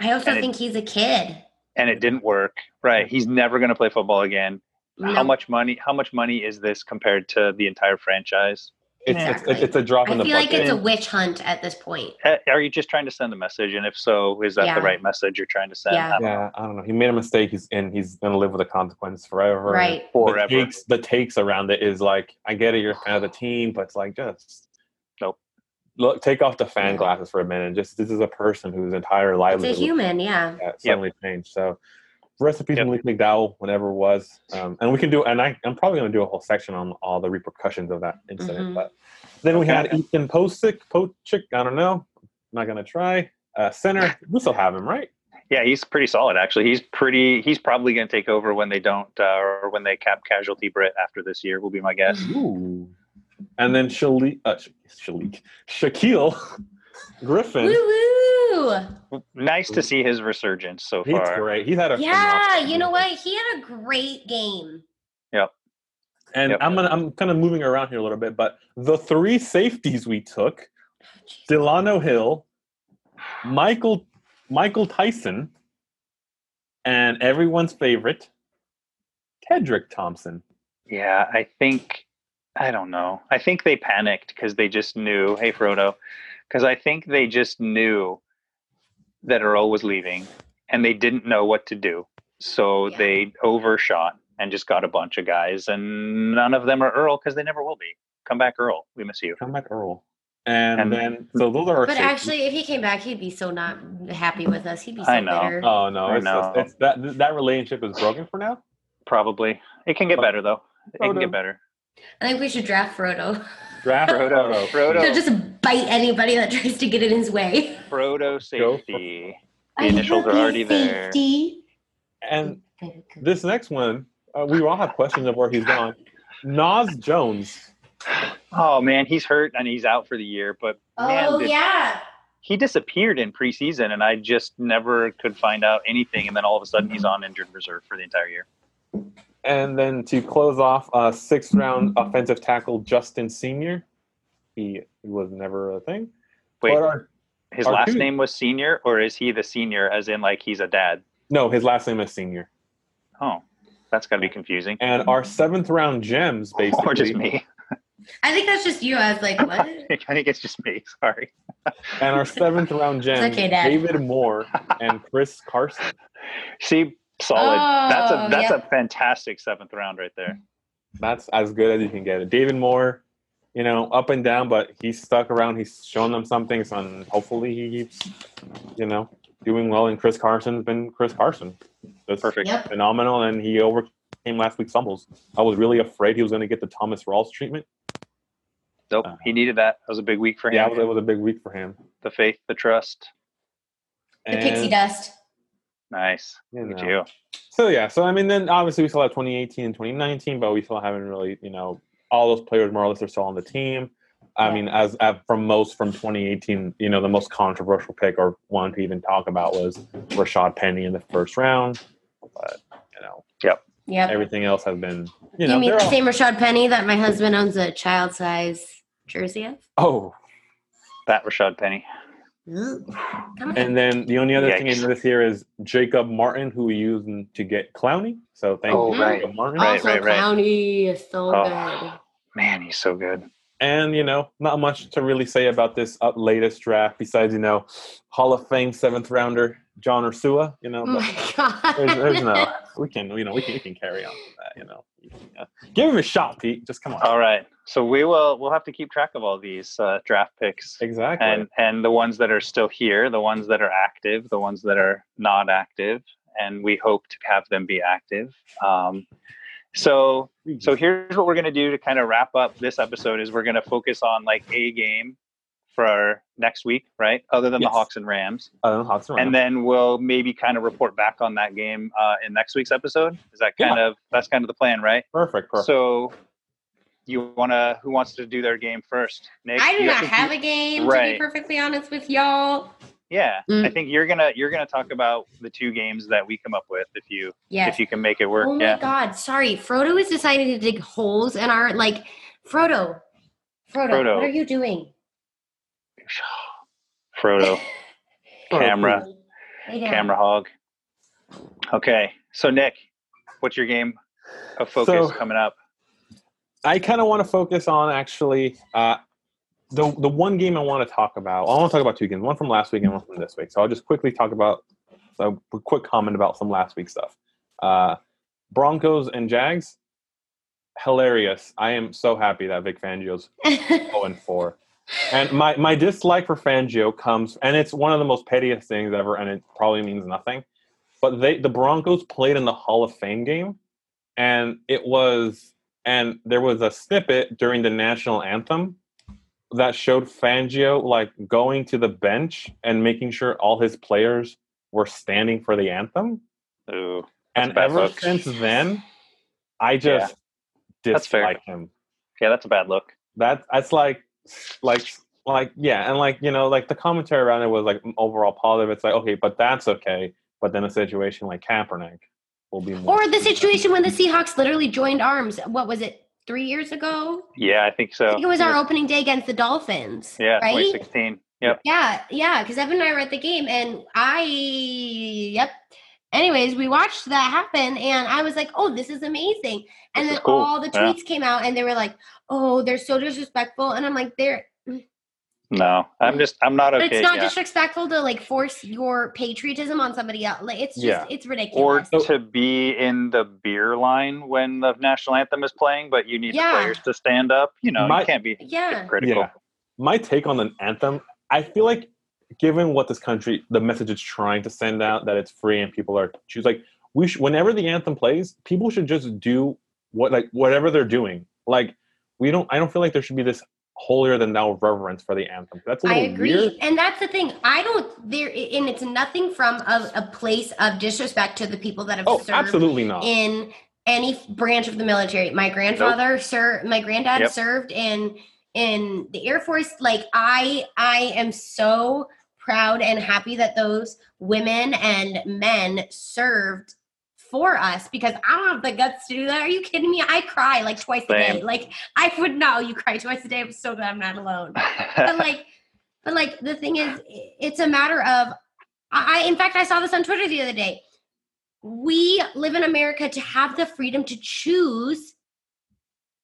Speaker 2: I also
Speaker 3: And it-
Speaker 2: think he's a kid.
Speaker 3: and it didn't work. Right? He's never going to play football again.
Speaker 2: No.
Speaker 3: How much money? How much money is this compared to the entire franchise?
Speaker 1: It's, it's,
Speaker 2: Exactly.
Speaker 1: it's a drop
Speaker 2: I
Speaker 1: in the
Speaker 2: feel like
Speaker 1: bucket.
Speaker 2: it's a witch hunt at this point.
Speaker 3: Uh, Are you just trying to send a message? And if so, is that
Speaker 2: Yeah.
Speaker 3: the right message you're trying to send? Uh,
Speaker 2: Yeah.
Speaker 3: I don't know.
Speaker 1: yeah, I don't know. He made a mistake, he's and he's gonna live with the consequence forever.
Speaker 2: Right.
Speaker 3: Forever.
Speaker 1: The takes, the takes around it is like, I get it, you're a fan of the team, but it's like just
Speaker 3: Nope.
Speaker 1: Look, take off the fan
Speaker 2: No.
Speaker 1: glasses for a minute. Just this is a person whose entire
Speaker 2: It's a
Speaker 1: livelihood was
Speaker 2: human, yeah.
Speaker 1: that suddenly changed. So recipes
Speaker 3: Yep.
Speaker 1: from Malik McDowell, whenever it was, um, and we can do. And I, I'm probably going to do a whole section on all the repercussions of that incident.
Speaker 2: Mhm.
Speaker 1: But then we
Speaker 3: Okay.
Speaker 1: had Ethan Posick, Pochick. I don't know. not going to try. Uh, center, we still have him, right?
Speaker 3: Yeah, he's pretty solid actually. He's pretty. He's probably going to take over when they don't, uh, or when they cap casualty Brit after this year. Will be my guess.
Speaker 1: Ooh. And then Shalik, uh, Sh- Shalik, Shaquille Griffin.
Speaker 2: Woo woo!
Speaker 3: Nice to see his resurgence so
Speaker 1: He's
Speaker 3: far.
Speaker 1: great. He's had a
Speaker 2: Yeah,
Speaker 1: phenomenal
Speaker 2: you know
Speaker 1: season.
Speaker 2: what? He had a great game.
Speaker 1: And
Speaker 3: Yep.
Speaker 1: I'm gonna, I'm kind of moving around here a little bit, but the three safeties we took Delano Hill, Michael Michael Tyson, and everyone's favorite, Kedrick Thompson.
Speaker 3: Yeah, I think. I don't know. I think they panicked because they just knew. Hey, Frodo, because I think they just knew that Earl was leaving, and they didn't know what to do, so
Speaker 2: Yeah.
Speaker 3: they overshot and just got a bunch of guys, and none of them are Earl because they never will be. Come back, Earl. We miss you.
Speaker 1: Come back, Earl. And,
Speaker 3: And-
Speaker 1: then so those are our
Speaker 2: But
Speaker 1: safeties.
Speaker 2: actually, if he came back, he'd be so not happy with us. He'd be so
Speaker 3: I know.
Speaker 2: bitter.
Speaker 1: Oh no,
Speaker 3: I
Speaker 1: it's,
Speaker 3: know.
Speaker 1: it's that that relationship is broken for now.
Speaker 3: Probably. It can get
Speaker 1: But-
Speaker 3: better though. It can
Speaker 1: Frodo.
Speaker 3: get better.
Speaker 2: I think we should draft Frodo.
Speaker 1: Draft
Speaker 3: Frodo, Frodo.
Speaker 2: He'll just bite anybody that tries to get in his way.
Speaker 3: Frodo
Speaker 1: Go for-
Speaker 3: safety. The initials are already there.
Speaker 1: And this next one, uh, we all have questions of where he's gone. Nas Jones.
Speaker 3: Oh man, he's hurt and he's out for the year, but man,
Speaker 2: Oh
Speaker 3: did-
Speaker 2: yeah.
Speaker 3: he disappeared in preseason and I just never could find out anything and then all of a sudden he's
Speaker 1: Mm-hmm.
Speaker 3: on injured reserve for the entire year.
Speaker 1: And then to close off, uh, sixth round offensive tackle Justin Senior. He, he was never a thing.
Speaker 3: Wait,
Speaker 1: But uh, our-
Speaker 3: his
Speaker 1: our
Speaker 3: last
Speaker 1: dude-
Speaker 3: name was senior or is he the senior as in like he's a dad?
Speaker 1: no, his last name is Senior.
Speaker 3: Oh. That's gotta be confusing.
Speaker 1: And our seventh round gems, basically.
Speaker 3: Or just me.
Speaker 2: I think that's just you. I was like, what?
Speaker 3: I think it's just me. Sorry.
Speaker 1: And our seventh round gems,
Speaker 2: okay, Dad.
Speaker 1: David Moore and Chris Carson.
Speaker 3: See, solid. that's
Speaker 2: Oh,
Speaker 3: a that's
Speaker 2: yeah.
Speaker 3: a fantastic seventh round right there.
Speaker 1: That's as good as you can get it. David Moore, you know, up and down, but he's stuck around. He's shown them something, so and hopefully he keeps, you know, doing well. And Chris Carson's been Chris Carson. That's
Speaker 3: Perfect.
Speaker 2: Yep.
Speaker 1: phenomenal, and he overcame last week's fumbles. I was really afraid he was going to get the Thomas Rawls treatment.
Speaker 3: Nope. Uh-huh. He needed that. That was a big week for him.
Speaker 1: Yeah, it was, it was a big week for him.
Speaker 3: the faith, the trust.
Speaker 2: The pixie dust.
Speaker 3: Nice.
Speaker 1: you
Speaker 3: Look at
Speaker 1: know.
Speaker 3: you.
Speaker 1: So yeah, so I mean, then obviously we still have 2018 and 2019, but we still haven't really, you know, all those players more or less are still on the team. I
Speaker 2: Yeah.
Speaker 1: mean, as, as from most from 2018, you know, the most controversial pick or one to even talk about was Rashad Penny in the first round, but you know,
Speaker 2: Yep.
Speaker 1: everything else has been, you
Speaker 2: you,
Speaker 1: know,
Speaker 2: mean
Speaker 1: they're
Speaker 2: the
Speaker 1: all-
Speaker 2: same Rashad Penny that my husband owns a child size jersey of?
Speaker 1: oh.
Speaker 3: That Rashad Penny.
Speaker 2: Come on.
Speaker 1: And then the only other thing in
Speaker 3: Yikes.
Speaker 1: this year is Jacob Martin, who we used in- to get Clowney. So thank
Speaker 3: Oh,
Speaker 1: you,
Speaker 2: right.
Speaker 1: Jacob Martin.
Speaker 3: Right,
Speaker 2: also,
Speaker 3: right, right.
Speaker 2: Clowney is so
Speaker 3: Oh.
Speaker 2: good.
Speaker 3: Man, he's so good.
Speaker 1: And you know, not much to really say about this up latest draft besides you know, Hall of Fame seventh rounder John Ursua. You know,
Speaker 2: Oh
Speaker 1: but
Speaker 2: my god.
Speaker 1: there's, there's no we can you know we can, we can carry on with that. You know, Yeah. give him a shot, Pete. Just come on.
Speaker 3: All right. So we will we'll have to keep track of all these uh, draft picks.
Speaker 1: Exactly.
Speaker 3: And and the ones that are still here, the ones that are active, the ones that are not active, and we hope to have them be active. Um, so So here's what we're going to do to kind of wrap up this episode is we're going to focus on like a game for our next week, right? Other than
Speaker 1: Yes.
Speaker 3: the Hawks and Rams.
Speaker 1: uh, Hawks and Rams.
Speaker 3: And then we'll maybe kind of report back on that game uh, in next week's episode. Is that kind of that's kind of the plan, right?
Speaker 1: perfect, perfect.
Speaker 3: So you want to who wants to do their game first? Nick,
Speaker 2: I do
Speaker 3: you-
Speaker 2: not
Speaker 3: think
Speaker 2: have
Speaker 3: you-
Speaker 2: a game to
Speaker 3: Right.
Speaker 2: be perfectly honest with y'all.
Speaker 3: Yeah,
Speaker 2: Mm.
Speaker 3: I think you're going to you're going to talk about the two games that we come up with if you
Speaker 2: Yes.
Speaker 3: if you can make it work.
Speaker 2: Oh my
Speaker 3: yeah.
Speaker 2: god, sorry. Frodo is deciding to dig holes in our like Frodo. Frodo,
Speaker 3: Frodo.
Speaker 2: what are you doing?
Speaker 3: Frodo, camera.
Speaker 2: Lay down.
Speaker 3: camera hog. Okay, so Nick, what's your game of focus
Speaker 1: So-
Speaker 3: coming up?
Speaker 1: I kind of want to focus on actually uh, the the one game I want to talk about. I want to talk about two games, one from last week and one from this week. So I'll just quickly talk about a quick comment about some last week stuff. Uh, Broncos and Jags, hilarious! I am so happy that Vic Fangio's zero and four. And my, my dislike for Fangio comes, and it's one of the most pettiest things ever, and it probably means nothing. But they the Broncos played in the Hall of Fame game, and it was and there was a snippet during the national anthem that showed Fangio like going to the bench and making sure all his players were standing for the anthem.
Speaker 3: Ooh, That's
Speaker 1: And
Speaker 3: bad
Speaker 1: ever
Speaker 3: luck.
Speaker 1: since then, I just
Speaker 3: That's fair.
Speaker 1: dislike him
Speaker 3: yeah, that's a bad look.
Speaker 1: that that's like like like yeah and like you know like the commentary around it was like overall positive it's like okay but that's okay but then a situation like Kaepernick will be more
Speaker 2: or the situation when the Seahawks literally joined arms. What was it? Three years ago?
Speaker 3: Yeah, I think so.
Speaker 2: I think it was our
Speaker 3: Yeah,
Speaker 2: opening day against the Dolphins.
Speaker 3: yeah,
Speaker 2: Right?
Speaker 3: 2016. Yep.
Speaker 2: Yeah, yeah, because Evan and I were at the game, and I, yep. Anyways, we watched that happen, and I was like, "Oh, this is amazing!" And
Speaker 3: This
Speaker 2: then
Speaker 3: is cool.
Speaker 2: all the
Speaker 3: Yeah.
Speaker 2: tweets came out, and they were like, "Oh, they're so disrespectful," and I'm like, "They're,
Speaker 3: No, I'm just I'm not
Speaker 2: but
Speaker 3: okay.
Speaker 2: it's not
Speaker 3: yeah.
Speaker 2: disrespectful to like force your patriotism on somebody else. Like, it's just,
Speaker 1: Yeah.
Speaker 2: it's
Speaker 3: or
Speaker 2: ridiculous."
Speaker 3: to be in the beer line when the national anthem is playing, but you need
Speaker 2: Yeah.
Speaker 3: the players to stand up. You know,
Speaker 1: My-
Speaker 3: you can't be
Speaker 2: yeah,
Speaker 3: critical.
Speaker 1: Yeah. my take on an anthem i feel like given what this country the message it's trying to send out that it's free and people are choose like we should whenever the anthem plays people should just do what like whatever they're doing like we don't i don't feel like there should be this holier than thou reverence for the anthem that's a
Speaker 2: I
Speaker 1: little
Speaker 2: agree,
Speaker 1: weird
Speaker 2: and that's the thing. I don't there, and it's nothing from a, a place of disrespect to the people that have
Speaker 1: oh
Speaker 2: served
Speaker 1: absolutely not
Speaker 2: in any f- branch of the military. My grandfather, sir, my granddad
Speaker 3: Yep.
Speaker 2: served in in the Air Force. Like I, I am so proud and happy that those women and men served for us because I don't have the guts to do that. Are you kidding me? I cry like twice a day.
Speaker 3: Same.
Speaker 2: Like I would know you cry twice a day. I'm so glad I'm not alone but like but like the thing is i- it's a matter of i in fact i saw this on twitter the other day we live in america to have the freedom to choose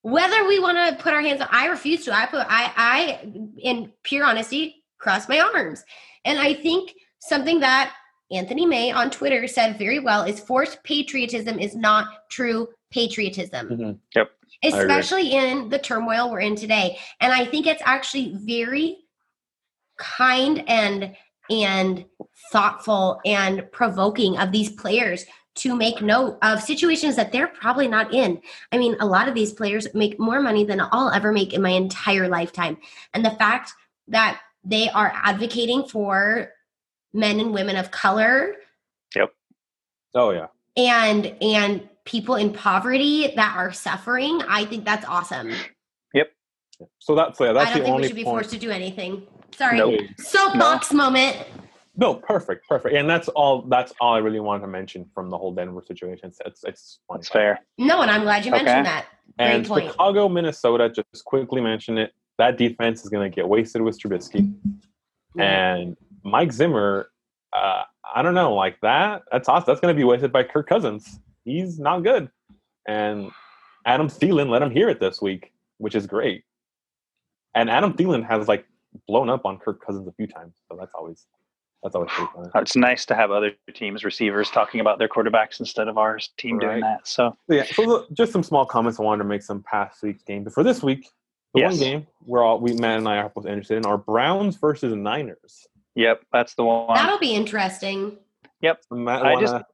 Speaker 2: whether we want to put our hands on i refuse to i put i i in pure honesty cross my arms and i think something that anthony may on twitter said very well is forced patriotism is not true patriotism
Speaker 1: Mhm. agree.
Speaker 2: especially in the turmoil we're in today and i think it's actually very kind and and thoughtful and provoking of these players to make note of situations that they're probably not in. I mean, a lot of these players make more money than I'll ever make in my entire lifetime. And the fact that they are advocating for men and women of color
Speaker 1: Oh yeah.
Speaker 2: and and people in poverty that are suffering, I think that's awesome.
Speaker 1: So that's yeah. That's
Speaker 2: I don't
Speaker 1: the
Speaker 2: think
Speaker 1: only
Speaker 2: we should be
Speaker 1: point.
Speaker 2: forced to do anything. Sorry.
Speaker 3: Nope.
Speaker 2: Soapbox moment.
Speaker 1: No, perfect, perfect. And that's all. That's all I really wanted to mention from the whole Denver situation. It's it's, it's funny.
Speaker 3: That's fair.
Speaker 2: No, and I'm glad you mentioned
Speaker 3: Okay.
Speaker 2: that.
Speaker 1: And
Speaker 2: Great point.
Speaker 1: Chicago, Minnesota, just quickly mention it. That defense is going to get wasted with Trubisky and Mike Zimmer. Uh, I don't know, like that. That's awesome. That's going to be wasted by Kirk Cousins. He's not good. And Adam Thielen let him hear it this week, which is great. And Adam Thielen has like blown up on Kirk Cousins a few times, so that's always that's always pretty fun.
Speaker 3: It's nice to have other teams' receivers talking about their quarterbacks instead of our team
Speaker 1: Right.
Speaker 3: doing that. So
Speaker 1: So, yeah, so look, just some small comments I wanted to make some past week's game. But for this week, the
Speaker 3: Yes.
Speaker 1: one game we're all we Matt and I are both interested in are Browns versus Niners.
Speaker 3: yep, that's the one.
Speaker 2: That'll be interesting.
Speaker 1: So Matt,
Speaker 3: I
Speaker 1: wanna-
Speaker 3: just-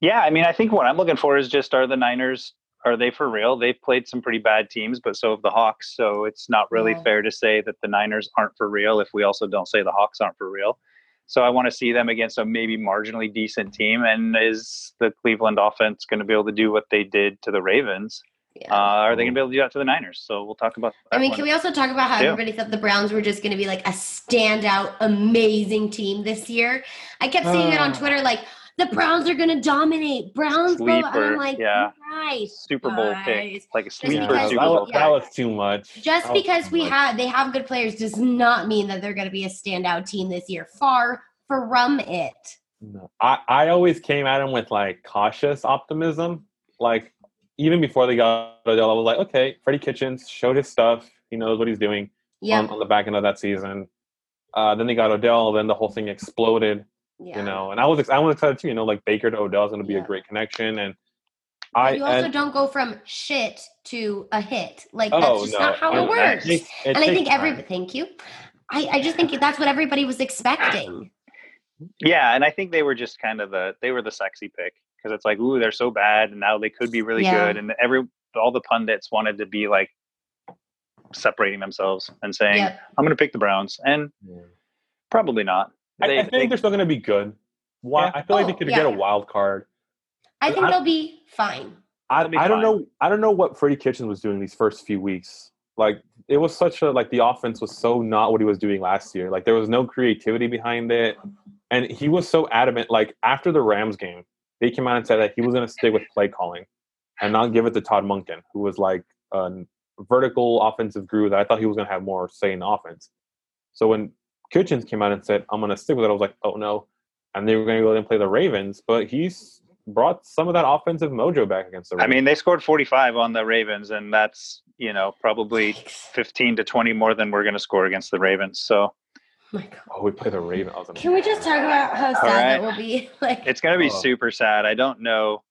Speaker 3: Yeah, I mean, I think what I'm looking for is just are the Niners are they for real? They've played some pretty bad teams, but so have the Hawks. So it's not really
Speaker 2: Yeah.
Speaker 3: fair to say that the Niners aren't for real if we also don't say the Hawks aren't for real. So I want to see them against a maybe marginally decent team. And is the Cleveland offense going to be able to do what they did to the Ravens?
Speaker 2: Yeah.
Speaker 3: Uh, are they going to be able to do that to the Niners? So we'll talk about. That
Speaker 2: I mean,
Speaker 3: one.
Speaker 2: can we also talk about how
Speaker 3: Yeah.
Speaker 2: everybody thought the Browns were just going to be like a standout, amazing team this year? I kept seeing it on
Speaker 3: Uh.
Speaker 1: Ah.
Speaker 2: Twitter, like the Browns are going to dominate. Browns, blah, blah," and
Speaker 3: Sleeper,
Speaker 2: I'm like,
Speaker 3: yeah.
Speaker 2: nice.
Speaker 3: Super Bowl
Speaker 2: Guys.
Speaker 3: pick, Oh, like a
Speaker 1: Yeah,
Speaker 3: sleeper
Speaker 2: because-
Speaker 1: that,
Speaker 3: Super
Speaker 1: was,
Speaker 3: Bowl
Speaker 2: yeah.
Speaker 1: that
Speaker 3: pick.
Speaker 1: was too much.
Speaker 2: Just
Speaker 1: That was
Speaker 2: because
Speaker 1: too
Speaker 2: we
Speaker 1: much.
Speaker 2: have they have good players does not mean that they're going to be a standout team this year. Far from it.
Speaker 1: No. I, I always came at him with like cautious optimism. Like even before they got Odell, I was like, okay, Freddie Kitchens showed his stuff. He knows what he's doing.
Speaker 2: Yeah.
Speaker 1: on, on the back end of that season. Uh, then they got Odell. Then the whole thing exploded,
Speaker 2: yeah.
Speaker 1: you know. And I was ex- I was excited too, you know, like Baker to Odell is going to be
Speaker 2: Yeah.
Speaker 1: a great connection. And
Speaker 2: And
Speaker 1: I
Speaker 2: you also
Speaker 1: and-
Speaker 2: don't go from shit to a hit. Like that's
Speaker 1: oh
Speaker 2: just
Speaker 1: no,
Speaker 2: not how it
Speaker 1: And
Speaker 2: works.
Speaker 1: takes- it
Speaker 2: and I
Speaker 1: takes
Speaker 2: think every
Speaker 1: time.
Speaker 2: thank you. I, I just think that's what everybody was expecting.
Speaker 3: Yeah, and I think they were just kind of the they were the sexy pick because it's like, ooh, they're so bad, and now they could be really
Speaker 2: Yeah.
Speaker 3: good, and every all the pundits wanted to be like separating themselves and saying,
Speaker 2: Yep.
Speaker 3: "I'm going to pick the Browns," and
Speaker 1: Yeah.
Speaker 3: probably not.
Speaker 1: I,
Speaker 3: They-
Speaker 1: I think
Speaker 3: they-
Speaker 1: they're still going to be good. Why?
Speaker 3: Yeah.
Speaker 1: I feel like they
Speaker 2: Oh,
Speaker 1: could
Speaker 2: yeah.
Speaker 1: get a wild card.
Speaker 2: I think
Speaker 1: I-
Speaker 2: they'll be fine.
Speaker 1: I,
Speaker 3: They'll be
Speaker 1: I don't
Speaker 3: fine.
Speaker 1: know. I don't know what Freddie Kitchens was doing these first few weeks. Like it was such a like the offense was so not what he was doing last year. Like there was no creativity behind it, and he was so adamant. Like after the Rams game, they came out and said that he was going to stick with play calling and not give it to Todd Munkin, who was like a vertical offensive guru that I thought he was going to have more say in the offense. So when Kitchens came out and said, "I'm going to stick with it," I was like, "Oh no!" And they were going to go and play the Ravens, but he's brought some of that offensive mojo back against the
Speaker 3: I
Speaker 1: Ravens.
Speaker 3: mean, they scored 45 on the Ravens, and that's you know probably 15 to 20 more than we're going to score against the Ravens. So
Speaker 2: Oh my God.
Speaker 1: Oh, we play the Ravens. I was like,
Speaker 2: Can we just talk about how sad that
Speaker 3: right.
Speaker 2: will be? Like
Speaker 3: it's going to be
Speaker 1: Oh.
Speaker 3: super sad. I don't know.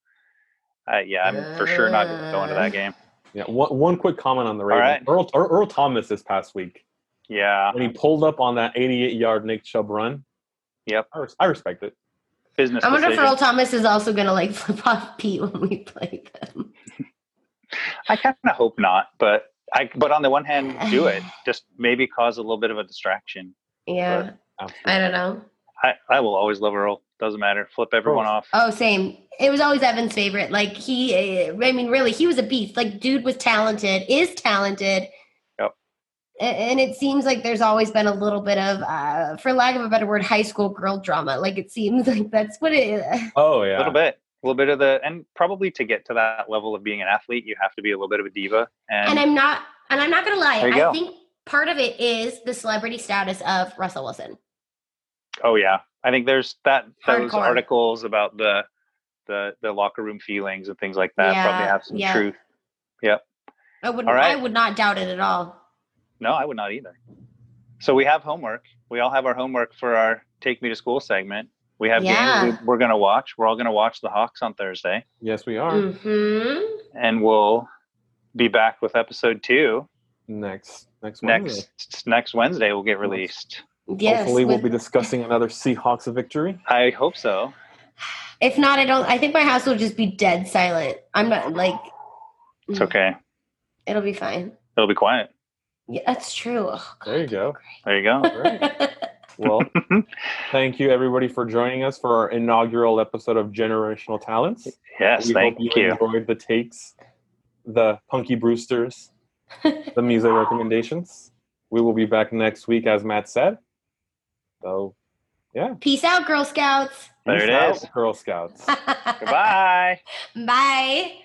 Speaker 3: Uh, yeah, I'm for sure not going to go into
Speaker 2: Uh.
Speaker 3: that game.
Speaker 1: Yeah, one, one quick comment on the
Speaker 3: All
Speaker 1: Ravens. Earl, Earl, Earl Thomas this past week
Speaker 3: Yeah,
Speaker 1: when he pulled up on that 88-yard Nick Chubb run.
Speaker 3: Yep.
Speaker 1: I, res- I respect it.
Speaker 3: business.
Speaker 2: I wonder if
Speaker 3: decision.
Speaker 2: Earl Thomas is also gonna like flip off Pete when we play them.
Speaker 3: I kind of hope not, but I. But on the one hand, do it. Just maybe cause a little bit of a distraction.
Speaker 2: Yeah.
Speaker 1: But-
Speaker 2: I don't know.
Speaker 3: I, I will always love Earl. Doesn't matter. Flip everyone
Speaker 1: Cool.
Speaker 3: off.
Speaker 2: Oh, same. It was always Evan's favorite. Like he, uh, I mean, really, he was a beast. Like dude was talented, is talented.
Speaker 3: Yep.
Speaker 2: A- And it seems like there's always been a little bit of, uh, for lack of a better word, high school girl drama. Like it seems like that's what it is.
Speaker 1: Oh
Speaker 3: A
Speaker 1: yeah.
Speaker 3: little bit. A little bit of the. And probably to get to that level of being an athlete, you have to be a little bit of a diva. And,
Speaker 2: And I'm not, and I'm not gonna lie.
Speaker 3: There
Speaker 2: I
Speaker 3: you go.
Speaker 2: think part of it is the celebrity status of Russell Wilson.
Speaker 3: oh yeah, I think there's that. Those
Speaker 2: Hardcore.
Speaker 3: articles about the the the locker room feelings and things like that probably
Speaker 2: Yeah,
Speaker 3: have some
Speaker 2: yeah.
Speaker 3: truth.
Speaker 2: I would,
Speaker 3: All
Speaker 2: not
Speaker 3: right.
Speaker 2: I would not doubt it at all.
Speaker 3: No, I would not either. So we have homework. We all have our homework for our take me to school segment. We have games
Speaker 2: Yeah.
Speaker 3: we, we're going to watch. We're all going to watch the Hawks on Thursday.
Speaker 1: Yes, we are.
Speaker 2: Mm-hmm.
Speaker 3: and we'll be back with episode two
Speaker 1: Next next Wednesday.
Speaker 3: next next Wednesday. Will get released.
Speaker 2: Yes.
Speaker 1: Hopefully, we'll
Speaker 2: with-
Speaker 1: be discussing another Seahawks victory.
Speaker 3: I hope so.
Speaker 2: If not, I don't. I think my house will just be dead silent. I'm not like Hmm.
Speaker 3: It's okay.
Speaker 2: it'll be fine.
Speaker 3: It'll be quiet.
Speaker 2: Yeah, that's true. Oh,
Speaker 1: There you go.
Speaker 3: There you go.
Speaker 1: Right. Well, thank you everybody for joining us for our inaugural episode of Generational Talents.
Speaker 3: Yes,
Speaker 1: we
Speaker 3: thank
Speaker 1: hope you,
Speaker 3: you.
Speaker 1: enjoyed the takes, the Punky Brewsters, the music recommendations. We will be back next week, as Matt said. So,
Speaker 2: Peace out, Girl Scouts.
Speaker 3: There
Speaker 1: peace
Speaker 3: it
Speaker 1: out,
Speaker 3: is.
Speaker 1: Girl Scouts.
Speaker 3: Goodbye.
Speaker 2: Bye.